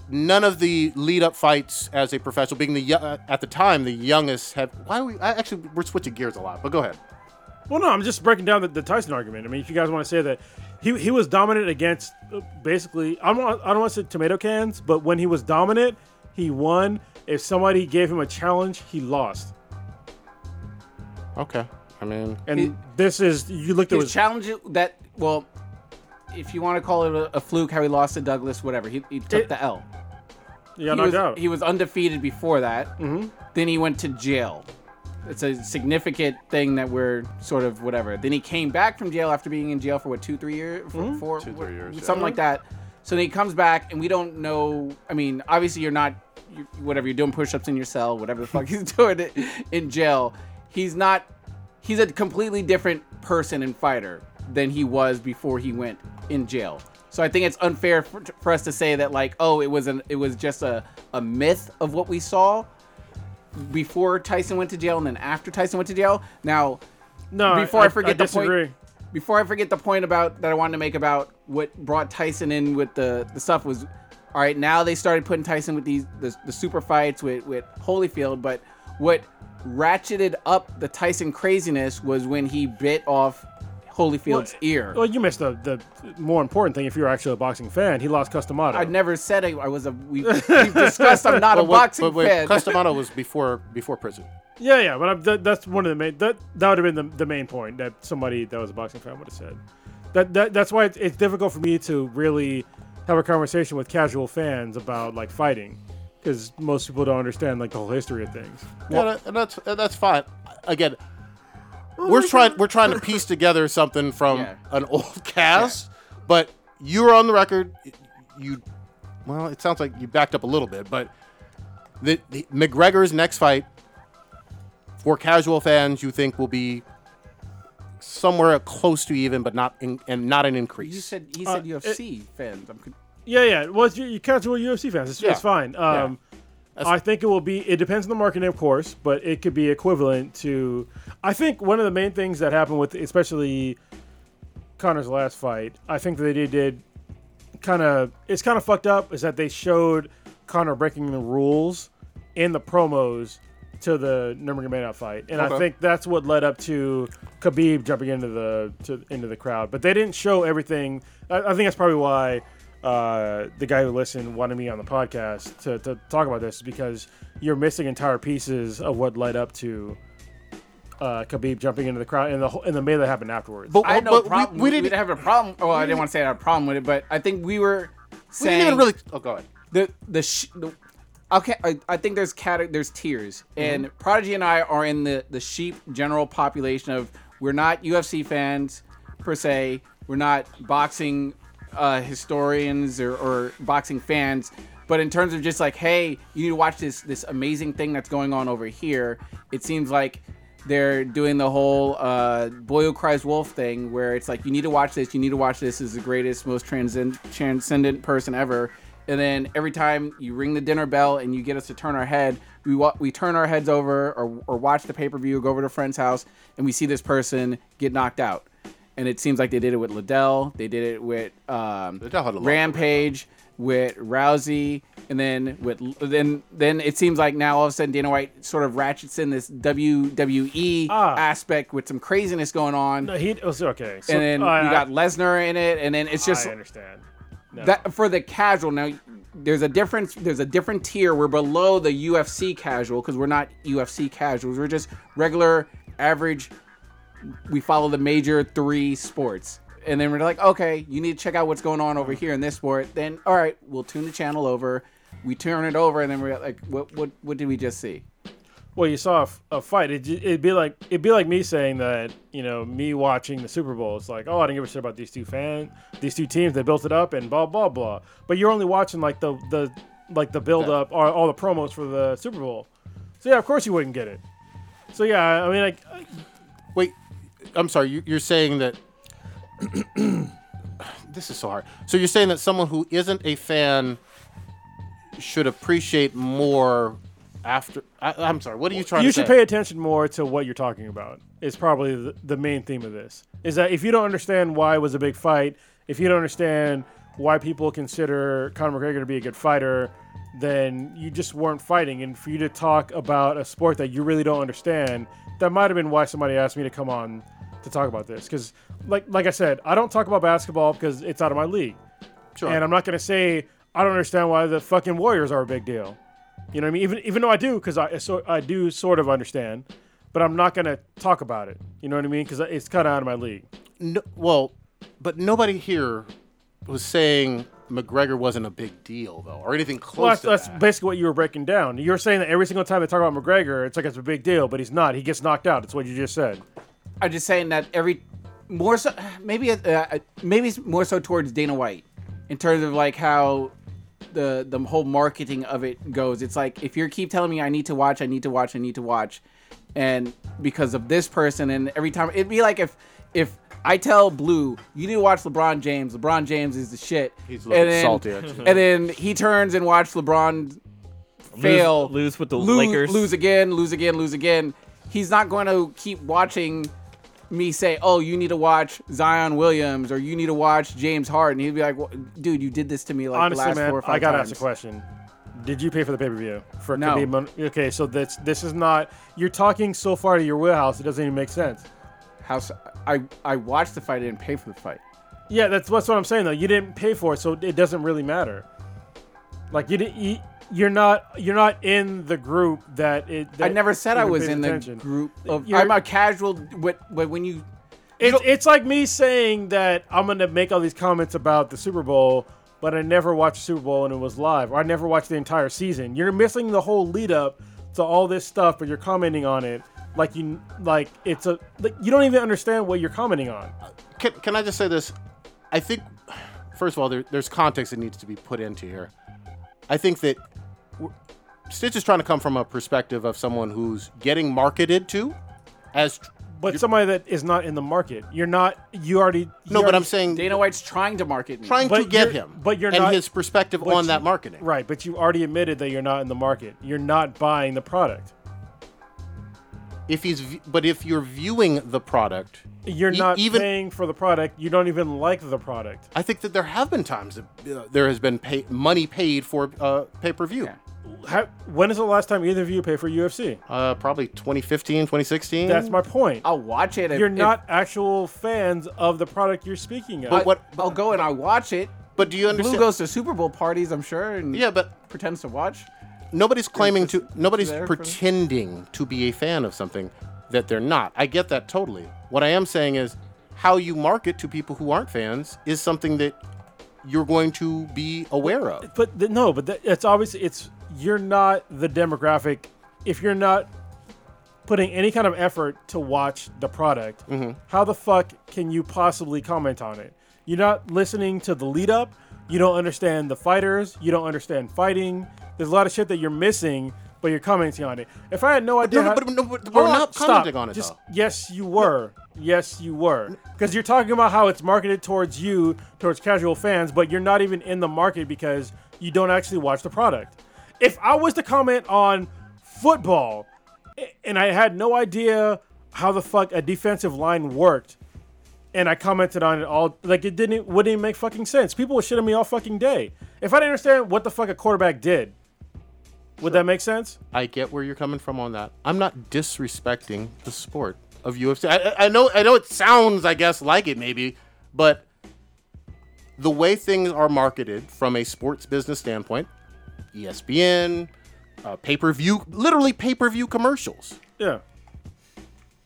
none of the lead up fights as a professional, being the yo- uh, at the time the youngest, have. Why do we? I actually we're switching gears a lot, but go ahead. Well, no, I'm just breaking down the, the Tyson argument. I mean, if you guys want to say that he, he was dominant against uh, basically, I don't, I don't want to say tomato cans, but when he was dominant, he won. If somebody gave him a challenge, he lost. Okay. I mean, And He- this is, you looked at His his- challenge that well, if you want to call it a, a fluke, how he lost to Douglas, whatever. He, he took It- the L. yeah, he knocked was, out. he was undefeated before that. Mm-hmm. Then he went to jail. It's a significant thing that we're sort of whatever. Then he came back from jail after being in jail for what two, three years, for four, Two, three years, something yeah. like that. So then he comes back, and we don't know. I mean, obviously you're not, you whatever you're doing push-ups in your cell, whatever the fuck he's doing it in jail. He's not. He's a completely different person and fighter than he was before he went in jail. So I think it's unfair for, for us to say that like, oh, it was an, it was just a, a myth of what we saw before Tyson went to jail and then after Tyson went to jail. Now, No, Before I forget I the point- disagree. before I forget the point about that I wanted to make about what brought Tyson in with the, the stuff was all right, now they started putting Tyson with these the, the super fights with, with Holyfield, but what ratcheted up the Tyson craziness was when he bit off Holyfield's ear. Well, you missed the, the more important thing. If you're actually a boxing fan, he lost Customato. I never said I, I was a. We, we've discussed I'm not a boxing fan. Customato was before before prison. yeah, yeah, but I'm, that, that's one of the main. That that would have been the, the main point that somebody that was a boxing fan would have said. That, that that's why it's, it's difficult for me to really have a conversation with casual fans about like fighting, because most people don't understand like the whole history of things. yeah, that- and that's and that's fine. Again, we're trying we're trying to piece together something from Yeah. an old cast, but you're on the record. You, well, it sounds like you backed up a little bit, but the, the McGregor's next fight for casual fans, you think will be somewhere close to even, but not in, and not an increase. You said he said Uh, UFC fans. I'm, con- Yeah, yeah. Well, it's- you, you casual UFC fans, it's, Yeah. it's fine. Um, I think it will be. It depends on the marketing, of course, but it could be equivalent to. I think one of the main things that happened with, especially Connor's last fight, I think that they did kind of. It's kind of fucked up. Is that they showed Connor breaking the rules in the promos to the Nurmagomedov fight, and I Okay. think that's what led up to Khabib jumping into the to, into the crowd. But they didn't show everything. I, I think that's probably why uh, the guy who listened wanted me on the podcast to, to talk about this because you're missing entire pieces of what led up to uh, Khabib jumping into the crowd and the whole- and the melee that happened afterwards. but, I had no Oh, but problem. we, we didn't. have a problem. Oh, I didn't want to say I had a problem with it, but I think we were we saying didn't even really. Oh, go ahead. the the, sh- the okay I, I think there's cat there's tiers and prodigy and i are in the the sheep general population of we're not ufc fans per se we're not boxing uh, historians or, or boxing fans but in terms of just like hey you need to watch this this amazing thing that's going on over here it seems like they're doing the whole uh, boy who cries wolf thing where it's like you need to watch this you need to watch this this is the greatest most transcend- transcendent person ever and then every time you ring the dinner bell and you get us to turn our head we wa- we turn our heads over or, or watch the pay-per-view or go over to a friend's house and we see this person get knocked out and it seems like they did it with Liddell. They did it with um, Liddell had a lot of- Rampage, with Rousey, and then with then then it seems like now all of a sudden Dana White sort of ratchets in this WWE Ah. aspect with some craziness going on, No, he it was okay. So, and then I- you got I, Lesnar in it, and then it's just I understand. that for the casual now there's a difference there's a different tier we're below the ufc casual because we're not ufc casuals we're just regular average we follow the major three sports and then we're like okay you need to check out what's going on over here in this sport then all right we'll tune the channel over we turn it over and then we're like what what, what did we just see Well, you saw a, f- a fight. It, it'd be like it'd be like me saying that you know me watching the Super Bowl. It's like oh I didn't give a shit about these two fan these two teams. They built it up and blah blah blah. But you're only watching like the the like the build up or all the promos for the Super Bowl. So yeah, of course you wouldn't get it. So yeah, I mean like Wait, I'm sorry. You, you're saying that this is so hard. So you're saying that someone who isn't a fan should appreciate more after. I, I'm sorry. What are you trying you to should say? pay attention more to what you're talking about is probably the, the main theme of this is that if you don't understand why it was a big fight if you don't understand why people consider conor mcgregor to be a good fighter then you just weren't fighting and for you to talk about a sport that you really don't understand that might have been why somebody asked me to come on to talk about this because like like i said i don't talk about basketball because it's out of my league Sure. and i'm not going to say i don't understand why the fucking warriors are a big deal you know what I mean? Even even though I do, because I so I do sort of understand, but I'm not gonna talk about it. You know what I mean? Because it's kind of out of my league. No, well, but nobody here was saying McGregor wasn't a big deal though, or anything close Well, that's, to that's that. basically what you were breaking down. You're saying that every single time they talk about McGregor, it's like it's a big deal, but he's not. He gets knocked out. It's what you just said. i'm just saying that every more so maybe uh, maybe it's more so towards dana white in terms of like how the the whole marketing of it goes. It's like if you keep telling me I need to watch, I need to watch, I need to watch, and because of this person, and every time it'd be like if if I tell Blue you need to watch LeBron James. LeBron James is the shit. He's looking and then, salty at you. And then he turns and watch LeBron fail, lose with the lose, Lakers. lose again, lose again, lose again. He's not going to keep watching me say, "Oh, you need to watch Zion Williams or you need to watch James Harden," he'd be like, well, "Dude, you did this to me like the Honestly, last four man, or five I gotta times." ask a question. Did you pay for the pay per view? For it to No. be mon- okay, so this this is not. You're talking so far to your wheelhouse, it doesn't even make sense. How s- I I watched the fight, I didn't pay for the fight. Yeah, that's that's what I'm saying though. You didn't pay for it, so it doesn't really matter. Like you didn't. You, you're not you're not in the group that it. I that never said you I were was paying in the attention. group of. You're- I'm a casual. But but when you It's, it's like me saying that I'm gonna make all these comments about the Super Bowl, but I never watched Super Bowl and it was live, or I never watched the entire season. You're missing the whole lead up to all this stuff, but you're commenting on it like you like it's a like you don't even understand what you're commenting on. can, can I just say this? I think, first of all, there, there's context that needs to be put into here. I think that w- Stitch is trying to come from a perspective of someone who's getting marketed to as. tr- But somebody that is not in the market, you're not. You already you No, but already- I'm saying Dana White's trying to market me, trying to but get you're- him, but you're and not- his perspective but on you- that marketing. right. But you already admitted that you're not in the market. You're not buying the product. If he's, v- but if you're viewing the product, You're E- not even- paying for the product. You don't even like the product. I think that there have been times that uh, there has been pay, money paid for uh, pay per view. How, when is the last time either of you paid for UFC? Uh, probably 2015, 2016. That's my point. I'll watch it. If, You're if- not actual fans of the product you're speaking of. But what? I'll go and I watch it. But do you Blue understand? goes to Super Bowl parties, I'm sure, and yeah, but pretends to watch. nobody's claiming to nobody's there for- pretending to be a fan of something that they're not i get that totally what i am saying is how you market to people who aren't fans is something that you're going to be aware of but th- no, but that, it's obviously it's you're not the demographic. If you're not putting any kind of effort to watch the product, Mm-hmm. how the fuck can you possibly comment on it? You're not listening to the lead up. You don't understand the fighters. You don't understand fighting. There's a lot of shit that you're missing, but you're commenting on it. If I had no idea, no, no, how- but, no, but Hold we're on, not stop. commenting on it Just though yes, you were. Yes, you were. Because you're talking about how it's marketed towards you, towards casual fans, but you're not even in the market because you don't actually watch the product. If I was to comment on football, a- and I had no idea how the fuck a defensive line worked, and I commented on it all, like it didn't wouldn't even make fucking sense. People were shitting me all fucking day. If I didn't understand what the fuck a quarterback did, would that make sense? i get where you're coming from on that i'm not disrespecting the sport of ufc i, I- I know i know it sounds i guess like it maybe but the way things are marketed from a sports business standpoint E espn uh, pay-per-view literally pay-per-view commercials Yeah.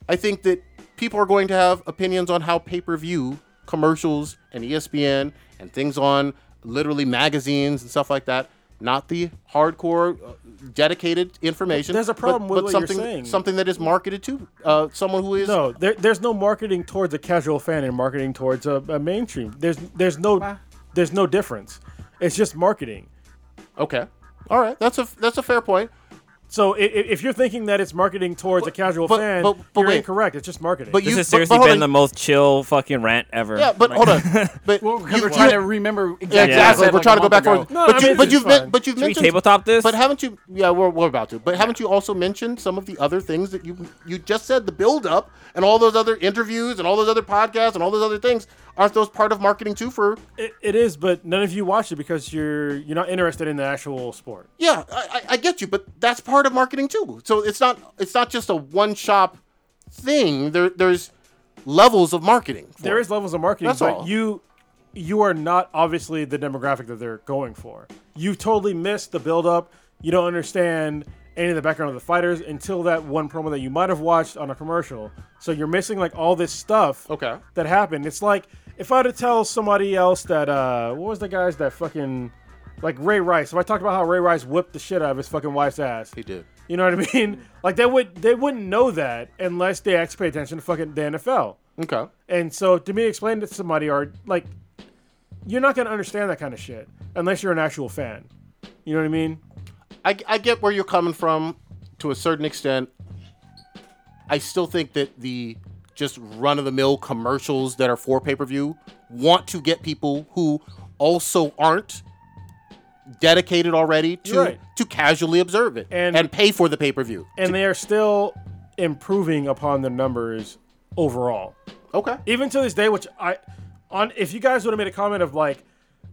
I think that people are going to have opinions on how pay per view commercials and E ESPN and things on literally magazines and stuff like that, not the hardcore, uh, dedicated information. There's a but- problem with but what you're something, saying. Something that is marketed to uh, someone who is. No, there, there's no marketing towards a casual fan and marketing towards a, a mainstream. There's there's no there's no difference. It's just marketing. Okay. All right. That's a that's a fair point. So if, if you're thinking that it's marketing towards a casual but- fan, but- but you're wait. incorrect. It's just marketing. But This you has but- but seriously hold been on. the most chill fucking rant ever. Yeah, but Like- hold on. But Well, you, because we're you- trying to remember exactly. Yeah, what I exactly. said We're like trying to a go month back ago. forward. No, but I you, mean, but it's you've fine. men- but you've Should we mentioned tabletop this? But haven't you? Yeah, we're, we're about to. But haven't you also mentioned some of the other things that you you just said? The build up and all those other interviews and all those other podcasts and all those other things aren't those part of marketing too? For it, it is, but none of you watch it because you're you're not interested in the actual sport. yeah, I, I- I get you, but that's part of marketing too. So it's not it's not just a one shop thing. There there's levels of marketing. for There it. is levels of marketing, That's but all. you you are not obviously the demographic that they're going for. You totally missed the buildup. You don't understand any of the background of the fighters until that one promo that you might have watched on a commercial. So you're missing like all this stuff Okay. that happened. It's like if I were to tell somebody else that uh what was the guys that fucking like Ray Rice. If I talked about how Ray Rice whipped the shit out of his fucking wife's ass. he did. You know what I mean? Like they would they wouldn't know that unless they actually paid attention to fucking the NFL. Okay. And so to me, explain it to somebody or like, you're not gonna understand that kind of shit unless you're an actual fan. You know what I mean? I, I get where you're coming from to a certain extent. I still think that the just run of the mill commercials that are for pay per view want to get people who also aren't dedicated already to You're right. to casually observe it And- pay for the pay per view. And they are still improving upon their numbers overall. Okay. Even to this day, which I on if you guys would have made a comment of like,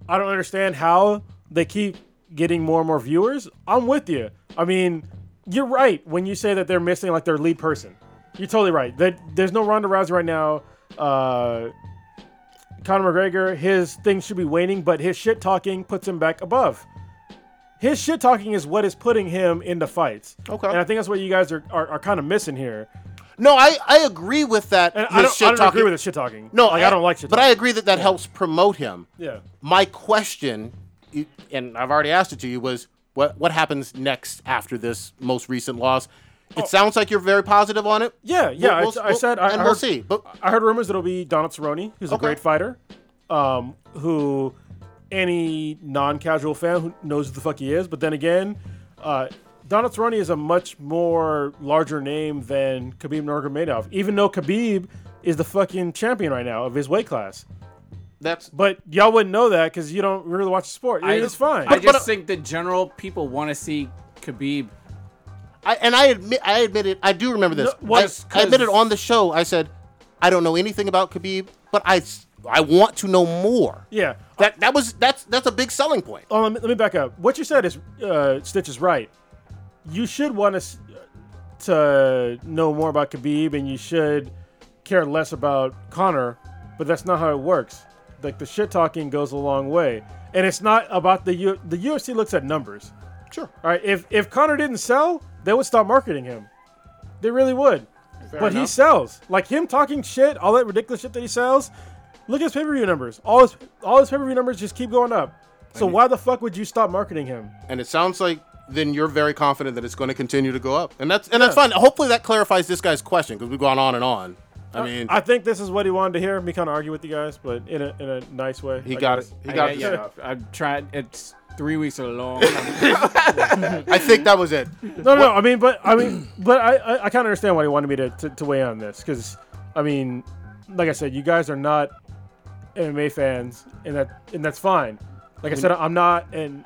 I don't understand how they keep getting more and more viewers, I'm with you. I mean, you're right when you say that they're missing like their lead person. You're totally right. That there's no Ronda Rousey right now. Uh Conor McGregor, his thing should be waning, but his shit talking puts him back above. His shit talking is what is putting him into fights. Okay. And I think that's what you guys are, are, are kind of missing here. No, I, I agree with that. And his I don't, I don't shit-talking. agree with the shit talking. No, like I, don't like shit But I agree that that helps promote him. Yeah. My question, you- and I've already asked it to you, was what what happens next after this most recent loss? It sounds like you're very positive on it. Oh. Yeah, yeah. We'll- I, I we'll- said I, and I we'll heard, see. But I heard rumors that it'll be Donald Cerrone, who's a Okay. great fighter, um, who any non-casual fan who knows who the fuck he is. But then again, uh, Donald Cerrone is a much more larger name than Khabib Nurmagomedov, even though Khabib is the fucking champion right now of his weight class. that's But y'all wouldn't know that because you don't really watch the sport. it's fine. I but- just think the general people want to see Khabib. I, and I admit I admitted I do remember this. No, well, I- it's I, 'cause- admitted on the show. I said I don't know anything about Khabib, but I s- I want to know more. yeah, That that was that's that's a big selling point. Oh, let me, let me back up. What you said is uh, Stitch is right. You should want to s- to know more about Khabib, and you should care less about Connor. But that's not how it works. Like the shit talking goes a long way, and it's not about the U- the UFC looks at numbers. Sure. All right, if if Connor didn't sell, they would stop marketing him. They really would. but he enough. sells. Like him talking shit, all that ridiculous shit that he sells. Look at his pay per view numbers. All his all his pay per view numbers just keep going up. So why the fuck would you stop marketing him? and it sounds like then you're very confident that it's going to continue to go up, and that's and that's fine. Hopefully that clarifies this guy's question because we've gone on and on. I mean, Uh, I think this is what he wanted to hear. Me kind of argue with you guys, but in a, in a nice way. he I got it. guess. He got I, it. yeah, I've tried. It's three weeks or a long. time. I think that was it. No, no, I mean, but I mean, but I, I, I kind of understand why he wanted me to, to, to weigh in on this because, I mean, like I said, you guys are not MMA fans, and that and that's fine. Like I said, I'm not an,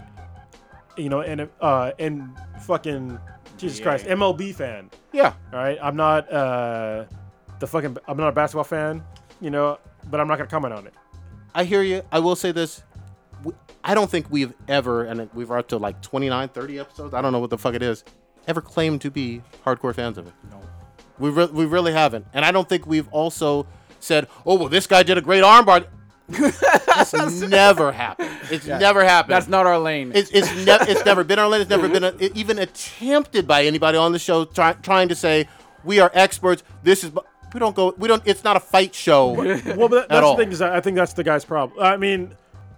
you know, an uh, an fucking Jesus Christ MLB fan. Yeah. All right, I'm not uh, the fucking I'm not a basketball fan, you know, but I'm not gonna comment on it. I hear you. I will say this. W- I don't think we've ever, and we've up to like 29, 30 episodes. I don't know what the fuck it is. Ever claimed to be hardcore fans of it. No. We, re- we really haven't. And I don't think we've also said, oh, well, this guy did a great armbar. That's never happened. It's never happened. That's not our lane. It's it's, nev- it's never been our lane. It's never Mm-hmm. been uh even attempted by anybody on the show try- trying to say we are experts. This is bu-" we don't go. We don't. It's not a fight show. Well, but that, At that's all. the thing is that I think that's the guy's problem. I mean,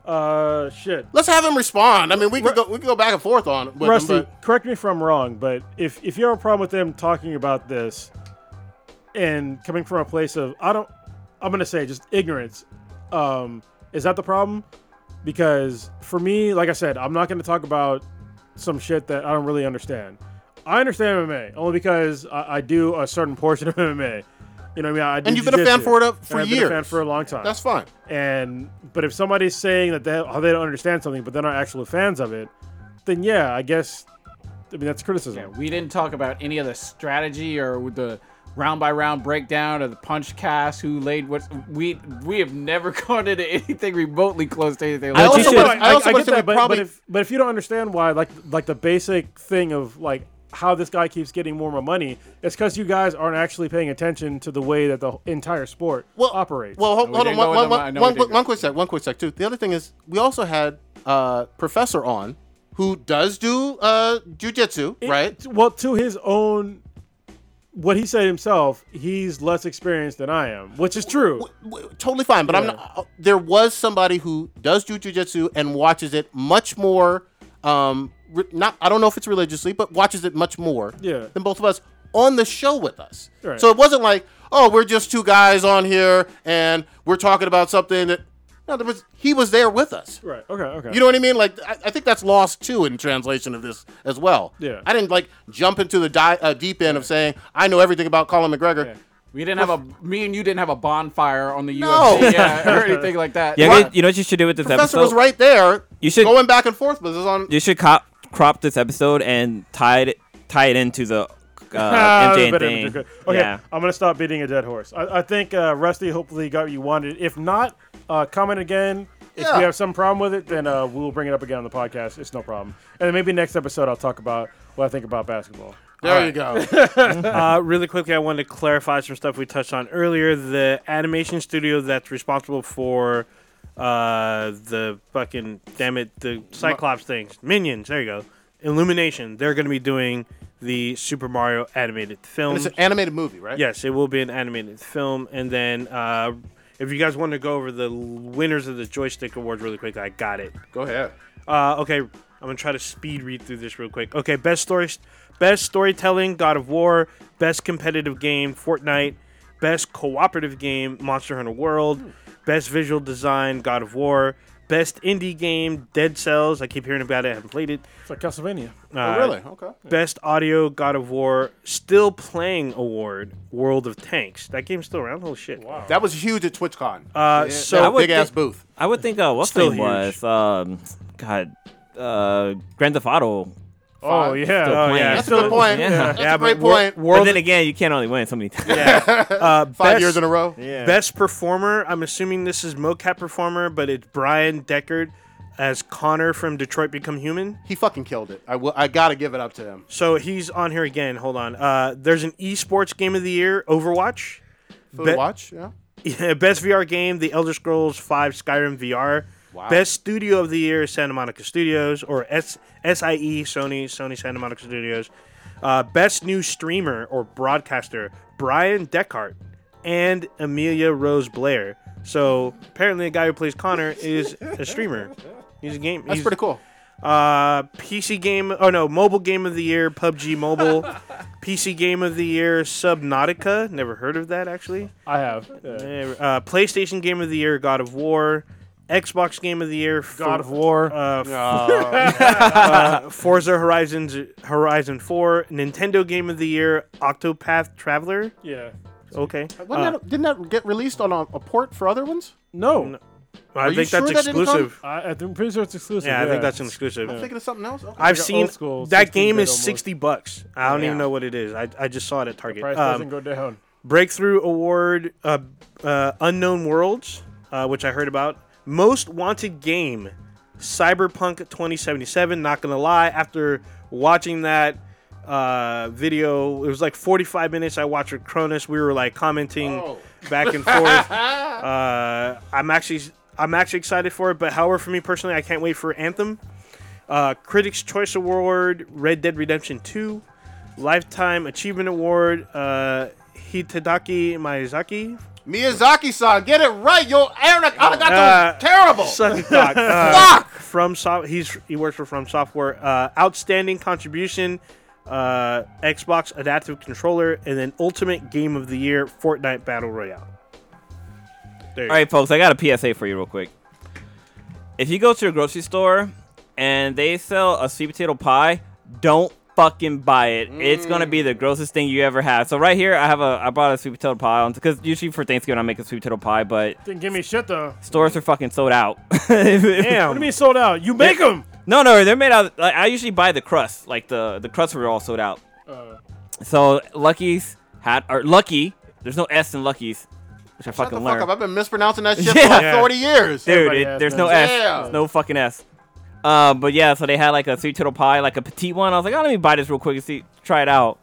uh, shit. Let's have him respond. I mean, we could go. We could go back and forth on it. with him, Rusty, but- correct me if I'm wrong, but if if you have a problem with them talking about this and coming from a place of I don't I'm gonna say just ignorance, um, is that the problem? Because for me, like I said, I'm not gonna talk about some shit that I don't really understand. I understand MMA only because I, I do a certain portion of MMA. You know what I mean? I do And you've been a fan jujitsu, for it up- for and I've Been a fan years. for a long time. that's fine. And but if somebody's saying that they how they don't understand something, but they're not actual fans of it, then yeah, I guess. I mean that's criticism. Yeah, we didn't talk about any of the strategy or with the round by round breakdown or the punch cast who laid what we we have never gone into anything remotely close to anything I like also that. But would- I, I- I also I would get say we that, but, probably- but if but if you don't understand why, like like the basic thing of like how this guy keeps getting more and more money, it's because you guys aren't actually paying attention to the way that the entire sport operates. Well, hold, we hold on. didn't One, go with one, them. I one, know one we didn't quick- one quick sec. One quick sec. Too. The other thing is, we also had uh, Professor on, who does do uh, jujitsu, right? Well, to his own. What he said himself, he's less experienced than I am, which is true. w- totally fine. But I'm Yeah. not, uh, there was somebody who does do jujitsu and watches it much more. Um, re- not I don't know if it's religiously, but watches it much more. Yeah. Than both of us on the show with us. Right. So it wasn't like oh we're just two guys on here and we're talking about something that no there was he was there with us. Right. Okay. Okay. You know what I mean? Like, I, I think that's lost too in translation of this as well. Yeah. I didn't like jump into the di- uh, deep end of saying I know everything about Colin McGregor. We didn't have a me and you didn't have a bonfire on the UFC No. yeah, or anything like that. Yeah, Right. you know what you should do with this Professor episode? was right there. You should- going back and forth with us on You should cop, crop this episode and tie it tie it into the uh, Ah, MJ and better Thing. image of good. Okay, Yeah. I'm gonna stop beating a dead horse. I, I think uh, Rusty hopefully got what you wanted. If not, uh, comment again. If Yeah. you have some problem with it, then uh, we'll bring it up again on the podcast. It's no problem. And then maybe next episode I'll talk about what I think about basketball. There you go. Uh, really quickly, I wanted to clarify some stuff we touched on earlier. The animation studio that's responsible for uh, the fucking damn it, the Cyclops things, Minions. There you go. Illumination. They're going to be doing the Super Mario animated film. it's an animated movie, right? Yes, it will be an animated film. And then, uh, if you guys want to go over the winners of the Joystick Awards really quick, I got it. Go ahead. Uh, okay, I'm gonna try to speed read through this real quick. Okay, best story, best storytelling, God of War. Best competitive game, Fortnite. Best cooperative game, Monster Hunter World. Best visual design, God of War. Best indie game, Dead Cells. I keep hearing about it. I haven't played it. It's like Castlevania. Uh, oh, really? Okay. Best audio, God of War. Still playing award, World of Tanks. That game's still around. Holy shit! Wow. That was huge at TwitchCon. Uh, Yeah, so that I would big ass think- booth. I would think uh, what's Still name huge. was um, God, uh, Grand Theft Auto. Oh yeah. Still Oh, playing. yeah. That's a good point. Yeah. That's Yeah, a great but wor- point. wor- World- but then again, you can't only win so many times. uh, Five best- years in a row. Yeah. Best performer, I'm assuming this is mocap performer, but it's Brian Deckard as Connor from Detroit Become Human. He fucking killed it. I will. I gotta give it up to him. So he's on here again. Hold on. Uh, there's an esports game of the year, Overwatch. Food Be- Watch. Yeah. Yeah, best VR game, The Elder Scrolls V Skyrim VR. Wow. Best studio of the year, Santa Monica Studios, or S- SIE, Sony, Sony Santa Monica Studios. Uh, best new streamer or broadcaster, Brian Deckart and Amelia Rose Blair. So apparently, the guy who plays Connor is a streamer. He's a game. That's he's- pretty cool. uh, PC game. Oh no, mobile game of the year, PUBG Mobile. PC game of the year, Subnautica. Never heard of that actually. I have. Yeah. Uh, PlayStation Game of the Year, God of War. Xbox Game of the Year, God of War. Oh, uh, uh, Forza Horizons Horizon 4. Nintendo Game of the Year, Octopath Traveler. yeah. Okay. uh, Wasn't that, didn't that get released on a, a port for other ones? No. Uh, I you think that's sure that didn't come? exclusive. I, I'm pretty sure it's exclusive. yeah, I think that's an exclusive. I'm thinking of something else. Okay. Like I've a seen old school that 16-bit game is almost. 60 bucks. I don't even Yeah. know what it is. I, I just saw it at Target. price Um, doesn't go down. Breakthrough Award, uh, uh, Unknown Worlds, uh, which I heard about. Most Wanted Game, Cyberpunk 2077. Not gonna lie, after watching that uh, video, it was like 45 minutes. I watched with Cronus. We were like commenting Oh. back and forth. uh, I'm actually. I'm actually excited for it, but however, for me personally, I can't wait for Anthem. Uh, Critics' Choice Award, Red Dead Redemption 2, Lifetime Achievement Award, uh, Hitadaki Miyazaki. Miyazaki-san, get it right. Yo, Eric Oh, Arigato Uh, is terrible. Sucky cock. Uh, Fuck. from so- he's he works for From Software. Uh, outstanding contribution, uh, Xbox Adaptive Controller, and then Ultimate Game of the Year, Fortnite Battle Royale. There you All right, folks, I got a PSA for you, real quick. If you go to a grocery store and they sell a sweet potato pie, don't fucking buy it. It's gonna be the grossest thing you ever have. So right here, I have a I bought a sweet potato pie because usually for Thanksgiving I make a sweet potato pie, but Didn't give me shit though. stores are fucking sold out. Damn. What do you mean sold out? You make them. No, no, they're made out. Like, I usually buy the crust. Like the the crusts were all sold out. So Lucky's had or Lucky. There's no S in Lucky's, which I Shut the fucking fuck learned. up. I've been mispronouncing that shit Yeah. for like Yeah. 40 years. Dude, Everybody it, has there's that. no S. Yeah. There's no fucking S. Um, but yeah, so they had like a sweet turtle pie, like a petite one. I was like, oh, let me buy this real quick and see, try it out.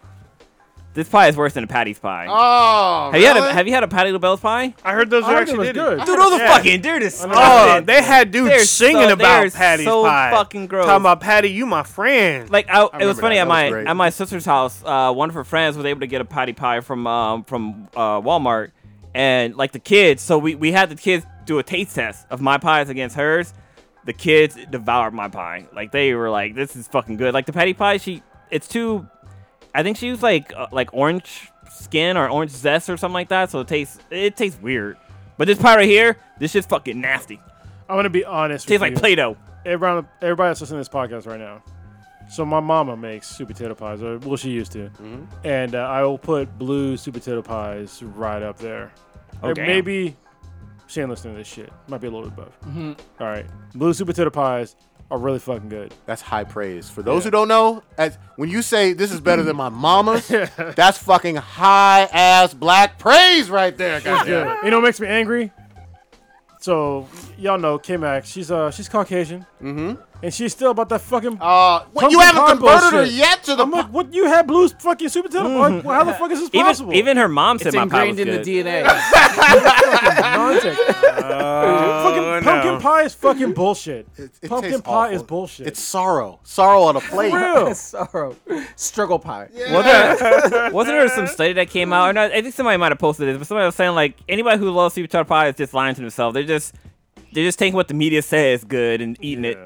This pie is worse than a Patty's pie. Oh, have you had a Have you had a Patty LaBelle's pie? I heard those I are heard it actually was did it. good. Dude, those are Yeah. fucking. They're Oh, disgusting. they had dudes They're singing so- they are about Patty's so pie. fucking gross. Talking about Patty, you my friend. like I, it was remember funny that. That at was my great. at my sister's house. Uh, one of her friends was able to get a potty pie from um, from uh, Walmart, and like the kids. So we we had the kids do a taste test of my pies against hers. The kids devoured my pie. Like they were like, "This is fucking good." Like the patty pie, she it's too. I think she used like uh, like orange skin or orange zest or something like that. So it tastes it tastes weird. But this pie right here, this shit's fucking nasty. I'm gonna be honest. Tastes with like you. Play-Doh. everyone, everybody that's listening to this podcast right now. So my mama makes sweet potato pies, or well, she used to, Mm-hmm. and uh, I will put blue sweet potato pies right up there. Oh, Or damn. maybe she ain't listening to this shit. Might be a little bit above. All right, blue sweet potato pies are really fucking good. That's high praise. For those who don't know, as when you say this is better than my mama's, that's fucking high ass black praise right there, goddamn. Yeah. You know what makes me angry? So y'all know K Max, she's uh she's Caucasian. Mm-hmm. And she's still about that fucking Oh, Uh, what, you Pumpkin haven't pie converted her bullshit. yet to the I'm like, what you had blues fucking super tail? Like, how the fuck is this Mm-hmm. Even, possible? even her mom said It's my pie was ingrained in good. the DNA. nonsense. Oh, fucking pumpkin pie is fucking bullshit. It pumpkin tastes pie awful. is bullshit. It's sorrow. Sorrow on a plate. real. Sorrow. Struggle pie. Wasn't there, wasn't there some study that came out? Or not, I think somebody might have posted this, but somebody was saying like anybody who loves sweet potato pie is just lying to themselves. They're just they're just taking what the media says good and eating it.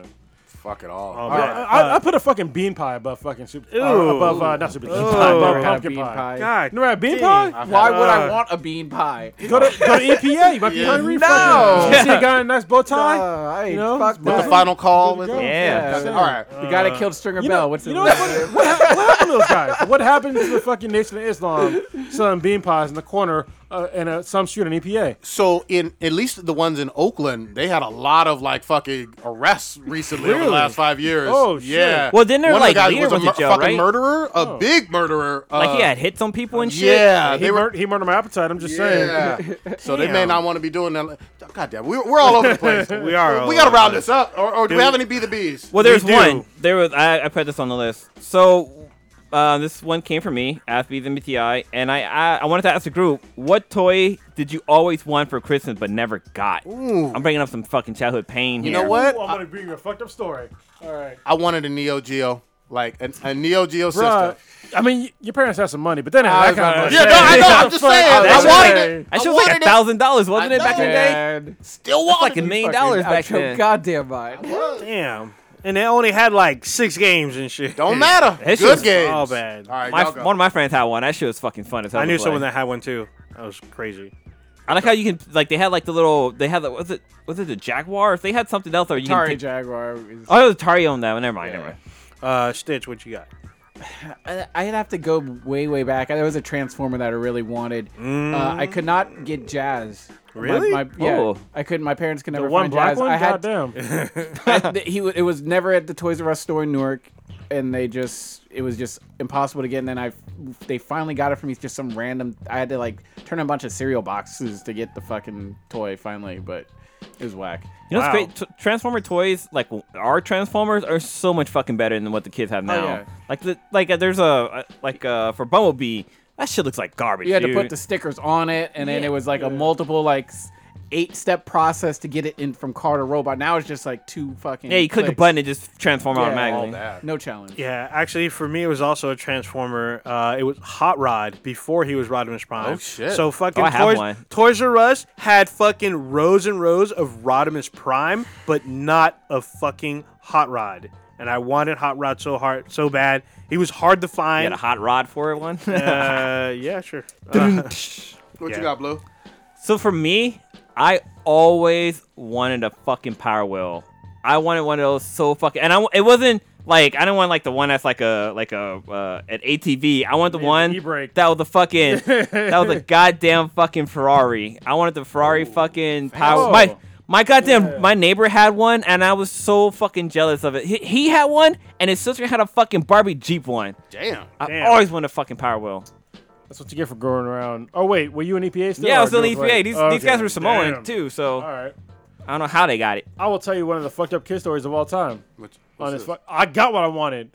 Fuck it all. Oh, All man. right. I, Uh, I, I put a fucking bean pie above fucking super. Uh, Ooh. above uh, not super bean pie, I've above Never had a pumpkin bean pie. pie. God, You never had bean pie? Why would I Uh, want a bean pie? Go to go to EPA. You might be Yeah. hungry. No. fucking- You see a guy in a nice bow tie. Uh, I you know, fuck with With that. the final call. With go. Yeah. All right. The guy that killed Stringer you Bell. know, What's you his know what's funny? What, hap- what happened to those guys? What happened to the fucking Nation of Islam selling bean pies in the corner uh, and uh, some shoot an EPA? So in at least the ones in Oakland, they had a lot of like fucking arrests recently over the Really? last five years. Oh, shit. Oh. yeah. Well, then their, One of like, the guys leader was a went to jail, fucking right? murderer, a big murderer. Like uh, he had hits on people and shit. Yeah, He, Uh, they were mur- he murdered my appetite. I'm just saying. Yeah. so they may not want to be doing that. God damn, we're, we're all over the place. We are all We got to over round the this up, or, or do we have any B the B's? Well, there's We do. one. There was I, I put this on the list. So uh, this one came from me, asked me the MTI, and I, I I wanted to ask the group, what toy did you always want for Christmas but never got? I'm bringing up some fucking childhood pain you here. know what? Ooh, I'm I, gonna bring you a fucked up story. All right. I wanted a Neo Geo, like a, a Neo Geo Bruh, system. I mean, y- your parents had some money, but Ah, then I that was kind about of money. to Yeah, no, I know. I'm What the just fuck? saying. I That's wanted right. it. That I shit was like wanted a it. thousand dollars, wasn't I it, back in the know. day? Still That's like wanted a it. million dollars back out then. your goddamn mind. damn. And they only had like six games and shit. Don't matter. That shit Good was games. all bad. All right, My, y'all f- go. one of my friends had one. That shit was fucking fun. as hell I to knew play. someone that had one too. That was crazy. I like how you can like they had like the little they had the, was it was it the Jaguar? If they had something else, or you Sorry, can take, Jaguar. is- oh, it was Atari on that. one. Never mind, never mind. Uh, Stitch, what you got? I- I'd have to go way, way back. There was a Transformer that I really wanted. Uh, I could not get Jazz. Really? My, my, yeah, Oh. I could. My parents could never The one find black Jazz. one. I had Goddamn. I, th- he w- it was never at the Toys R Us store in Newark, and they just it was just impossible to get. And then I they finally got it for me. It's just some random. I had to like turn a bunch of cereal boxes to get the fucking toy finally, but it was whack. You know what's Wow. great? T- Transformer toys, like w- our Transformers, are so much fucking better than what the kids have now. Oh, yeah. Like, the, like uh, there's a uh, like uh, for Bumblebee, that shit looks like garbage. You had to dude. put the stickers on it, and then it was like a multiple like eight step process to get it in from car to robot. Now it's just like two fucking. yeah, you click a clicks. button, it just transform Yeah, automatically. No challenge. Yeah, actually, for me, it was also a Transformer. Uh, it was Hot Rod before he was Rodimus Prime. Oh, shit. So fucking Oh, I have Toys, one. Toys R Us had fucking rows and rows of Rodimus Prime, but not a fucking Hot Rod. And I wanted Hot Rod so hard, so bad. He was hard to You find. had a hot rod for it one. uh, yeah, sure. What Yeah. you got, Blue? So for me, I always wanted a fucking power wheel. I wanted one of those so fucking, and I it wasn't like I didn't want like the one that's like a like a uh, an ATV. I wanted the one e-brake. that was the fucking that was a goddamn fucking Ferrari. I wanted the Ferrari fucking power. Oh. My my goddamn my neighbor had one, and I was so fucking jealous of it. He, he had one, and his sister had a fucking Barbie Jeep one. Damn. I Damn. always wanted a fucking power wheel. That's what you get for going around. Oh wait, were you an EPA still? Yeah, I or was still in North Lake? EPA. These, these Okay, guys were Samoan damn. too, All so right. I don't know how they got it. I will tell you one of the fucked up kid stories of all time. What's- what's On this this? fu- I got what I wanted,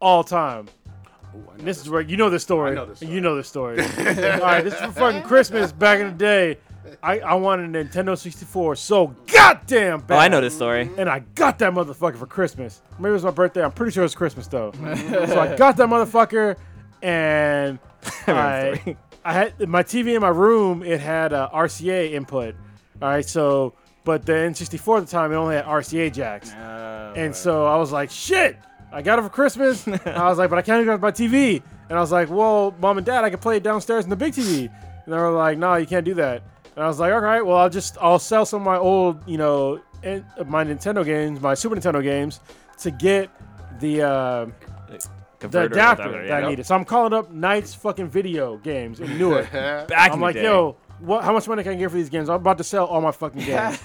all time. I know And this is where you know this story. I know this and You know this story. all right, this is for fucking Christmas back in the day. I, I wanted a Nintendo 64 so goddamn bad. Oh, I know this story. and I got that motherfucker for Christmas. Maybe it was my birthday. I'm pretty sure it was Christmas though. so I got that motherfucker, and I, I had my TV in my room. It had uh, RCA input. All right, so but the N64 at the time it only had RCA jacks, and so I was like, shit. I got it for Christmas. I was like, but I can't even have my TV. And I was like, well, mom and dad, I can play it downstairs in the big TV. And they were like, no, you can't do that. And I was like, all right, well, I'll just I'll sell some of my old, you know, in, my Nintendo games, my Super Nintendo games, to get the uh, the Converter or adapter whatever, that I yeah. needed. So I'm calling up Knight's fucking video games in Newark. Back in I'm the like, day. yo, what, how much money can I get for these games? I'm about to sell all my fucking games.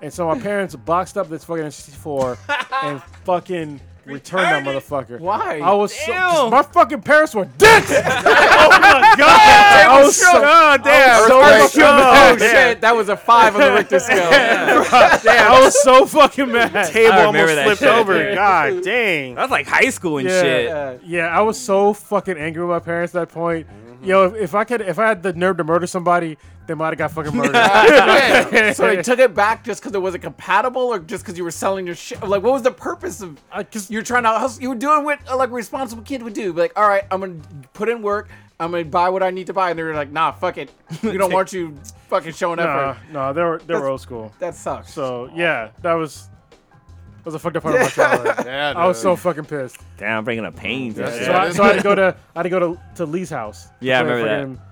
and so my parents boxed up this fucking N64 and fucking returned that motherfucker. Why? I was so, 'cause Damn. my fucking parents were dicks. oh my god! I was so, oh damn! I was so Earthquake. fucking Oh mad. shit, that was a five on the Richter scale. I was so fucking mad. Table I almost remember that flipped shit, over. dude. God dang! That's like high school and Yeah. shit. Yeah. Yeah, I was so fucking angry with my parents at that point. Mm-hmm. Yo, if, if I could, if I had the nerve to murder somebody, they might have got fucking murdered. Okay, so they took it back just because it wasn't compatible, or just because you were selling your shit. Like, what was the purpose of? I just- you're trying to hustle. You were doing what a like responsible kid would do. Be like, all right, I'm gonna put in work. I'm gonna buy what I need to buy, and they were like, nah, fuck it. We don't want you fucking showing up. nah, for- nah, they were they were That's- old school. That sucks. So yeah, that was that was a fucked up part of my childhood. Yeah, I was dude. so fucking pissed. Damn, I'm bringing up pain. That's dude. So, I, so I had to go to I had to go to, to Lee's house. to Yeah, I play remember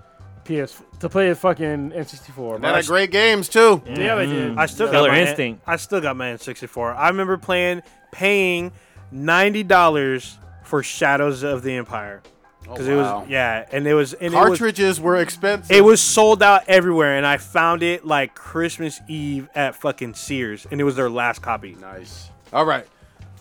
fucking PS to play a fucking N64. That man. had great games too. yeah, they did. I still Killer got my Instinct. I still got my N64. I remember playing, paying ninety dollars for Shadows of the Empire Oh, because it wow. was yeah, and it was and it was Cartridges were expensive. It was sold out everywhere, and I found it like Christmas Eve at fucking Sears, and it was their last copy. Mm, nice. All right.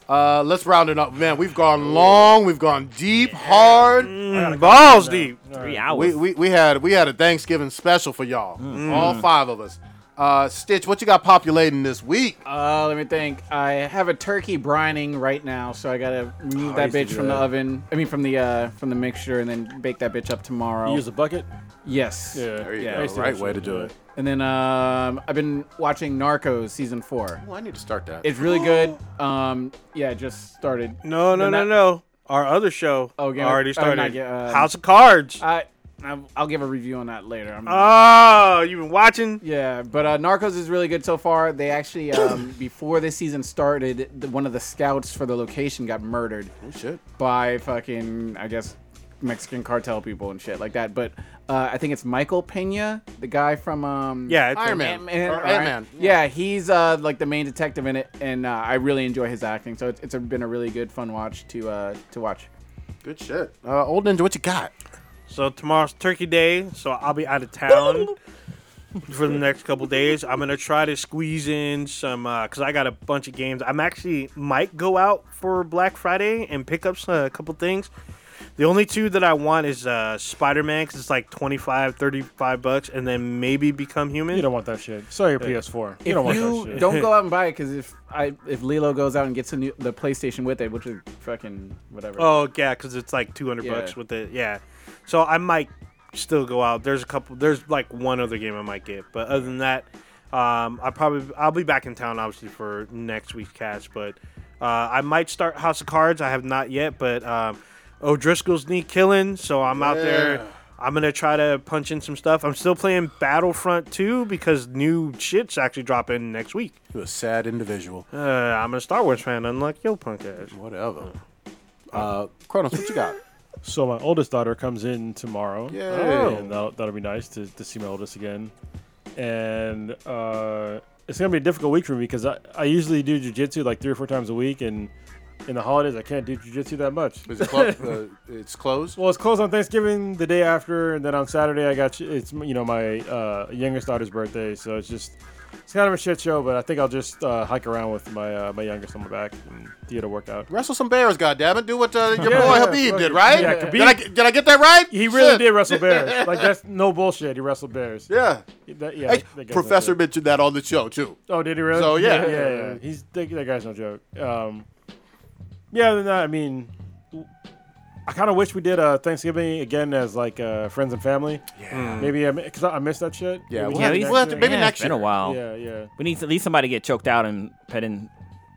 Uh, let's round it up, man. We've gone long. We've gone deep, hard. Mm, balls deep. Three hours. We, we, we had we had a Thanksgiving special for y'all, all five of us. Uh, Stitch, what you got populating this week? Uh, let me think. I have a turkey brining right now, so I gotta remove that used bitch to from do the that. oven. I mean, from the uh, from the mixture, and then bake that bitch up tomorrow. You use a bucket. yes. There you Yeah, go. I used to Right do way that to shit, do yeah. it. And then um, I've been watching Narcos season four. Well, I need to start that. It's really good. Um, yeah, it just started. No, no, no, They're not- no. Our other show Oh, Game of- already oh, not started. Ga- uh, House of Cards. I, I'll, I'll give a review on that later. I'm, oh, you've been watching? yeah, but uh, Narcos is really good so far. They actually, um, before this season started, the, one of the scouts for the location got murdered. oh, shit. by fucking I guess Mexican cartel people and shit like that. But uh, I think it's Michael Pena, the guy from um, Yeah, it's Iron Man. Ant-Man, Or right? Ant-Man. Yeah, he's uh, like the main detective in it, and uh, I really enjoy his acting. So it's, it's been a really good fun watch to uh, to watch. Good shit. Uh, old Ninja, what you got? So tomorrow's Turkey Day, so I'll be out of town for the next couple days. I'm gonna try to squeeze in some because I got a bunch of games. I'm actually might go out for Black Friday and pick up s- a couple things. The only two that I want is uh, Spider Man because it's like 25, 35 bucks, and then maybe Become Human. You don't want that shit. Sell your PS4. You if don't want you that shit. don't go out and buy it, because if I if Lilo goes out and gets a new, the PlayStation with it, which is fucking whatever. Oh yeah, because it's like two hundred Yeah. bucks with it. Yeah, so I might still go out. There's a couple. There's like one other game I might get, but other than that, um, I probably I'll be back in town obviously for next week's catch. But uh, I might start House of Cards. I have not yet, but um, O'Driscoll's knee killing, so I'm out Yeah. there. I'm gonna try to punch in some stuff. I'm still playing Battlefront 2 because new shit's actually dropping next week. You a sad individual. Uh, I'm a Star Wars fan, unlike yo punk ass. Whatever. Uh, Kronos, what you got? So my oldest daughter comes in tomorrow. Yay. Oh. And that'll, that'll be nice to, to see my oldest again. And uh, it's gonna be a difficult week for me because I, I usually do jujitsu like three or four times a week, and in the holidays I can't do jujitsu that much. Is it clo- uh, it's closed? Well, it's closed on Thanksgiving, the day after, and then on Saturday I got it's you know my uh, youngest daughter's birthday, so it's just it's kind of a shit show. But I think I'll just uh, hike around with my uh, my youngest on my back and get a workout. Wrestle some bears, goddammit. Do what uh, your Yeah, boy yeah, Habib fuck did, it. right? Yeah, Did I, did I get that right? He really Shit. did wrestle bears. Like that's no bullshit. He wrestled bears. Yeah. That- yeah, Hey, that guy's no Professor joke. mentioned that on the show, too. Oh, did he really? So, yeah. yeah, yeah. yeah. He's that, that guy's no joke. Um, yeah, other than that, I mean, I kind of wish we did uh, Thanksgiving again as like uh, friends and family. Yeah, Mm. maybe because I, I missed that shit. Yeah, we'll Maybe we have can to- do we'll have next to- maybe year. yeah, next it's been a year. while. Yeah, yeah. We need at least somebody to get choked out and pet in,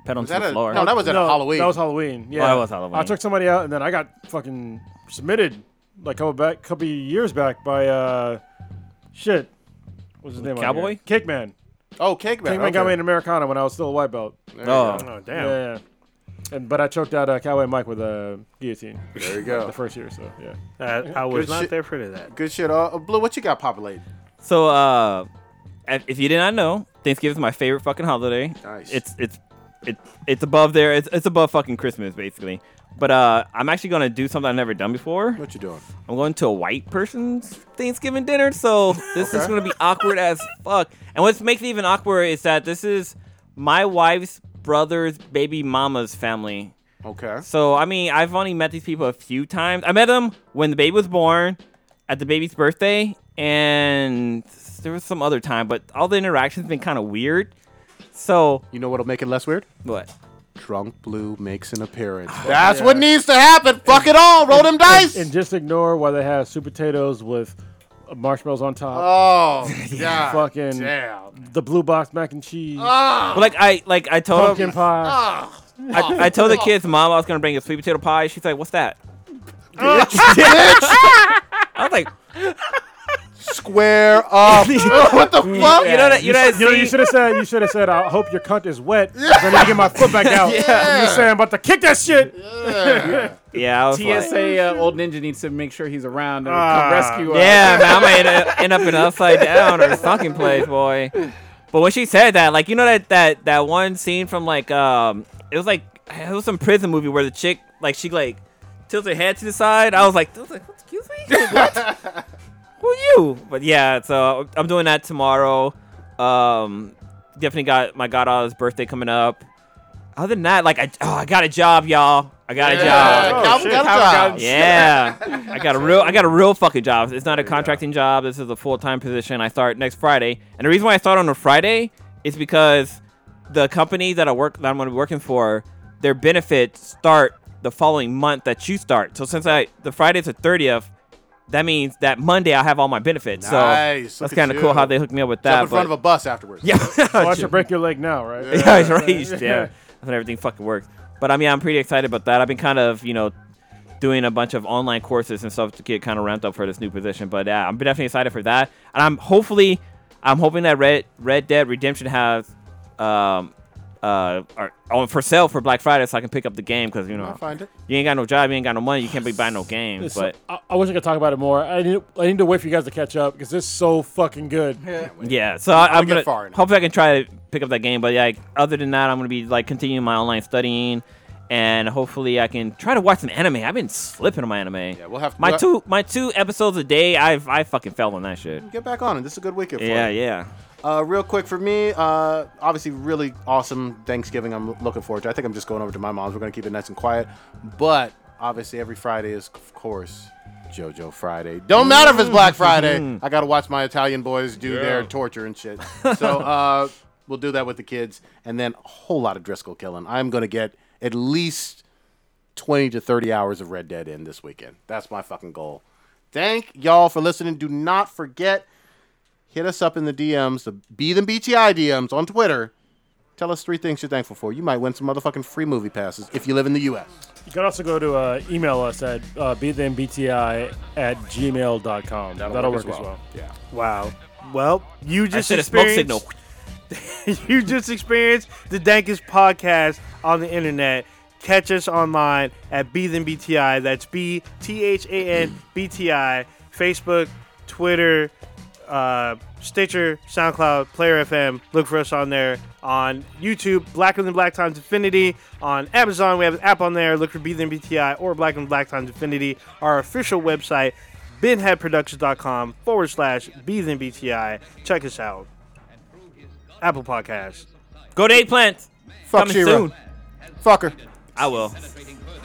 pet onto that the a- floor. no, that was at no, Halloween. That was Halloween. Yeah, that was Halloween. I took somebody out, and then I got fucking submitted like a couple back, couple years back by uh, shit. What's his name? on Cowboy? here? Kickman. oh, Cake Man. Kickman got me okay. an Americana when I was still a white belt. There you Oh, go. Oh Yeah, damn. yeah. And but I choked out uh, Cowboy Mike with a guillotine There you Oh. the go. first year. So yeah. Uh, I was Good not shit. there for that. Good shit. Uh, Blue, what you got populating? So, uh, if if you did not know, Thanksgiving is my favorite fucking holiday. Nice. It's it's It, it's above there. It's, it's above fucking Christmas, basically. But uh, I'm actually gonna do something I've never done before. What you doing? I'm going to a white person's Thanksgiving dinner, so this is Okay. going to be awkward as fuck. And what makes it even awkward is that this is my wife's brother's baby mama's family. Okay. So I mean, I've only met these people a few times. I met them when the baby was born, at the baby's birthday, and there was some other time. But all the interactions been kind of weird. So You know what'll make it less weird? what? Drunk Blue makes an appearance. That's what needs to happen. Fuck it all. Roll them And, dice. and just ignore why they have sweet potatoes with marshmallows on top, oh, yeah. Fucking- Damn. the blue box mac and cheese, Oh. But like I like I told pumpkin pie. Ah. I, I told the kids mom I was gonna bring a sweet potato pie. She's like, "What's that?" I was like, Square up. Oh. what the fuck? "You know that you know that You know, you scene- should have said. You should have said. I hope your cunt is wet. Then I need to get my foot back out. Yeah. You saying, but to kick that shit. Yeah, I was like- TSA uh, old ninja needs to make sure he's around and Ah, come rescue uh, us. Yeah, man, I might end up, end up in an upside down or a sunken place, boy. But when she said that, like you know that that that one scene from like um, it was like it was some prison movie where the chick like she like tilts her head to the side. I was like, I was like excuse me, Like, what? Who are you? But yeah, so I'm doing that tomorrow. Um, definitely got my goddaughter's birthday coming up. Other than that, like I oh, I got a job, y'all. I got a job. Yeah. Oh, Calvin shit. got a job. Yeah, I got a real, I got a real fucking job. It's not a contracting job. This is a full time position. I start next Friday, and the reason why I start on a Friday is because the company that I work that I'm gonna be working for, their benefits start the following month that you start. So since I the Friday's the thirtieth, that means that Monday I have all my Nice, benefits. So that's look at kind of cool you. how they hooked me up with that. Jump in front of but- a bus afterwards. yeah, Well, I should break your leg now, right? yeah, it's right. Yeah. That's when everything fucking works. But I mean, I'm pretty excited about that. I've been kind of, you know, doing a bunch of online courses and stuff to get kind of ramped up for this new position. But yeah, I'm definitely excited for that. And I'm hopefully, I'm hoping that Red Red Dead Redemption has, um, uh, are on for sale for Black Friday, so I can pick up the game because you know I'll find it. you ain't got no job, you ain't got no money, you can't be buying no games. So, But I, I wish I could talk about it more. I need, I need to wait for you guys to catch up because it's so fucking good. Yeah, so I, I'm get gonna far in it. hopefully I can try to pick up that game. But yeah, like, other than that, I'm gonna be like continuing my online studying, and hopefully I can try to watch some anime. I've been slipping on my anime. Yeah, we'll have to- my we'll- two my two episodes a day. I've I fucking fell on that shit. Get back on it. This is a good weekend for Yeah, you. yeah. Uh, real quick for me, uh, obviously, really awesome Thanksgiving. I'm looking forward to. I think I'm just going over to my mom's. We're gonna keep it nice and quiet. But obviously, every Friday is, of course, JoJo Friday. Don't matter if it's Black Friday. I gotta watch my Italian boys do their torture and shit. So uh, we'll do that with the kids, and then a whole lot of Driscoll killing. I'm gonna get at least twenty to thirty hours of Red Dead in this weekend. That's my fucking goal. Thank y'all for listening. Do not forget hit us up in the DMs, the B them BTI DMs on Twitter. Tell us three things you're thankful for. You might win some motherfucking free movie passes if you live in the U.S. You can also go to uh, email us at uh, bethembti at gmail.com. That'll, That'll work, as well. Yeah. Wow. Well, you I just said a smoke experienced signal. you just experienced the dankest podcast on the internet. Catch us online at B Than BTI. That's B T H A N B T I. Facebook, Twitter, uh, Stitcher, SoundCloud, Player FM. Look for us on there. On YouTube, Blacker Than Black Times Infinity. On Amazon, we have an app on there. Look for B Than BTI or Blacker Than Black Times Infinity. Our official website, binheadproductions.com forward slash B Than BTI. Check us out. Apple Podcasts. Go to eggplant. Fuck Coming She-Ra. soon. Fuck her. I will.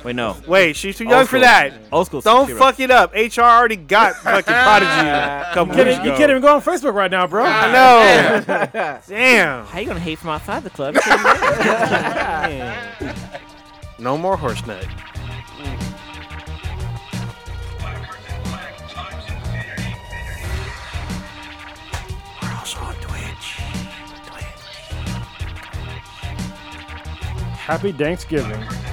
Wait, no. Wait, she's too Old young school. for that. Old school. Don't Shakira. fuck it up. HR already got fucking Prodigy a couple You weeks can't, you ago. can't even go on Facebook right now, bro. I know. Damn. How you gonna hate from outside the club? No more horse nut. We're also on Twitch. Twitch. Happy Thanksgiving.